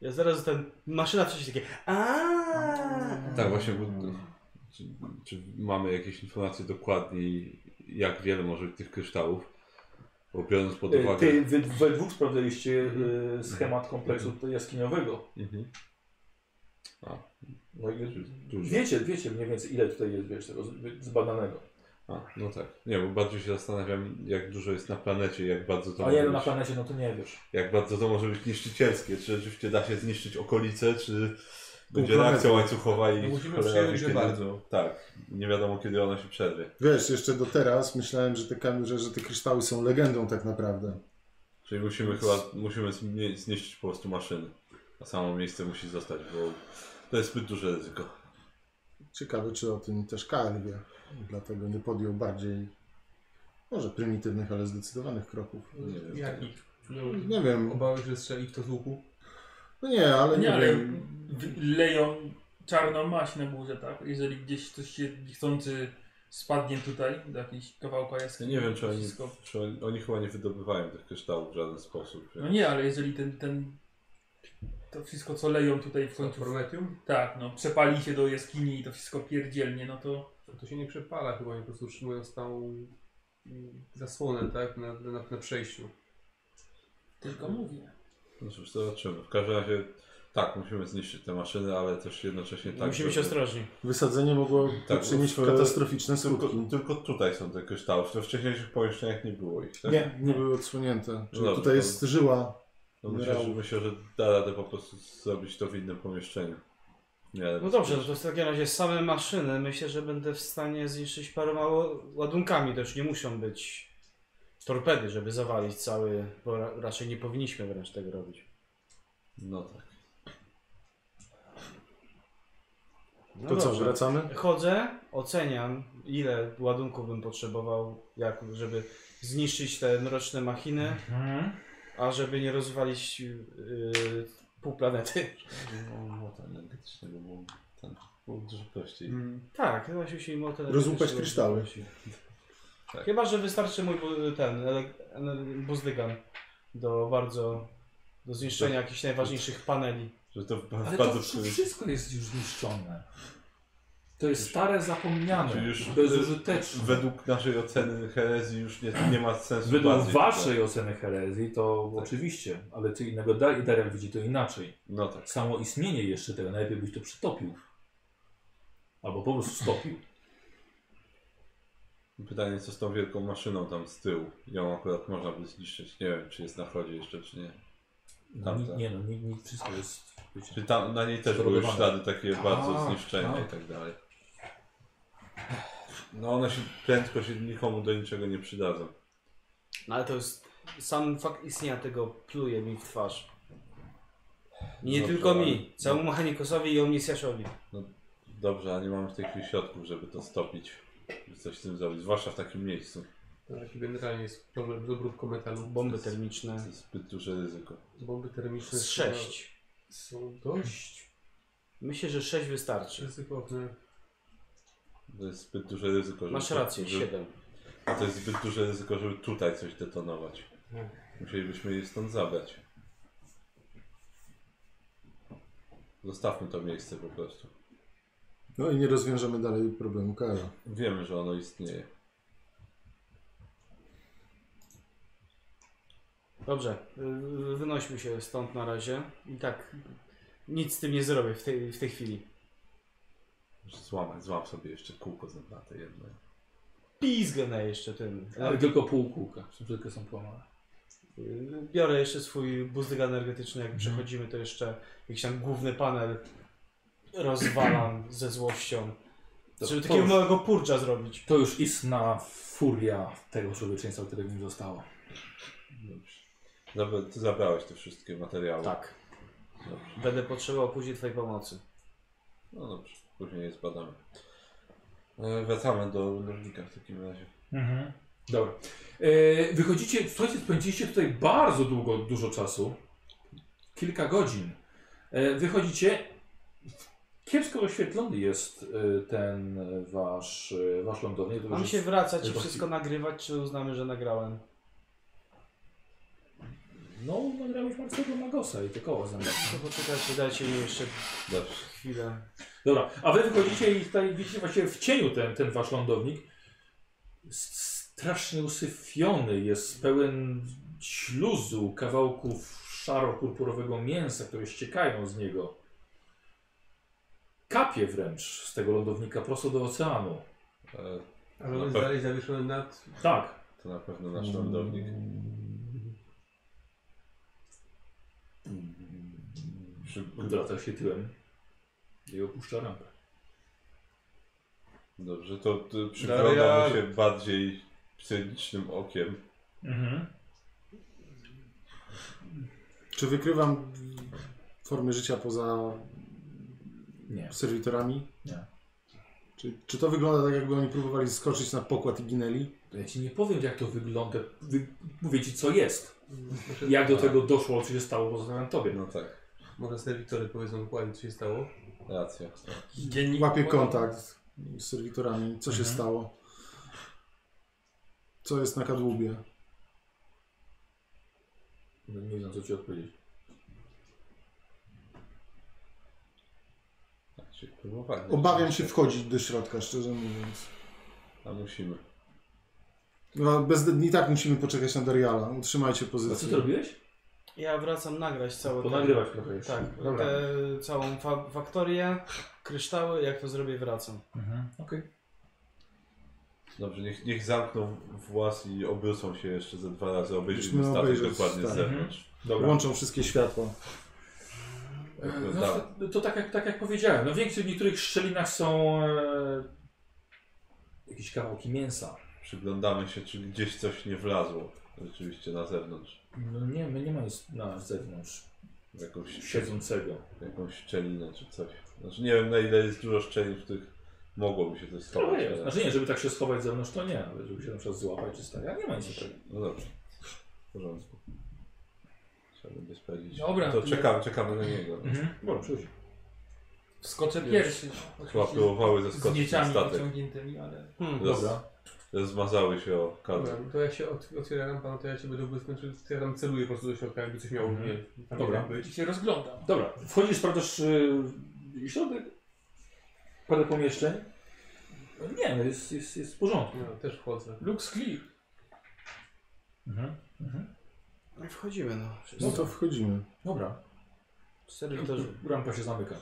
E: Ja zaraz ten maszyna przecież takie. Aaaa!
D: tak właśnie, bo, czy, czy mamy jakieś informacje dokładniej, jak wiele może być tych kryształów? Bo biorąc pod
A: E,
D: uwagę...
A: Ty, wy, we dwóch sprawdzaliście e, schemat kompleksu
D: Tak.
A: tutaj jaskiniowego.
D: Mhm.
A: No i
D: Dużo.
A: wiecie, wiecie mniej więcej ile tutaj jest wiesz, tego z- zbadanego.
D: A, no tak. Nie, bo bardziej się zastanawiam, jak dużo jest na planecie, jak bardzo to
A: A ja
D: może
A: na
D: być,
A: planecie, no to nie wiesz.
D: jak bardzo to może być niszczycielskie. Czy rzeczywiście da się zniszczyć okolice, czy będzie
B: planety.
D: reakcja łańcuchowa i
F: No musimy
D: cholera
F: przyjąć,
D: wie,
F: że
D: kiedy-
F: bardzo.
D: Tak, nie wiadomo kiedy ona się przerwie.
B: Wiesz, jeszcze do teraz myślałem, że te, kam- że, że te kryształy są legendą tak naprawdę.
D: Czyli musimy chyba musimy znie- zniszczyć po prostu maszyny. A samo miejsce musi zostać, bo to jest zbyt duże ryzyko.
B: Ciekawe, czy o tym też Karl wie. Dlatego nie podjął bardziej, może prymitywnych, ale zdecydowanych kroków.
D: Nie wiem. tak.
F: Jakich?
B: Nie wiem,
F: Obawiasz no, się, że strzeli w to z łuku?
B: no nie, ale nie,
C: Nie, ale
B: wiem.
C: w- leją czarną maść na górze, tak? Jeżeli gdzieś ktoś się niechcący spadnie tutaj do jakiejś kawałka
D: Ja
C: jaskini.
D: nie wiem, czy oni,
C: wszystko.
D: czy oni, oni chyba nie wydobywają tych kryształów w żaden sposób.
C: No nie, ale jeżeli ten, ten... To wszystko, co leją tutaj w
F: Co,
C: końcu...
F: Prometium?
C: Tak, no, przepali się do jaskini i to wszystko pierdzielnie, no to...
F: To się nie przepala chyba, oni po prostu utrzymują stałą mm, zasłonę, tak? Na, na, na przejściu.
C: Tylko mówię.
D: No cóż, zobaczymy. W każdym razie tak, musimy zniszczyć te maszyny, ale też jednocześnie tak.
E: Musimy
D: żeby-
E: się ostrożni.
B: Wysadzenie mogło
D: Tak,
B: przynieść
D: w-
B: katastroficzne
D: Tylko,
B: skutki.
D: tylko tutaj są te kryształy. W tych wcześniejszych pomieszczeniach nie było ich, tak? No
B: Nie, nie były odsłonięte. Czyli
D: dobrze,
B: tutaj
D: to-
B: jest żyła.
D: No myślę, że,
B: Minerałów.
D: myślę, że da radę po prostu zrobić to w innym pomieszczeniu. Nie,
E: No dobrze, no to w takim razie same maszyny. Myślę, że będę w stanie zniszczyć paroma ło- ładunkami. Też nie muszą być torpedy, żeby zawalić cały, bo ra- raczej nie powinniśmy wręcz tego robić.
D: No tak.
E: No
B: to co,
E: dobrze.
B: wracamy?
E: Chodzę, oceniam ile ładunków bym potrzebował, jak, żeby zniszczyć te mroczne machiny,
A: Hmm.
E: a żeby nie rozwalić yy, pół planety.
D: No tak, energetycznego było, ten, było dużo prościej.
F: Mm.
E: Tak, nosił się im o te...
B: Rozłupać kryształy.
E: Tak. Chyba, że wystarczy mój bu- ten ele- ele- buzdygan do bardzo... do zniszczenia
B: Tak.
E: jakichś najważniejszych paneli.
D: Że to w-
A: Ale
D: bardzo
A: to wszy- wszystko jest już zniszczone. To jest stare, zapomniane,
D: Czy już-
A: bezużyteczne.
D: Według naszej oceny herezji już nie, nie ma sensu
A: Według
D: bardziej
A: waszej
D: czytać.
A: oceny herezji to
D: Tak.
A: oczywiście, ale co innego da- Darian widzi to inaczej.
D: No tak.
A: Samo istnienie jeszcze tego, najlepiej byś to przytopił. Albo po prostu stopił.
D: Pytanie, co z tą wielką maszyną tam z tyłu? Ją akurat można by zniszczyć. Nie wiem, czy jest na chodzie jeszcze, czy nie.
A: No,
D: Tam,
A: ni-
D: tak.
A: nie no, nie, nie, wszystko jest... Wiecie,
D: Czy tam na niej też były
A: Zrodowane.
D: ślady takie bardzo
A: Tak,
D: zniszczenia
A: tak.
D: i tak dalej. No one się prędko się nikomu do niczego nie przydadzą.
E: No ale to jest... Sam fakt istnienia tego pluje mi w twarz. I nie
D: Dobrze,
E: tylko
D: ale-
E: mi. Całemu mechanikosowi i omnisjaszowi.
D: Dobrze, a nie mamy w tej chwili środków, żeby to stopić. Żeby coś z tym zrobić, zwłaszcza w takim miejscu.
F: To taki generalnie jest problem z obróbką metalu.
E: Bomby
F: Z-
D: To
E: termiczne.
D: jest zbyt duże ryzyko.
F: z Bomby termiczne
E: Z sześć.
F: są dość
E: Myślę, że sześć wystarczy.
F: ryzykowne.
D: To jest zbyt duże ryzyko, żeby...
E: Masz rację,
D: żeby,
E: siedem.
D: A to jest zbyt duże ryzyko, żeby tutaj coś detonować.
F: Nie.
D: Musielibyśmy je stąd zabrać. Zostawmy to miejsce po prostu.
B: No i nie rozwiążemy dalej problemu Kaja.
D: Wiemy, że ono istnieje.
E: Dobrze, y, wynośmy się stąd na razie. I tak nic z tym nie zrobię w tej, w tej chwili.
D: Złamać, złam sobie jeszcze kółko zębate jedno.
E: Pizgnę jeszcze tym.
A: ale tylko pół kółka, wszystkie są połamane.
E: Y, Biorę jeszcze swój buzdygan energetyczny,
A: Mhm.
E: jak przechodzimy, to jeszcze jakiś tam główny panel rozwalam ze złością.
A: To-
E: Żeby
A: to
E: takiego
A: już-
E: małego purcza zrobić.
A: To już istna furia tego człowieczeństwa, które w nim zostało.
D: Dobrze. Zabra ty zabrałeś te wszystkie materiały.
E: Tak.
D: Dobrze.
E: Będę potrzebował później twojej pomocy.
D: No dobrze, później je zbadamy. E, wracamy do lornika w takim razie.
A: Mhm. Dobra. E, wychodzicie, słuchajcie, spędziliście tutaj bardzo długo, dużo czasu. Kilka godzin. E, wychodzicie. Kiepsko oświetlony jest e, ten wasz, e, wasz lądownik. dlatego,
E: Mam
A: że-
E: się wracać, czy
A: Zobaczcie.
E: wszystko nagrywać, czy uznamy, że nagrałem?
A: No, nagrałeś martwego Magosa i to koło zamiast.
E: To poczekajcie, dajcie mi jeszcze
D: Dobrze.
E: chwilę.
A: Dobra, a wy wychodzicie i tutaj widzicie właściwie w cieniu ten, ten wasz lądownik. Strasznie usyfiony jest, pełen śluzu, kawałków szaro-purpurowego mięsa, które ściekają z niego. Kapie wręcz z tego lądownika prosto do oceanu.
D: E,
F: Ale
D: No
F: on jest
D: tak.
F: dalej zawieszony nad...
A: Tak,
D: to na pewno nasz lądownik. Szybko.
A: odwraca się tyłem i opuszcza rampę.
D: Dobrze, to ty
F: Daria-
A: No,
D: przyglądam mu się bardziej psychicznym okiem.
A: Mhm.
B: Czy wykrywam formy życia poza
A: Nie.
B: serwitorami?
A: Nie.
B: Czy, czy to wygląda tak, jakby oni próbowali skoczyć na pokład i ginęli?
A: To Ja ci nie powiem, jak to wygląda. Wy... Mówię ci, co jest. Jak do tego doszło, co się stało, pozostawiam tobie.
D: No tak,
F: Może serwitory powiedzą dokładnie, co się stało.
D: racja.
C: Higiennik.
B: Łapie kontakt z serwitorami. Co się
A: Mhm.
B: stało? Co jest na kadłubie?
A: No, Nie wiem, co ci odpowiedzieć.
D: Tak się próbowali.
B: Obawiam się wchodzić do środka, szczerze mówiąc.
D: A musimy.
B: No, bez, i tak musimy poczekać na Dariala. Utrzymajcie
A: A co
B: pozycję.
A: ty robiłeś?
E: Ja wracam nagrać całe
A: Ponagrywać trochę jeszcze.
E: Tak,
A: Dobra.
E: tę całą fa- faktorię, kryształy, jak to zrobię, wracam.
A: Mhm. Okej.
D: Dobrze, niech, niech zamkną włas i obrócą się jeszcze ze dwa razy. Obejrzyjmy
B: Musimy
D: statek
B: obejrzeć
D: dokładnie
A: tak.
D: z
B: statek.
D: zewnątrz.
A: Dobra.
B: Łączą wszystkie światła.
A: E, No, to, to tak, jak, tak jak powiedziałem, no większość w niektórych szczelinach są e, jakieś kawałki mięsa.
D: Przyglądamy się, czy gdzieś coś nie wlazło. Rzeczywiście na zewnątrz.
A: No nie, my nie ma nic na zewnątrz
D: Jakąś,
A: siedzącego.
D: jakąś szczelinę czy coś. Znaczy nie wiem na ile jest dużo szczelin, w których mogłoby się coś
A: To
D: schować.
A: jest.
D: ale-
A: Znaczy nie, żeby tak się schować z zewnątrz, to nie, ale żeby się na przykład złapać czy stać, a nie ma nic takiego.
D: No dobrze. W porządku. Trzeba będzie sprawdzić.
C: Dobra,
D: To
C: to
D: czekamy, czekamy na niego.
A: Mhm. Dobra, przyjdź.
C: Wskoczę pierwszy.
D: Chyba próbowały
C: Z
D: zaskoczyć na
C: mieczami
D: statek.
C: wyciągniętymi, ale...
E: Hmm.
D: Roz,
A: Dobra.
D: rozmazały się o kadrę.
F: Dobra, no to ja się ot otwieram rampa, no to ja cię będę obecny, czy ja tam celuję po prostu do środka, jakby coś miało
A: Mhm.
F: nie, tam
A: Dobra.
F: nie być.
C: I się rozglądam.
A: Dobra, wchodzisz, sprawdzasz y, środek, parę pomieszczeń. Nie, no jest, jest, jest w porządku.
F: No, też wchodzę.
C: Lux Clear.
A: Mhm.
E: No i wchodzimy, no.
B: No
E: Wszyscy.
B: to wchodzimy.
A: Dobra.
E: Serytorzy.
A: Ramka się zamyka.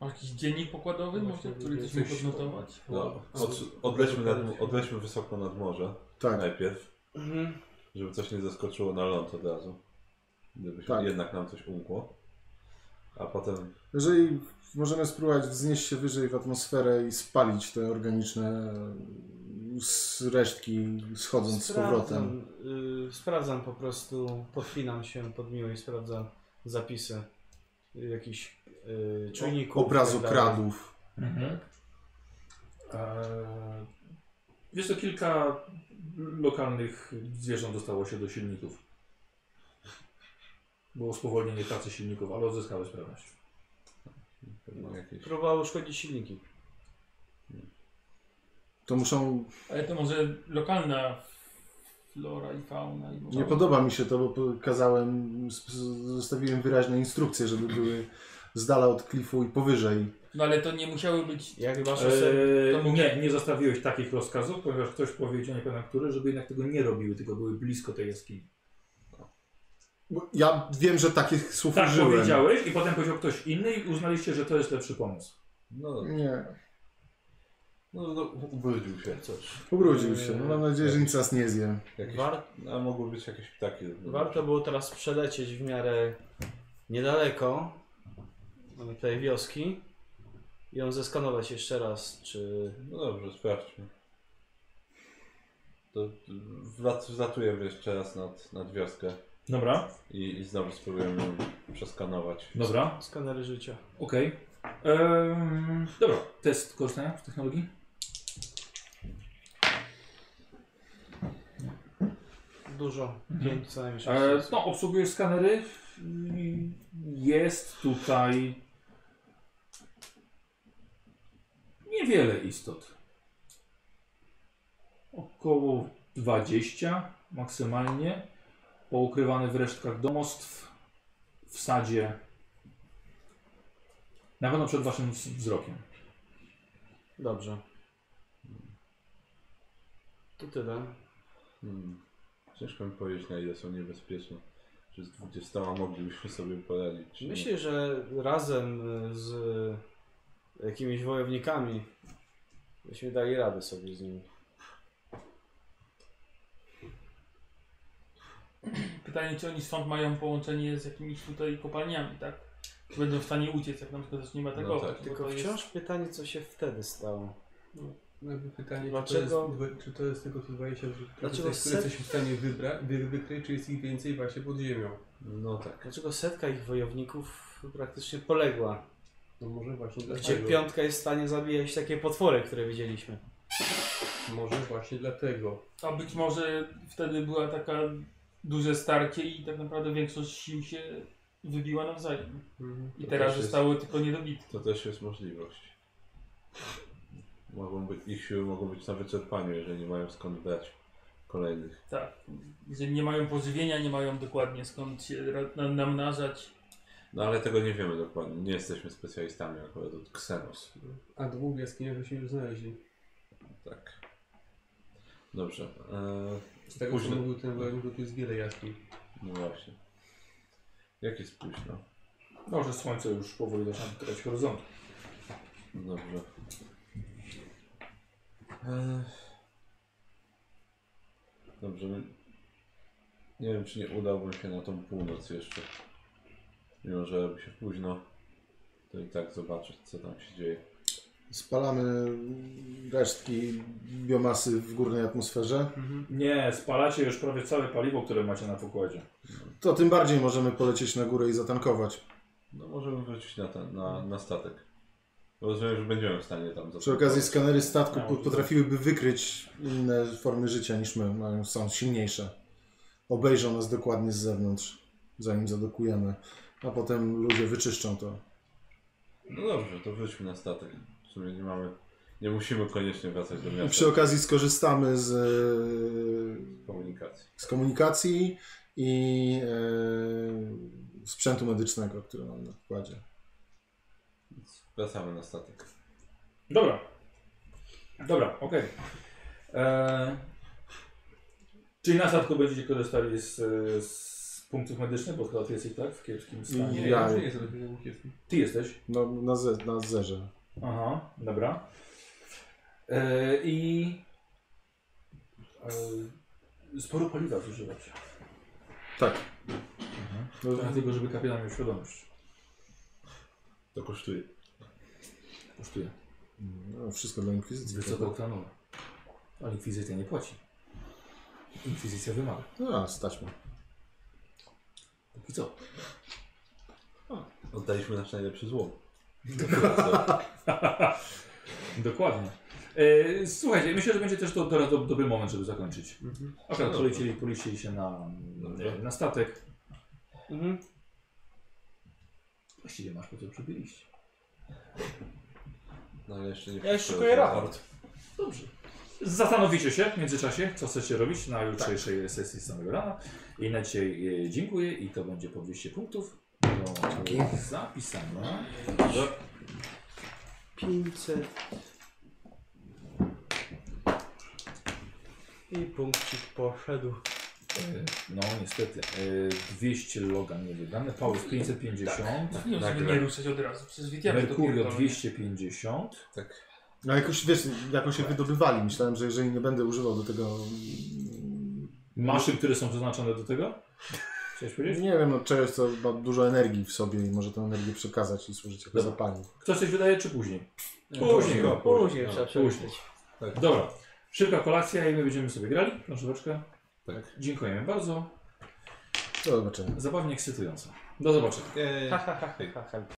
C: A jakiś dziennik pokładowy może, który ktoś mógł odnotować?
D: No, od, odlećmy, nad, odlećmy wysoko nad morze
B: Tak,
D: najpierw,
E: Mhm.
D: żeby coś nie zaskoczyło na ląd od razu. Gdyby się
B: Tak.
D: jednak nam coś umkło. A potem
B: jeżeli możemy spróbować wznieść się wyżej w atmosferę i spalić te organiczne e, s- resztki schodząc z powrotem.
E: y, sprawdzam po prostu, podpinam się pod miło i sprawdzam zapisy y, jakichś y, czujników.
B: Obrazu
E: i tak dalej.
B: kradów.
A: Mhm. Eee, Wiesz, to kilka lokalnych zwierząt dostało się do silników. Było spowolnienie pracy silników, ale odzyskały sprawność.
D: pewnie jakieś...
E: Próbowało szkodzić silniki.
B: To muszą.
C: Ale to może lokalna flora i fauna. I
B: Nie podoba mi się to, bo pokazałem, sp- zostawiłem wyraźne instrukcje, żeby były z dala od klifu i powyżej.
C: No ale to nie musiały być...
E: Jak wasze ser...
C: to
A: Eee,
C: mówię-
A: nie, nie zostawiłeś takich rozkazów, ponieważ ktoś powiedział, nie pamiętam który, żeby jednak tego nie robiły, tylko były blisko tej jaskini.
B: Bo Ja wiem, że takich słów
A: Tak
B: użyłem.
A: powiedziałeś i potem powiedział ktoś inny i uznaliście, że to jest lepszy pomysł.
D: No,
B: Nie,
D: no, no ubrudził się coś.
B: Ubrudził się. No, mam nadzieję, że nic nas nie zje.
D: Jakieś,
E: War...
D: No, A mogły być jakieś ptaki.
E: Warto było teraz przelecieć w miarę niedaleko y, tej wioski i ją zeskanować jeszcze raz, czy
D: No dobrze, sprawdźmy. To wlat, wlatujemy jeszcze raz nad, nad wioskę
A: Dobra,
D: i, i znowu spróbujemy ją przeskanować.
A: dobra.
E: skanery życia.
A: Okej. Em, dobra, test korzystania z technologii.
E: Dużo, pięć co najmniej sześć.
A: E, no, obsługujesz skanery. Mm, Jest tutaj niewiele istot. Około 20 maksymalnie. Poukrywane w resztkach domostw, w sadzie. Na pewno przed waszym wz- wzrokiem.
E: Dobrze. To tyle.
D: Hmm. Ciężko mi powiedzieć na ile są niebezpieczne. Czy z 20 moglibyśmy sobie poradzić? No, czy nie.
E: Myślę, że razem z jakimiś wojownikami byśmy dali radę sobie z nimi.
C: Pytanie, czy oni stąd mają połączenie z jakimiś tutaj kopalniami, tak? Czy będą w stanie uciec, jak na przykład zaczniemy atakować?
D: tak,
C: bo
E: Tylko
C: to jest-
E: wciąż pytanie, co się wtedy stało.
F: No jakby pytanie,
E: Dlaczego?
F: Czy, to jest, czy to jest tylko te 20, że- które
E: Dlaczego
F: jesteś- które
E: set-
F: jesteśmy w stanie wybra- wy, wykryć, czy jest ich więcej właśnie pod ziemią?
D: No tak.
E: Dlaczego setka ich wojowników praktycznie poległa?
F: No może właśnie
E: Gdzie
F: dlatego.
E: piątka jest w stanie zabijać takie potwory, które widzieliśmy.
F: Może właśnie dlatego.
C: A być może wtedy była taka duże starcie i tak naprawdę większość sił się wybiła nawzajem.
E: Mhm.
C: I
D: To
C: teraz
D: też jest-
C: zostały tylko niedobitki.
D: To też jest możliwość. Mogą być, ich siły mogą być na wyczerpaniu, jeżeli nie mają skąd brać kolejnych.
C: Tak. Jeżeli nie mają pożywienia, nie mają dokładnie skąd się ra- na- namnażać.
D: No ale tego nie wiemy dokładnie. Nie jesteśmy specjalistami akurat od Xenos.
F: A dwóch w jaskiniach żeśmy już znaleźli.
D: Tak. Dobrze. Eee,
F: Z tego
D: Późno.
F: co mówił ten wojownik, to jest wiele jaskiń.
D: no właśnie. Jak jest późno?
A: Dobrze, słońce już powoli zaczyna dotykać horyzontu.
D: No Dobrze. Eee, Dobrze. my- Nie wiem, czy nie udałbym się na tą północ jeszcze. Mimo, że robi się późno, to i tak zobaczyć, co tam się dzieje.
B: Spalamy resztki biomasy w górnej atmosferze.
A: Nie, spalacie już prawie całe paliwo, które macie na pokładzie.
B: To tym bardziej możemy polecieć na górę i zatankować.
D: No, możemy wrócić na, ten, na, na statek. Rozumiem, że będziemy w stanie tam
B: Przy okazji
D: zatankować.
B: skanery statku po- potrafiłyby wykryć inne formy życia niż my. Mają- Są silniejsze. Obejrzą nas dokładnie z zewnątrz, zanim zadokujemy. A potem ludzie wyczyszczą to.
D: No dobrze, to wróćmy na statek. W sumie nie mamy. Nie musimy koniecznie wracać do miasta.
B: Przy okazji skorzystamy z,
D: komunikacji.
B: z komunikacji i e, sprzętu medycznego, który mamy na pokładzie.
D: Wracamy na statek.
A: Dobra. Dobra, okej. Eee, Czyli na statku będziecie korzystali z, e, z punktów medycznych, bo chyba ty jesteś tak w kiepskim stanie.
B: Ja-
F: nie jest kiepski.
A: Ty jesteś.
B: No, na, ze, na zerze.
A: Aha, dobra. Eee, I eee, sporo paliwa zużywacie.
B: Tak. No,
A: Dlatego, żeby kapitan miał świadomość.
D: To kosztuje.
A: Kosztuje.
B: no, wszystko dla inkwizycji.
A: Wysoka oktanowa. Ale inkwizycja nie płaci. Inkwizycja wymaga.
B: No, a, stać mnie.
A: Póki co.
D: Oddaliśmy nasz najlepszy złom.
A: Dokładnie. E, słuchajcie, myślę, że będzie też to teraz do- dobry moment, żeby zakończyć.
C: Mhm.
A: Akurat
C: No
A: polecieli, polecieli się na, e, na statek.
E: Mhm.
A: Właściwie masz po co przybyliście.
D: No ale jeszcze nie
E: Ja już szykuję raport.
A: Dobrze. Zastanowicie się w międzyczasie, co chcecie robić
C: Tak.
A: na jutrzejszej sesji z samego rana. I na dzisiaj e, dziękuję i to będzie po 200 punktów. Do zapisania.
E: 500. I punkcik poszedł.
A: E, No niestety. e, 200 loga nie wydane. Paulus 550.
C: Nie wiem, żeby
D: nagle.
C: nie ruszać od razu. Przecież wiedziałem, Tak. że to
A: Merkurio
C: pierdolę.
A: 250.
D: Tak.
B: No jakoś, wiesz, jakoś się wydobywali. Myślałem, że jeżeli nie będę używał do tego...
A: Maszyn, które są przeznaczone do tego? Chciałeś powiedzieć?
B: Nie wiem, no czegoś, co ma dużo energii w sobie i może tę energię przekazać i służyć jako
A: Dobra.
B: zapalnik.
A: Ktoś coś wydaje, czy później?
D: E, Później.
E: Później
D: No,
A: później.
E: trzeba przemyśleć.
A: Dobra. Szybka kolacja i my będziemy sobie grali. Proszeweczkę.
D: Tak.
A: Dziękujemy bardzo.
B: Do zobaczenia.
A: Zabawnie ekscytująco. Do zobaczenia.
D: Eee,
E: Ha, ha, ha, ha, ha.